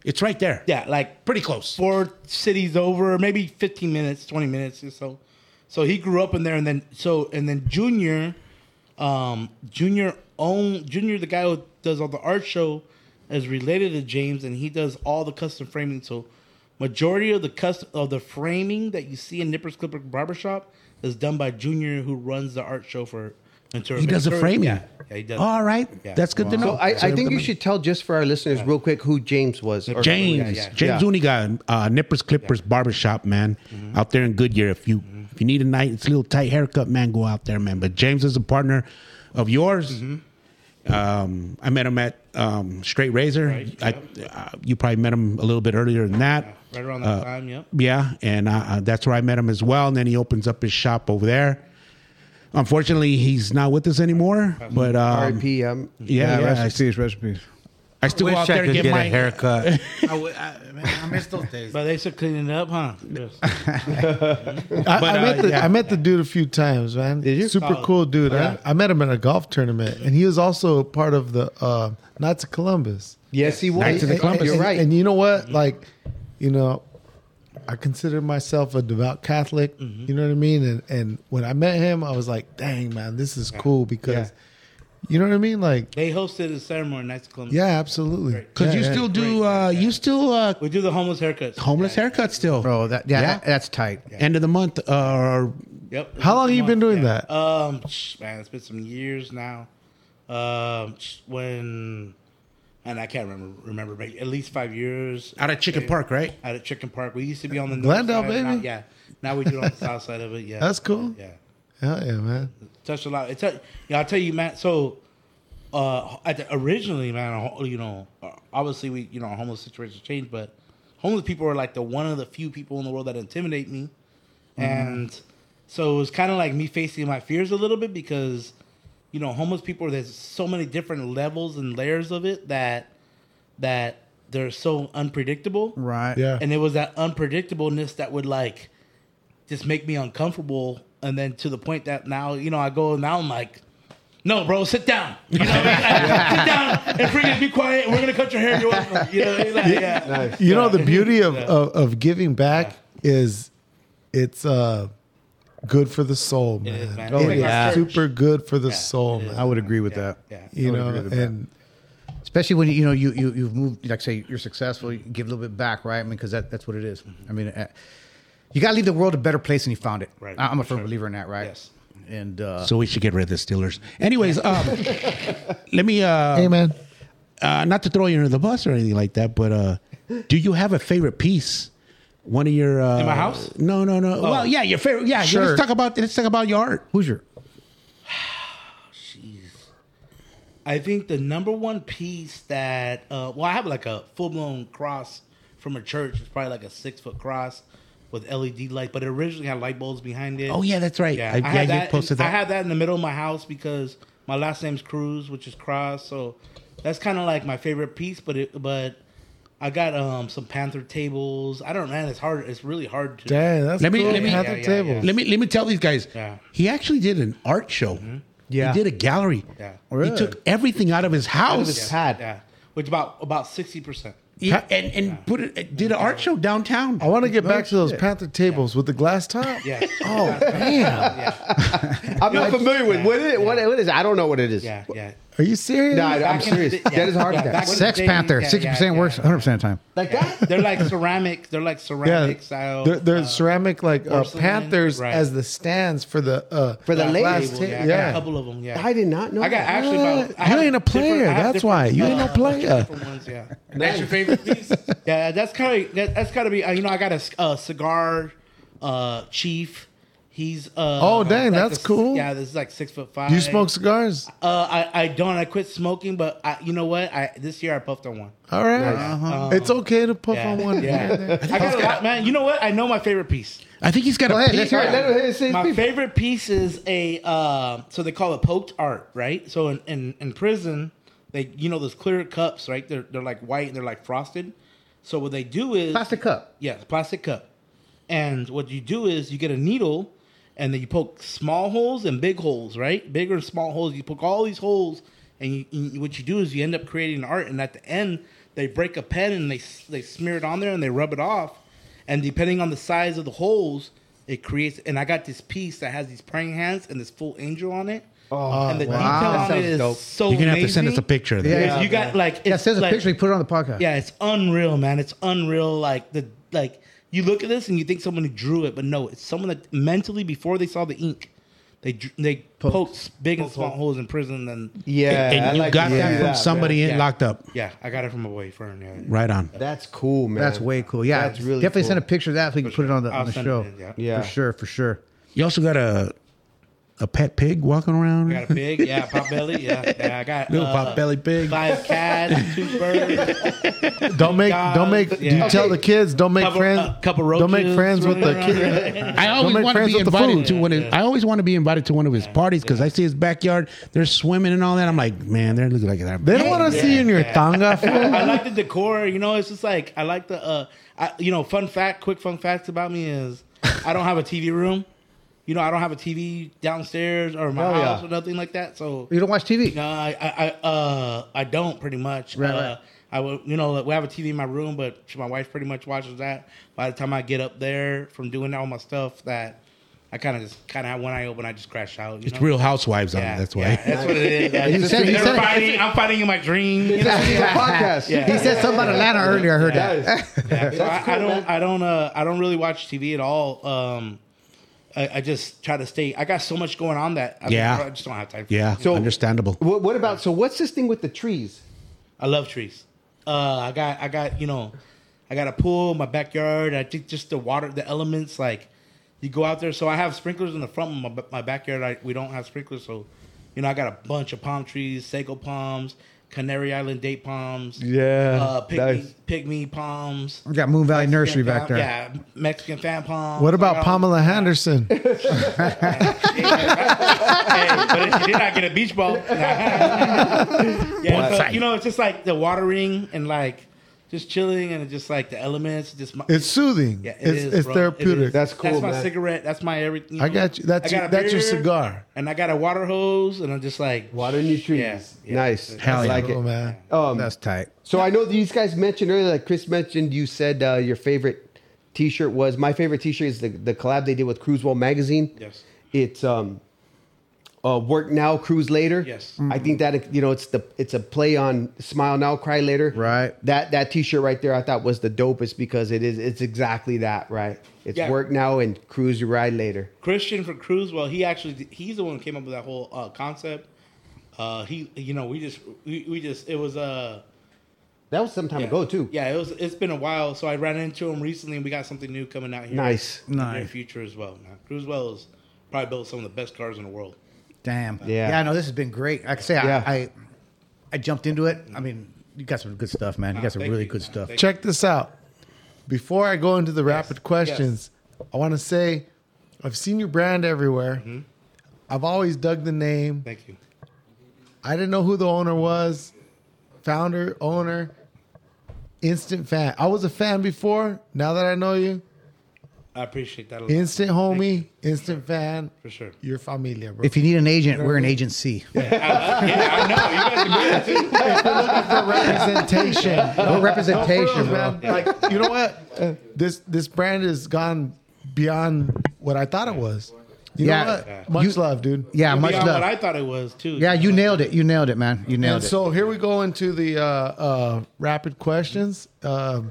S6: It's right there.
S1: yeah, like
S6: Pretty close.
S1: four cities over, maybe fifteen minutes, twenty minutes or so. So he grew up in there, and then so and then Junior, um, Junior own Junior, the guy who does all the art show, is related to James, and he does all the custom framing. So majority of the custom of the framing that you see in Nippers Clipper Barbershop is done by Junior, who runs the art show for. Ventura.
S6: He does a
S1: Ventura-
S6: framing.
S1: Yeah, yeah, he does.
S6: All right.
S1: Yeah.
S6: That's good to know.
S7: So I, I think you should tell just for our listeners real quick who James was. or-
S6: James,
S1: Yeah, yeah.
S6: James
S7: Yeah.
S6: Uniga, uh, Nippers Clippers Barbershop, man,
S1: Mm-hmm.
S6: out there in Goodyear. If you if you need a night, it's a little tight haircut, man, go out there, man. But James is a partner of yours. Um, I met him at um, Straight Razor.
S1: Mm-hmm. Right,
S6: I, uh, you probably met him a little bit earlier than that.
S1: Right around that
S6: Uh,
S1: time. Yep.
S6: Yeah, and uh, uh, that's where I met him as well. And then he opens up his shop over there. Unfortunately, he's not with us anymore. But um,
S7: R.I.P. Um,
S6: yeah, yeah, I,
S3: recipes, recipes.
S6: I still go out there and get, my
S4: haircut. I, w- I- man, I miss those days.
S1: But they still cleaning it up, huh? Yes.
S5: I, I
S6: uh,
S5: met the,
S6: yeah.
S5: I met the dude a few times, man.
S7: you?
S5: Super
S1: Oh,
S5: cool dude. I, I met him at a golf tournament, and he was also part of the uh, Knights of Columbus.
S7: yes, he was.
S6: Knights of the
S7: And-
S6: Columbus.
S7: You're
S5: and,
S7: right.
S5: And you know what?
S1: Mm-hmm.
S5: Like, you know, I consider myself a devout Catholic.
S1: Mm-hmm.
S5: You know what I mean? And and when I met him, I was like, dang man, this is cool because you know what I mean? Like,
S1: They hosted a ceremony, Nights of Columbus.
S5: yeah, absolutely.
S6: Because
S5: Yeah,
S6: you
S5: yeah.
S6: still do, uh, you still uh,
S1: We do the homeless haircuts.
S6: homeless haircut still.
S3: Bro, that yeah,
S6: Yeah.
S3: That, that's tight.
S6: End of the month uh, or
S1: Yep.
S5: How long you been doing
S1: Yeah.
S5: that?
S1: Um, sh- man, it's been some years now. Um, sh- when, and I can't remember remember, but at least five years
S6: Out of Chicken Park, right?
S1: out at Chicken Park. We used to be on the north
S5: Glendale,
S1: side, now-
S5: baby.
S1: yeah, now we do it on the south side of it. Yeah,
S5: That's cool.
S1: Yeah,
S5: Hell yeah, man.
S1: touched a lot. It touched, yeah, I'll tell you, man. So, uh, at the, originally, man, a ho- you know, uh, obviously we, you know, our homeless situation changed, but homeless people are like the one of the few people in the world that intimidate me, and so it was kind of like me facing my fears a little bit because, you know, homeless people. There's so many different levels and layers of it that that they're so unpredictable,
S3: Right.
S5: Yeah.
S1: and it was that unpredictableness that would like just make me uncomfortable and then to the point that now you know i go now i'm like no bro sit down you know what I mean? sit down and freaking be quiet we're gonna cut your hair you, want, you know like, yeah
S5: you know the beauty
S1: (laughs)
S5: of, of, of giving back is it's uh good for the soul man
S1: is, man.
S5: It
S1: Oh,
S5: is
S1: yeah.
S5: super good for the soul man
S3: I would agree with that.
S1: yeah
S5: you
S3: I would
S5: know
S3: agree with that.
S5: and
S3: Especially when you you know you, you you've moved like say you're successful, you give a little bit back, right? I mean, because that, that's what it is.
S1: Mm-hmm.
S3: I mean, uh, you gotta leave the world a better place than you found it.
S1: Right.
S3: I, I'm a firm
S1: Sure.
S3: believer in that, right?
S1: Yes.
S3: And uh,
S6: So we should get rid of the Steelers. Anyways, um,
S3: (laughs)
S6: let me. Uh,
S5: hey man
S6: uh, not to throw you under the bus or anything like that, but uh, do you have a favorite piece? One of your uh,
S1: In my house?
S6: No, no, no. Well, yeah, your favorite. Yeah,
S3: Sure.
S6: let's talk about let's talk about your art.
S3: who's your
S1: Jeez. I think the number one piece that uh, well, I have like a full blown cross from a church. It's probably like a six foot cross with LED light, but it originally had light bulbs behind it.
S6: Oh, yeah, that's right.
S1: Yeah,
S6: I-
S1: I,
S6: yeah,
S1: had
S6: you
S1: that. in-
S6: posted that.
S1: I had that in the middle of my house because my last name's Cruz, which is Cross. So that's kind of like my favorite piece. But it, but I got um some Panther tables. I don't man. It's hard. It's really hard to.
S5: dang that's
S6: Let me-
S5: cool.
S6: let me-
S5: Half
S1: Yeah,
S5: the
S1: yeah,
S5: table
S1: yeah.
S6: Let me let me tell these guys.
S1: Yeah.
S6: He actually did an art show.
S3: Yeah.
S6: He did a gallery.
S1: Yeah.
S6: He
S3: Really?
S6: took everything out of his house.
S1: Yeah, which about about sixty percent.
S6: He- and and put it did an art show downtown.
S5: I want to get back to those Panther tables with the glass top.
S1: Yeah.
S6: (laughs)
S5: Oh, damn.
S7: I'm not familiar with what it what, what is it? I don't know what it is.
S1: Yeah, yeah.
S5: Are you serious?
S7: No, I- I'm
S1: Back in the
S7: serious.
S1: day- yeah,
S7: That is hard.
S1: yeah,
S7: to
S1: back
S7: guess.
S1: in
S3: Sex
S1: the day,
S3: Panther?
S1: yeah,
S3: Sixty percent
S1: yeah,
S3: works,
S1: yeah.
S3: one hundred percent of the time.
S7: Like that?
S1: They're like ceramic. They're like ceramic style.
S5: They're, they're
S1: uh,
S5: ceramic like uh,
S1: porcelain,
S5: Panthers
S1: right.
S5: as the stands for the uh,
S7: For the
S5: glass
S7: ladies.
S5: ta-
S1: table, yeah, I got
S5: yeah.
S1: a couple of them. Yeah,
S7: I did not know
S1: I got
S7: that.
S1: actually
S5: You
S1: about. I have
S5: ain't a
S1: different- I
S5: player,
S1: have
S5: that's why. You ain't no player.
S1: different ones, yeah.
S4: That's your favorite piece?
S1: (laughs) Yeah, that's kind of that, that's got to be. Uh, you know, I got a c- uh, cigar uh, chief. He's uh,
S5: Oh, dang,
S1: like
S5: that's
S1: this-
S5: cool.
S1: Yeah, this is like six foot five.
S5: Do you smoke cigars?
S1: Uh, I I don't. I quit smoking, but I you know what? I this year I puffed on one.
S5: All right. It's okay to puff
S1: Uh-huh. (laughs) Yeah,
S5: on one.
S1: yeah. I got a lot, man. You know what? I know my favorite piece.
S6: I think he's got a
S7: Hey,
S6: piece.
S7: let's- all right, let him hear his
S1: My
S7: piece.
S1: favorite piece is a uh, so they call it poked art, right? So in, in, in prison, they you know those clear cups, right? They're they're like white and they're like frosted. So what they do is
S3: Plastic cup.
S1: Yeah, it's a plastic cup. And what you do is you get a needle and then you poke small holes and big holes, right? Bigger and small holes. You poke all these holes and you, you- what you do is you end up creating an art. And at the end, they break a pen and they, s- they smear it on there and they rub it off. And depending on the size of the holes, it creates. And I got this piece that has these praying hands and this full angel on it. Oh, and the
S3: wow.
S1: detail on it
S7: sounds
S1: is
S7: dope.
S1: so
S6: You're gonna have to send us
S1: amazing.
S6: a picture. Of that.
S1: If
S3: Yeah,
S1: you got like it's
S3: Yeah, send us a
S1: like-
S3: picture. We put it on the podcast.
S1: yeah, it's unreal, man. It's unreal. Like the like you look at this and you think someone who drew it, but no, it's someone that mentally before they saw the ink, they dr- they poked, big and small holes in prison. And
S7: Yeah,
S6: and
S7: I
S6: you
S7: like
S6: got
S7: to do
S6: that from
S7: man.
S6: somebody in
S1: Yeah.
S6: locked up.
S1: yeah, I got it from a boyfriend. Yeah,
S6: Right on.
S7: That's cool, man.
S3: That's way cool. Yeah,
S7: That's really
S3: definitely
S7: cool.
S3: send a picture of that so we can put it on the,
S1: I'll
S3: on the
S1: send
S3: show.
S1: it in, yeah.
S7: Yeah.
S3: for sure, for sure.
S6: You also got a a pet pig walking around.
S1: I got a
S5: (laughs)
S1: pig, yeah, pop belly, yeah, yeah. I got
S6: Little
S1: uh,
S6: pot belly pig.
S1: five cats, two birds.
S5: Don't make don't
S1: God,
S5: make do you
S1: yeah.
S5: tell the kids don't make
S1: Couple-
S5: (laughs) friends
S1: uh, couple
S5: don't make
S1: roaches
S5: friends with the
S1: running around.
S6: (laughs)
S5: kids.
S6: I always
S5: make
S6: want to
S5: friends
S6: be
S5: with the
S6: invited
S5: food.
S6: to one. Of, I always want to be invited to one of his parties because I see his backyard. They're swimming and all that. I'm like, man, they're looking like that.
S5: They don't want to see you in your tanga. fool.
S1: (laughs) I like the decor. You know, it's just like I like the. Uh, I, you know, fun fact, quick fun facts about me is I don't have a TV room. You know, I don't have a TV downstairs or in my
S7: Hell yeah.
S1: house or nothing like that. So
S3: You don't watch TV.
S1: no, I I, I, uh, I don't pretty much.
S3: Right,
S1: uh,
S3: right.
S1: I will, you know, we have a TV in my room, but my wife pretty much watches that. By the time I get up there from doing all my stuff, that I kind of just kind of have one eye open. I just crash out. You
S6: It's
S1: know?
S6: real (laughs) housewives on it.
S1: Yeah,
S6: That's
S1: yeah,
S6: why.
S1: that's what it is.
S3: You said- you
S1: They're
S3: said-
S1: fighting- I'm fighting in my dream. you know?
S7: This is a
S5: (laughs)
S7: podcast.
S1: Yeah.
S3: He said something about Atlanta earlier. I heard that.
S7: That is-
S1: So I,
S7: That's cool,
S1: I don't.
S7: man.
S1: I don't. Uh, I don't really watch TV at all. Um, I, I just try to stay. I got so much going on that I,
S6: Yeah.
S1: I just don't have time. for
S6: Yeah,
S1: it.
S6: so, understandable.
S7: What, what about so? What's this thing with the trees?
S1: I love trees. Uh, I got I got you know, I got a pool, my backyard. I think just the water, the elements like you go out there. So I have sprinklers in the front of my, my backyard. I, we don't have sprinklers, so you know I got a bunch of palm trees, sago palms, Canary Island date palms,
S5: Yeah,
S1: uh, pygmy,
S5: nice.
S1: pygmy palms.
S3: We got Moon Valley
S1: Mexican
S3: Nursery back
S1: fan-
S3: there.
S1: Yeah, Mexican fan palms.
S5: What
S1: I
S5: about
S1: got-
S5: Pamela
S1: (laughs)
S5: Henderson?
S1: Hey, but if you did not get a
S5: (laughs)
S1: beach ball, (laughs) yeah, so, you know, it's just like the watering and like just chilling and just like the elements. Just my,
S5: It's soothing.
S1: Yeah, it
S5: it's
S1: is,
S5: it's
S1: bro. It
S5: therapeutic.
S1: is.
S7: That's cool,
S1: That's my
S7: man.
S1: cigarette. That's my everything.
S5: I got you. That's
S1: I got
S5: your-
S1: a
S5: that's your
S1: beer,
S5: cigar.
S1: and I got a water hose, and I'm just like
S7: Watering your trees.
S1: Yeah, yeah.
S7: nice.
S6: Hell
S7: I
S6: yeah.
S7: like
S5: Oh,
S7: it.
S5: man.
S7: Um,
S3: That's tight.
S7: so I know these guys mentioned earlier, like Chris mentioned, you said uh, your favorite T-shirt was my favorite T-shirt is the, the collab they did with Cruisewell Magazine.
S1: Yes.
S7: it's um, uh, work now, cruise later.
S1: Yes. Mm-hmm.
S7: I think that you know it's the it's a play on smile now, cry later.
S3: Right.
S7: That that T-shirt right there, I thought was the dopest because it is it's exactly that right. It's
S1: Yeah.
S7: work now and cruise your ride later.
S1: Christian for Cruz. Well, he actually he's the one who came up with that whole uh, concept. Uh, he, you know, we just we, we just it was uh
S7: That was some time
S1: yeah.
S7: ago too.
S1: Yeah, it was. It's been a while. So I ran into him recently, and we got something new coming out here.
S7: Nice. (laughs)
S1: in the near
S3: Nice.
S1: future as well. Now, Cruzwell is probably built some of the best cars in the world.
S3: Damn.
S7: Yeah.
S3: Yeah, I know this has been great. Like I say,
S7: Yeah.
S3: I, I I jumped into it. I mean, you got some good stuff, man. You got some
S1: thank
S3: really
S1: you.
S3: good
S1: Ah,
S3: stuff.
S1: thank
S5: Check this out. Before I go into the rapid questions, I want to say I've seen your brand everywhere. I've always dug the name.
S1: Mm-hmm. Thank you.
S5: I didn't know who the owner was, founder, owner, instant fan. I was a fan before. Now that I know you,
S1: I appreciate that. A lot.
S5: instant homie, instant fan.
S1: For sure.
S5: Your familia, bro.
S3: If you need an agent, we're an agency.
S1: yeah, I know. You guys agree with that too.
S5: for representation.
S1: (laughs)
S3: No representation,
S5: No, for real,
S3: bro.
S5: Oh, man. Like you know what? Uh, This this brand has gone beyond what I thought it was. You
S3: Yeah.
S5: know
S3: Yeah.
S5: what? Much
S3: You-
S5: love, dude.
S3: Yeah, much
S1: Beyond what
S3: love.
S1: I thought it was too.
S3: Yeah, you nailed it. You nailed it, man. You nailed
S5: And
S3: it.
S5: so here we go into the uh, uh, rapid questions. Um,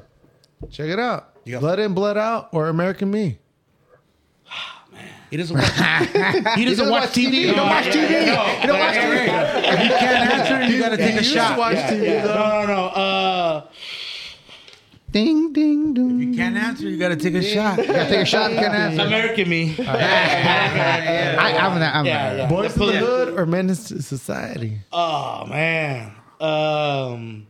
S5: check it out. Blood in, blood out, or American Me?
S6: He doesn't watch, he doesn't watch TV. He don't watch TV.
S1: (laughs) No, no,
S6: watch TV. If you can't answer, you got to take a
S5: used to
S6: shot.
S5: watch TV though.
S1: no, no. Uh,
S3: ding, ding, ding.
S4: You can't answer. You got to take a shot.
S3: You gotta take a shot. Can answer.
S1: American me.
S3: I, I'm not. I'm
S1: Yeah,
S3: not.
S1: yeah.
S5: Boys in the
S1: Yeah.
S5: Hood or Menace to Society?
S1: Oh man. Um,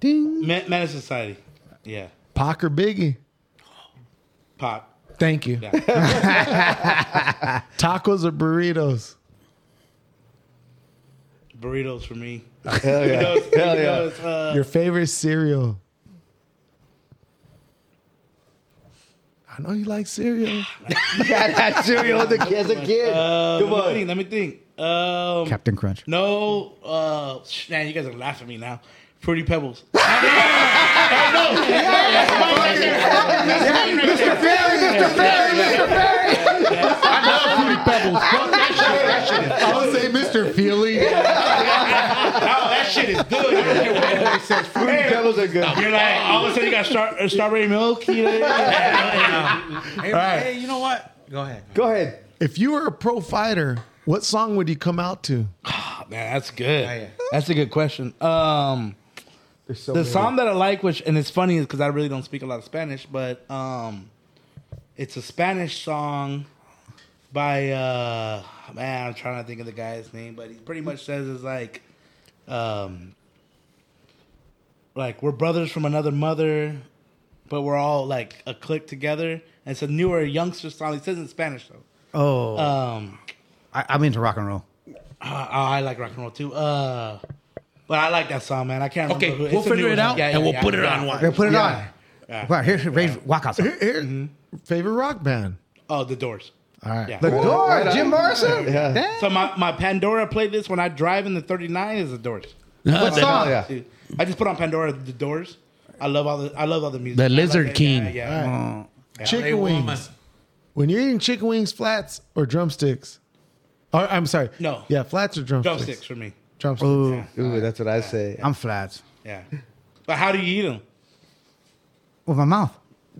S3: Ding.
S1: Men- Menace Society. Yeah.
S5: Pac or Biggie?
S1: Pop.
S5: Thank you.
S1: Yeah.
S5: (laughs) Tacos or burritos?
S1: Burritos for me. (laughs)
S7: Hell yeah.
S1: Burritos,
S7: Hell yeah.
S1: burritos, uh,
S5: Your favorite cereal? I know you like cereal.
S7: had that cereal as a kid. As a kid.
S1: Uh,
S7: Come
S1: let me
S7: on.
S1: think. Let me think. Um,
S3: Captain Crunch.
S1: no, uh, sh- man, you guys are laughing at me now. Fruity Pebbles. (laughs) I know. That's my Mr. Ferry, Mr. Ferry, Mr. Ferry. I love Fruity Pebbles. Fuck that shit. I should have. Oh, that shit is good. I don't care what anybody says. Fruity
S7: Pebbles are good.
S1: You're like, all of a sudden you got star- uh, strawberry milk. You know?
S4: Hey, hey, you know what? Go ahead.
S7: Go ahead.
S5: If you were a pro fighter, what song would you come out to?
S1: Man, that's good. That's a good question. Um, the song that I like, which and it's funny because I really don't speak a lot of Spanish, but um, it's a Spanish song by uh, man. I'm trying to think of the guy's name, but he pretty much says it's like, um, like we're brothers from another mother, but we're all like a clique together. And it's a newer youngster song. He says it in Spanish though.
S3: Oh,
S1: Um,
S3: I, I'm into rock and roll.
S1: uh, oh, I like rock and roll too. Uh, but I like that song, man. I can't.
S6: Okay,
S1: remember who.
S6: we'll
S1: it's a
S6: figure
S1: new
S6: it
S1: one.
S6: out
S1: Yeah, yeah,
S6: and we'll
S1: yeah,
S6: put it
S1: yeah.
S6: on
S3: They
S6: one.
S3: put it on. Wow, here, raise rock out.
S5: Here, here- favorite rock band.
S1: Oh, the Doors.
S5: All right.
S1: Yeah.
S3: The door, Jim Morrison.
S7: Yeah.
S3: Damn.
S1: So my, my Pandora playlist when I drive in the 39 is the Doors.
S3: What song?
S7: yeah.
S1: Dude, I just put on Pandora the Doors. I love all the I love all the music.
S6: The
S1: I love
S6: Lizard
S1: it.
S6: King.
S1: Yeah, yeah.
S5: Chicken
S4: Hey, woman.
S5: wings. When you're eating chicken wings, flats or drumsticks? Or I'm sorry.
S1: No.
S5: Yeah, flats or
S3: Oh.
S5: drumsticks.
S1: Drumsticks for me.
S5: Drumsticks.
S7: Ooh, that's what I say.
S3: I'm flats
S1: Yeah. But how do you eat them?
S3: with my mouth.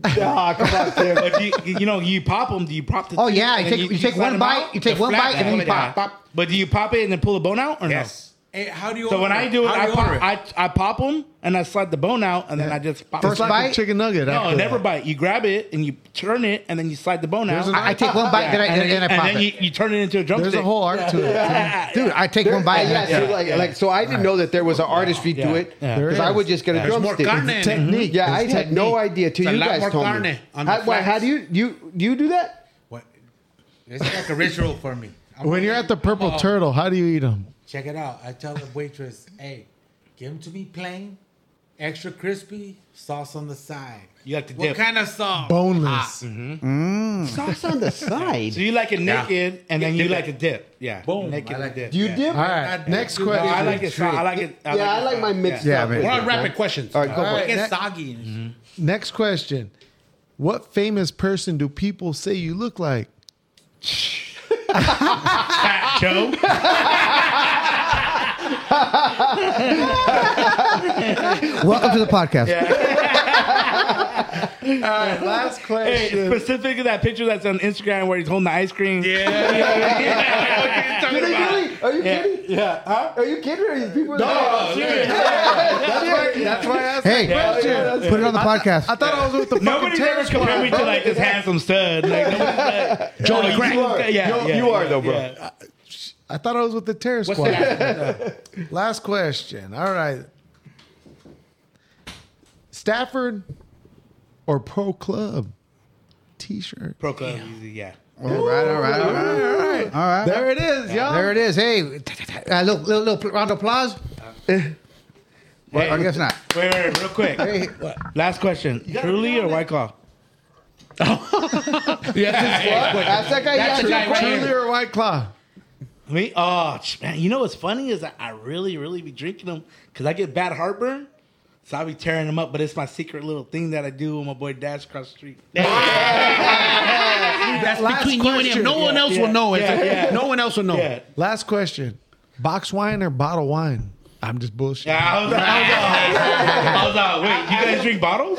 S7: Ah,
S1: (laughs)
S7: come on, Tim.
S1: But you, you know, you pop them. Do you pop the?
S3: Oh,
S1: teeth
S3: yeah, you
S1: and
S3: take-
S1: then
S3: you take
S1: slide
S3: one
S1: 'em
S3: bite,
S1: out?
S3: you take
S1: The
S3: one
S1: flat
S3: bite and then
S1: one,
S3: you pop,
S1: yeah.
S3: pop.
S1: But do you pop it and then pull the bone out or
S4: Yes. Hey, how do you?
S1: no? So when
S4: order
S1: I
S4: it?
S1: do it,
S4: How
S1: I
S4: you order
S1: pop,
S4: it?
S1: I, I pop them and I slide the bone out and then I just pop.
S3: First
S5: It's like
S3: bite?
S5: a chicken nugget.
S1: No,
S5: after
S1: never
S5: that.
S1: bite. You grab it and you turn it and then you slide the bone out.
S3: I, I take one bite, then I,
S1: and
S3: and, then I
S1: and
S3: pop
S1: then
S3: it.
S1: you, you turn it into a drumstick.
S5: There's a whole art to it.
S3: Dude, I take one bite.
S7: Uh, yeah,
S3: and then-
S7: so like, like so I didn't know that there was an artistry to it
S1: yeah.
S7: because I would just get a
S6: There's more
S7: drumstick.
S6: carne.
S7: It's a Technique. Yeah, I
S6: It's
S7: had no
S6: technique.
S7: idea till
S6: It's a
S7: you
S6: lot
S7: guys
S6: more
S7: told me.
S6: carne on the
S7: How, why- how
S6: flags.
S7: do you you do you do that?
S4: What? It's like a ritual for me. I'm
S5: When you're at the Purple
S4: Oh.
S5: Turtle, how do you eat them?
S4: Check it out. I tell the waitress, "Hey, give them to me plain, extra crispy, sauce on the side."
S1: You like to
S4: What
S1: dip. Mm-hmm.
S4: kind of sauce? Ah.
S5: Boneless.
S7: Sauce on the side.
S1: So you (laughs) like it naked and then you
S6: dip
S1: like to dip. Yeah.
S4: Boom.
S1: Naked
S4: I like
S1: and dip.
S7: Do you
S1: yeah.
S7: dip?
S5: All right.
S4: I-
S5: Next
S4: I-
S5: question.
S1: I like it. so- I like it. I
S7: yeah,
S1: like it
S7: I like
S1: so-
S7: my mixed.
S3: Yeah,
S7: up.
S3: man.
S6: We're on rapid questions.
S7: All right, go
S5: All
S7: for
S5: right,
S7: it.
S4: It gets
S5: ne-
S4: soggy. and shit.
S5: Next question. What famous person do people say you look like?
S1: Fat Joe.
S3: (laughs) Welcome to the podcast.
S5: All right, last
S1: Hey, specifically that picture that's on Instagram where he's holding the ice cream.
S7: Are you kidding? Are you kidding? Yeah. Are you kidding? Are you people? No.
S5: That's why I asked.
S3: Hey,
S5: yeah,
S3: put it on the podcast.
S5: I thought I was with the fucking
S1: Nobody's ever
S5: terror squad.
S1: compared me to like this handsome stud. Like, nobody's like,
S7: Joey
S1: oh,
S7: Crack.
S1: you are-
S7: You- you are though, bro.
S1: yeah.
S5: I thought I was with the terror squad. last question. All right. Stafford or Pro Club T-shirt.
S1: Pro club, easy, yeah.
S3: All right, all right, all right.
S5: All right.
S3: All right.
S5: There it is, y'all.
S3: There it is. Hey, uh, a little, little, little round of applause. Well, I guess not.
S1: Wait, wait, wait, real quick.
S3: Hey,
S1: Last question: Truly or White Claw?
S7: Ask that guy.
S4: That's
S7: yeah,
S4: a guy
S7: yeah.
S4: right
S5: Truly
S4: here.
S5: or White Claw?
S1: Me? Oh, sh- man. You know what's funny is that I really, really be drinking them because I get bad heartburn. So I be tearing them up, but it's my secret little thing that I do with my boy Dash across the street.
S6: That's between you and him.
S5: question.
S6: No one else will know. It's
S1: yeah,
S6: like,
S1: yeah.
S6: No one else will know.
S1: Yeah.
S5: Last question. Box wine or bottle wine? I'm just bullshit.
S1: Yeah, I was, I was out. I was out. Wait, you guys drink bottles?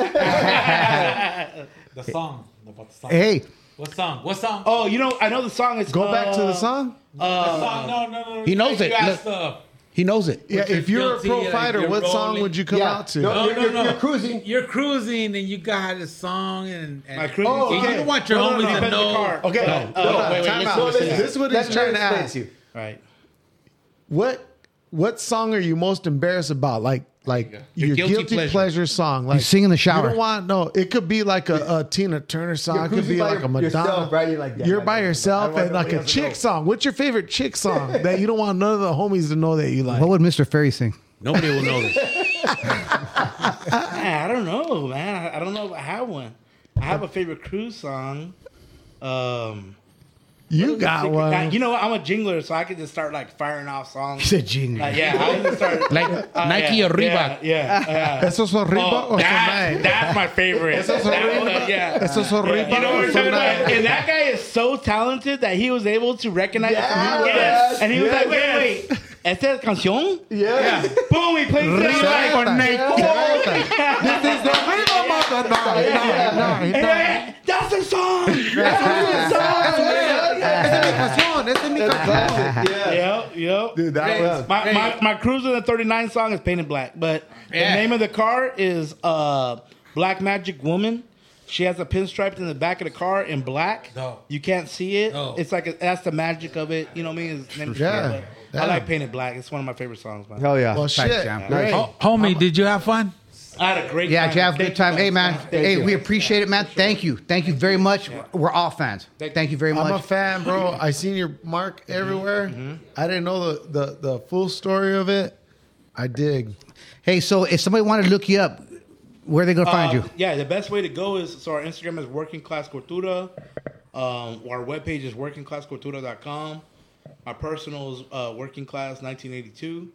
S4: The song. About the song.
S5: Eh?
S3: hey,
S4: What song? What song?
S1: Oh, you know, I know the song is.
S5: Go back to
S1: uh,
S5: the song.
S4: the song. No, no, no.
S6: He knows
S4: You
S6: it.
S4: asked the-
S6: He knows it.
S5: Yeah, if
S4: you're
S5: you're a
S4: guilty,
S5: pro
S4: like,
S5: fighter,
S4: you're
S5: what song
S4: rolling.
S5: would you come
S7: Yeah.
S5: out to?
S7: No.
S4: no,
S7: You're-
S4: no,
S7: you're-
S4: no.
S7: you're cruising.
S4: You're cruising, and you got a song, and, and
S1: My cruising
S5: Oh,
S1: song.
S5: okay.
S4: you don't want your
S1: uh, No, no,
S4: homies
S1: no,
S4: to
S1: depends on the
S4: know.
S1: car.
S5: Okay.
S1: No.
S5: hold
S4: no,
S5: on.
S4: wait, wait,
S5: Time
S4: listen,
S5: out.
S4: listen.
S5: This is what
S7: That
S5: he's trying to
S7: translates
S5: ask.
S7: you.
S1: Right.
S5: What what song are you most embarrassed about? Like like your, guilty,
S6: guilty
S5: pleasure.
S6: pleasure.
S5: song. Like
S3: sing in the
S5: You
S3: shower.
S5: don't want no. It could be like a, a Tina Turner song.
S7: You're
S5: It could
S7: cruising
S5: be
S7: by
S5: like a
S7: your- yourself,
S5: Madonna.
S7: right? You're like, yeah,
S5: You're
S7: I
S5: by
S7: know. I
S5: yourself
S7: want
S5: and like
S7: nobody
S5: a
S7: else to
S5: chick
S7: know.
S5: song. What's your favorite chick song
S7: (laughs)
S5: that you don't want none of the homies to know that you like?
S3: what would Mr. Ferry sing?
S6: Nobody will know this.
S1: I don't know, man. I, I don't know if I have one. I have a favorite cruise song. Um,
S5: you got
S1: secret-
S5: one.
S1: you know what? I'm a jingler, so I could just start like firing off songs.
S3: He said jingler.
S1: Like, yeah, I would just
S6: (laughs)
S1: start
S6: Like
S1: Uh,
S6: Nike
S1: yeah,
S6: or Reebok.
S1: Yeah, yeah,
S5: (laughs)
S1: yeah.
S5: Esos son riba
S1: Oh,
S5: o
S1: that,
S5: sonai.
S1: that's my favorite.
S5: Esos son
S1: That one,
S5: riba.
S1: yeah.
S5: Esos son
S1: Yeah, you know
S5: riba o
S1: what I'm talking about?
S5: sonai.
S1: And that guy is so talented that he was able to recognize it from
S7: Yes,
S1: his
S7: yes,
S1: And he was
S7: yes.
S1: like, wait, wait, esta canción?
S7: Yeah.
S1: Boom, we played it. I'm like, and
S5: This
S1: I- that's the song.
S5: is the
S7: That's a classic. Yeah.
S1: Yep, yep.
S5: Dude, that was
S1: My, my, my cruiser the 39 song is painted black, but the
S4: Yeah.
S1: name of the car is uh, Black Magic Woman. She has a pinstripe in the back of the car in black.
S4: No.
S1: You can't see it.
S4: No.
S1: It's like a, that's the magic of it. You know what I mean? It's name
S5: Yeah.
S1: yeah.
S5: Yeah.
S1: I like painted black. It's one of my favorite songs, man.
S7: Hell yeah.
S5: well shit.
S3: jam.
S5: Great.
S4: Oh, homie, did you have fun?
S1: I had a great
S3: Yeah,
S1: time.
S3: did you have a
S1: Thank
S3: good time?
S1: guys
S3: Hey,
S1: so
S3: man.
S1: much. Thank
S3: Hey,
S1: you.
S3: we appreciate it, man. Thank you. Thank you very much. We're all fans. Thank you very
S5: I'm a
S3: much.
S5: fan, bro. I seen your mark
S1: Mm-hmm.
S5: everywhere. I didn't know the, the the full story of it. I dig.
S3: Hey, so if somebody wanted to look you up, where are they going to find
S1: Uh,
S3: you?
S1: Yeah, the best way to go is so our Instagram is working class cultura. Um, our webpage is workingclasscultura.com. My personal is uh, working class 1982.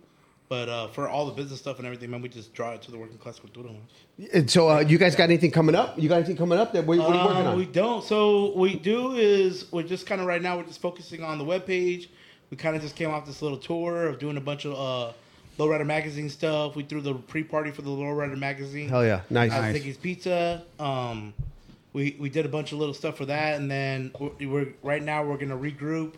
S1: But uh, for all the business stuff and everything, man, we just draw it to the working class cultura one.
S7: And so, uh, you guys got anything coming up? You got anything coming up? That what, what are you working
S1: Uh,
S7: on?
S1: We don't. So what we do is we're just kind of right now we're just focusing on the webpage. We kind of just came off this little tour of doing a bunch of uh, Lowrider magazine stuff. We threw the pre-party for the Lowrider magazine.
S7: Hell yeah. Nice.
S1: I
S7: Nice.
S1: was Ziggy's Pizza. Um, we we did a bunch of little stuff for that, and then we're, we're right now we're gonna regroup.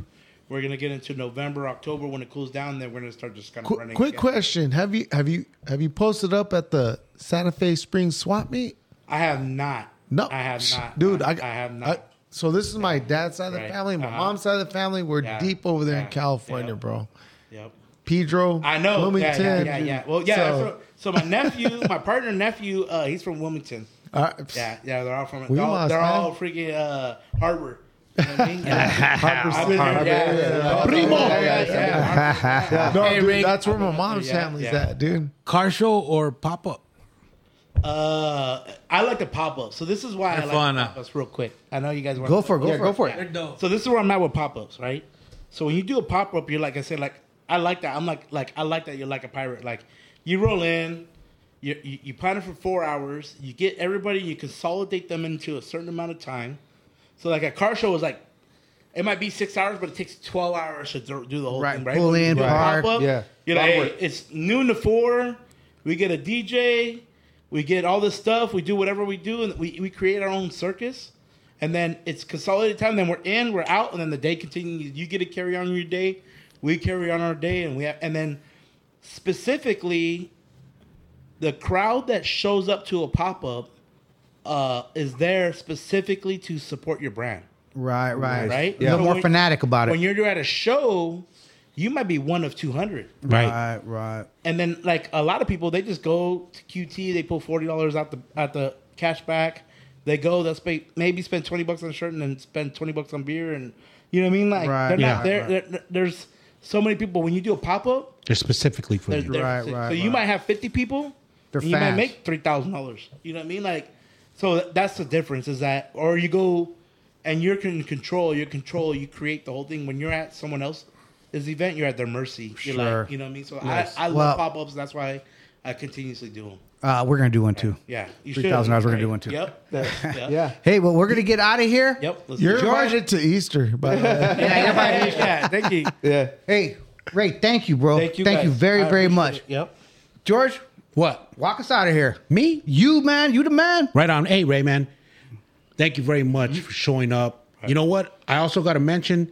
S1: We're gonna get into November, October when it cools down. Then we're gonna start just kind of
S5: Qu-
S1: running.
S5: quick
S1: again.
S5: question: Have you have you have you posted up at the Santa Fe Springs swap meet?
S1: I have not.
S5: No,
S1: I have not,
S5: dude. I,
S1: I, have not.
S5: I- so this is my dad's side of the
S1: Right.
S5: family, my
S1: Uh-huh.
S5: mom's side of the family. We're
S1: Yeah.
S5: deep over there
S1: Yeah.
S5: in California,
S1: Yep.
S5: bro.
S1: yep.
S5: Pedro,
S1: I know. Yeah,
S5: Wilmington.
S1: yeah, yeah, yeah. Well, yeah.
S5: So,
S1: So, so my nephew, (laughs) my partner nephew, uh, he's from Wilmington.
S5: all right,
S1: Yeah, yeah, they're all from.
S5: We
S1: they're all,
S5: lost,
S1: they're
S5: man.
S1: all freaking uh, Harvard. You know what I
S3: (laughs)
S1: mean? Yeah.
S5: Harper's-
S1: I've been there,
S5: Harper-
S1: yeah, yeah.
S5: Primo.
S1: Yeah, yeah, yeah. Harvard.
S5: No,
S4: Hey,
S5: dude,
S4: Rick.
S5: that's where my mom's
S1: Yeah,
S5: family's
S1: yeah.
S5: at, dude.
S4: Car show or pop up?
S1: Uh, I like to pop up. So this is why I
S4: They're
S1: like
S4: fun,
S1: to
S4: huh?
S1: pop ups real quick. I know you guys want
S3: Go for it. Go
S5: Yeah,
S3: for
S5: go
S3: it.
S5: for it.
S1: So this is where I'm at with pop ups, right? So when you do a pop up, you're like I said, like I like that. I'm like like I like that. You're like a pirate. Like you roll in, you you, you plan it for four hours. You get everybody. You consolidate them into a certain amount of time. So like a car show is like. It might be six hours, but it takes twelve hours to do do the whole
S3: Right,
S1: thing. Right,
S3: pull
S1: When you
S3: in,
S1: do a
S3: park,
S1: pop-up,
S7: yeah.
S1: You're like,
S7: Onward.
S1: hey, it's noon to four. We get a DJ. We get all this stuff. We do whatever we do, and we, we create our own circus. And then it's consolidated time. Then we're in, we're out, and then the day continues. You get to carry on your day. We carry on our day, and we have, and then specifically, the crowd that shows up to a pop up uh, is there specifically to support your brand
S3: Right, right,
S1: right?
S3: A little
S1: So
S3: more
S1: when-
S3: fanatic about it.
S1: When you're at a show, you might be one of 200.
S6: right.
S3: right, right.
S1: And then, like, a lot of people, they just go to QT, they pull $40 out the out the cash back. They go, they'll spend, maybe spend 20 bucks on a shirt and then spend 20 bucks on beer. And you know what I mean? Like,
S3: Right,
S1: they're
S6: yeah.
S1: not there. there- There's so many people. When you do a pop up,
S6: They're specifically for
S1: they're,
S6: you.
S1: they're-
S3: Right,
S1: so,
S3: right,
S1: so you
S3: right.
S1: might have 50 people.
S3: They're
S1: and you might
S3: fans.
S1: make $3,000. You know what I mean? Like, so that's the difference is that, or you go and you're in control, you're control, you create the whole thing. When you're at someone else's event, you're at their mercy. You're
S3: Sure.
S1: like, you know what I mean? So
S3: Nice.
S1: I, I love
S3: Well-
S1: pop ups. That's why I continuously do them.
S3: Uh, we're gonna do one too.
S1: Yeah. you should.
S3: $3,000 we're gonna do one too.
S1: Yep. yep.
S7: Yeah.
S3: Hey, well, we're gonna get out of here.
S1: Yep. Let's
S5: You're
S1: do it.
S5: invited to Easter, by the way.
S1: yeah, yeah, yeah. Thank you.
S7: Yeah.
S3: Hey, Ray, thank you, bro.
S1: Thank you. guys.
S3: very,
S1: I
S3: very
S1: appreciate
S3: much.
S1: it. Yep.
S3: George,
S6: What?
S3: walk us out of here.
S6: Me?
S3: You, man, you the man.
S6: Right on. Hey, Ray, man. Thank you very much for showing up. You know what? I also got to mention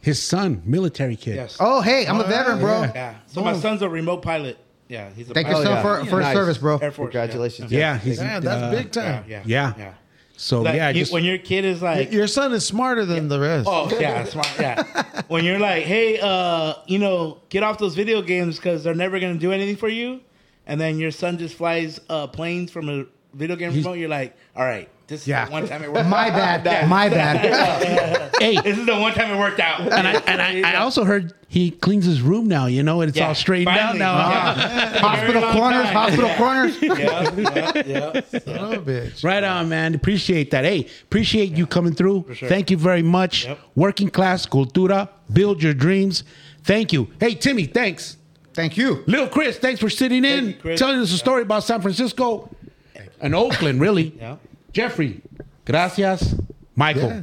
S6: his son, military kid.
S1: Yes.
S3: Oh, hey, I'm a veteran, bro.
S1: Yeah. So my son's a remote pilot. Yeah. He's a
S3: Thank you
S1: pilot.
S3: so
S7: yeah.
S3: for for
S7: Nice.
S3: service, bro.
S1: Air Force. yeah.
S7: Congratulations.
S6: Yeah. He's,
S5: Damn, that's
S6: uh,
S5: big time.
S1: Yeah.
S6: Yeah.
S1: Yeah.
S6: So,
S1: Like,
S6: yeah.
S1: you-
S6: just,
S1: when your kid is like,
S5: Your son is smarter than the rest.
S1: oh yeah, smart, yeah. when you're like, hey, uh, you know, get off those video games because they're never gonna do anything for you, and then your son just flies uh, planes from a video game remote, you're like, all right, this is
S3: Yeah.
S1: the one time it worked.
S3: My
S1: out.
S3: bad.
S1: Yeah.
S3: My bad.
S6: hey,
S1: (laughs) This is the one time it worked out.
S6: and I, and I, I also heard he cleans his room now, you know, and it's
S1: Yeah.
S6: all straightened out
S1: Finally.
S6: now. Uh-huh.
S1: Yeah. Very
S3: hospital
S1: long
S3: corners.
S1: time.
S3: Hospital
S1: Yeah.
S3: corners.
S1: (laughs) Yeah, yeah, yeah.
S5: Son of a bitch.
S6: Right on, man. Appreciate that. Hey, appreciate you coming through.
S1: sure.
S6: Thank you very much.
S1: Yep.
S6: Working class cultura, build your dreams. Thank you. Hey, Timmy, thanks.
S3: Thank you.
S6: Little Chris, thanks for sitting in,
S1: you, Chris.
S6: telling us a story about San Francisco and Oakland, really.
S1: Yeah.
S6: Jeffrey, gracias. Michael,
S5: Yeah.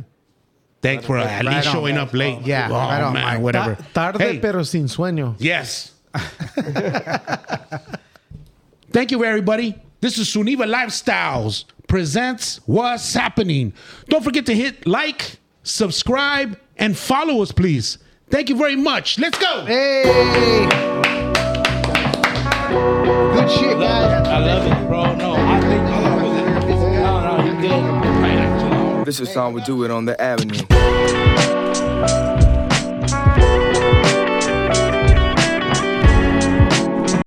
S6: thanks for at least
S3: on.
S6: showing up late.
S3: Yeah,
S6: oh,
S3: right on,
S6: man,
S3: Mike.
S6: whatever.
S5: Ta- tarde
S6: Hey,
S5: pero sin sueño.
S6: Yes. Thank you, everybody. This is Suniva Lifestyles presents What's Happening. Don't forget to hit like, subscribe, and follow us, please. Thank you very much. Let's go.
S3: Hey. Good shit, guys.
S1: I love it, bro. No, I think no, no, you're good.
S8: This is how we do it on the avenue.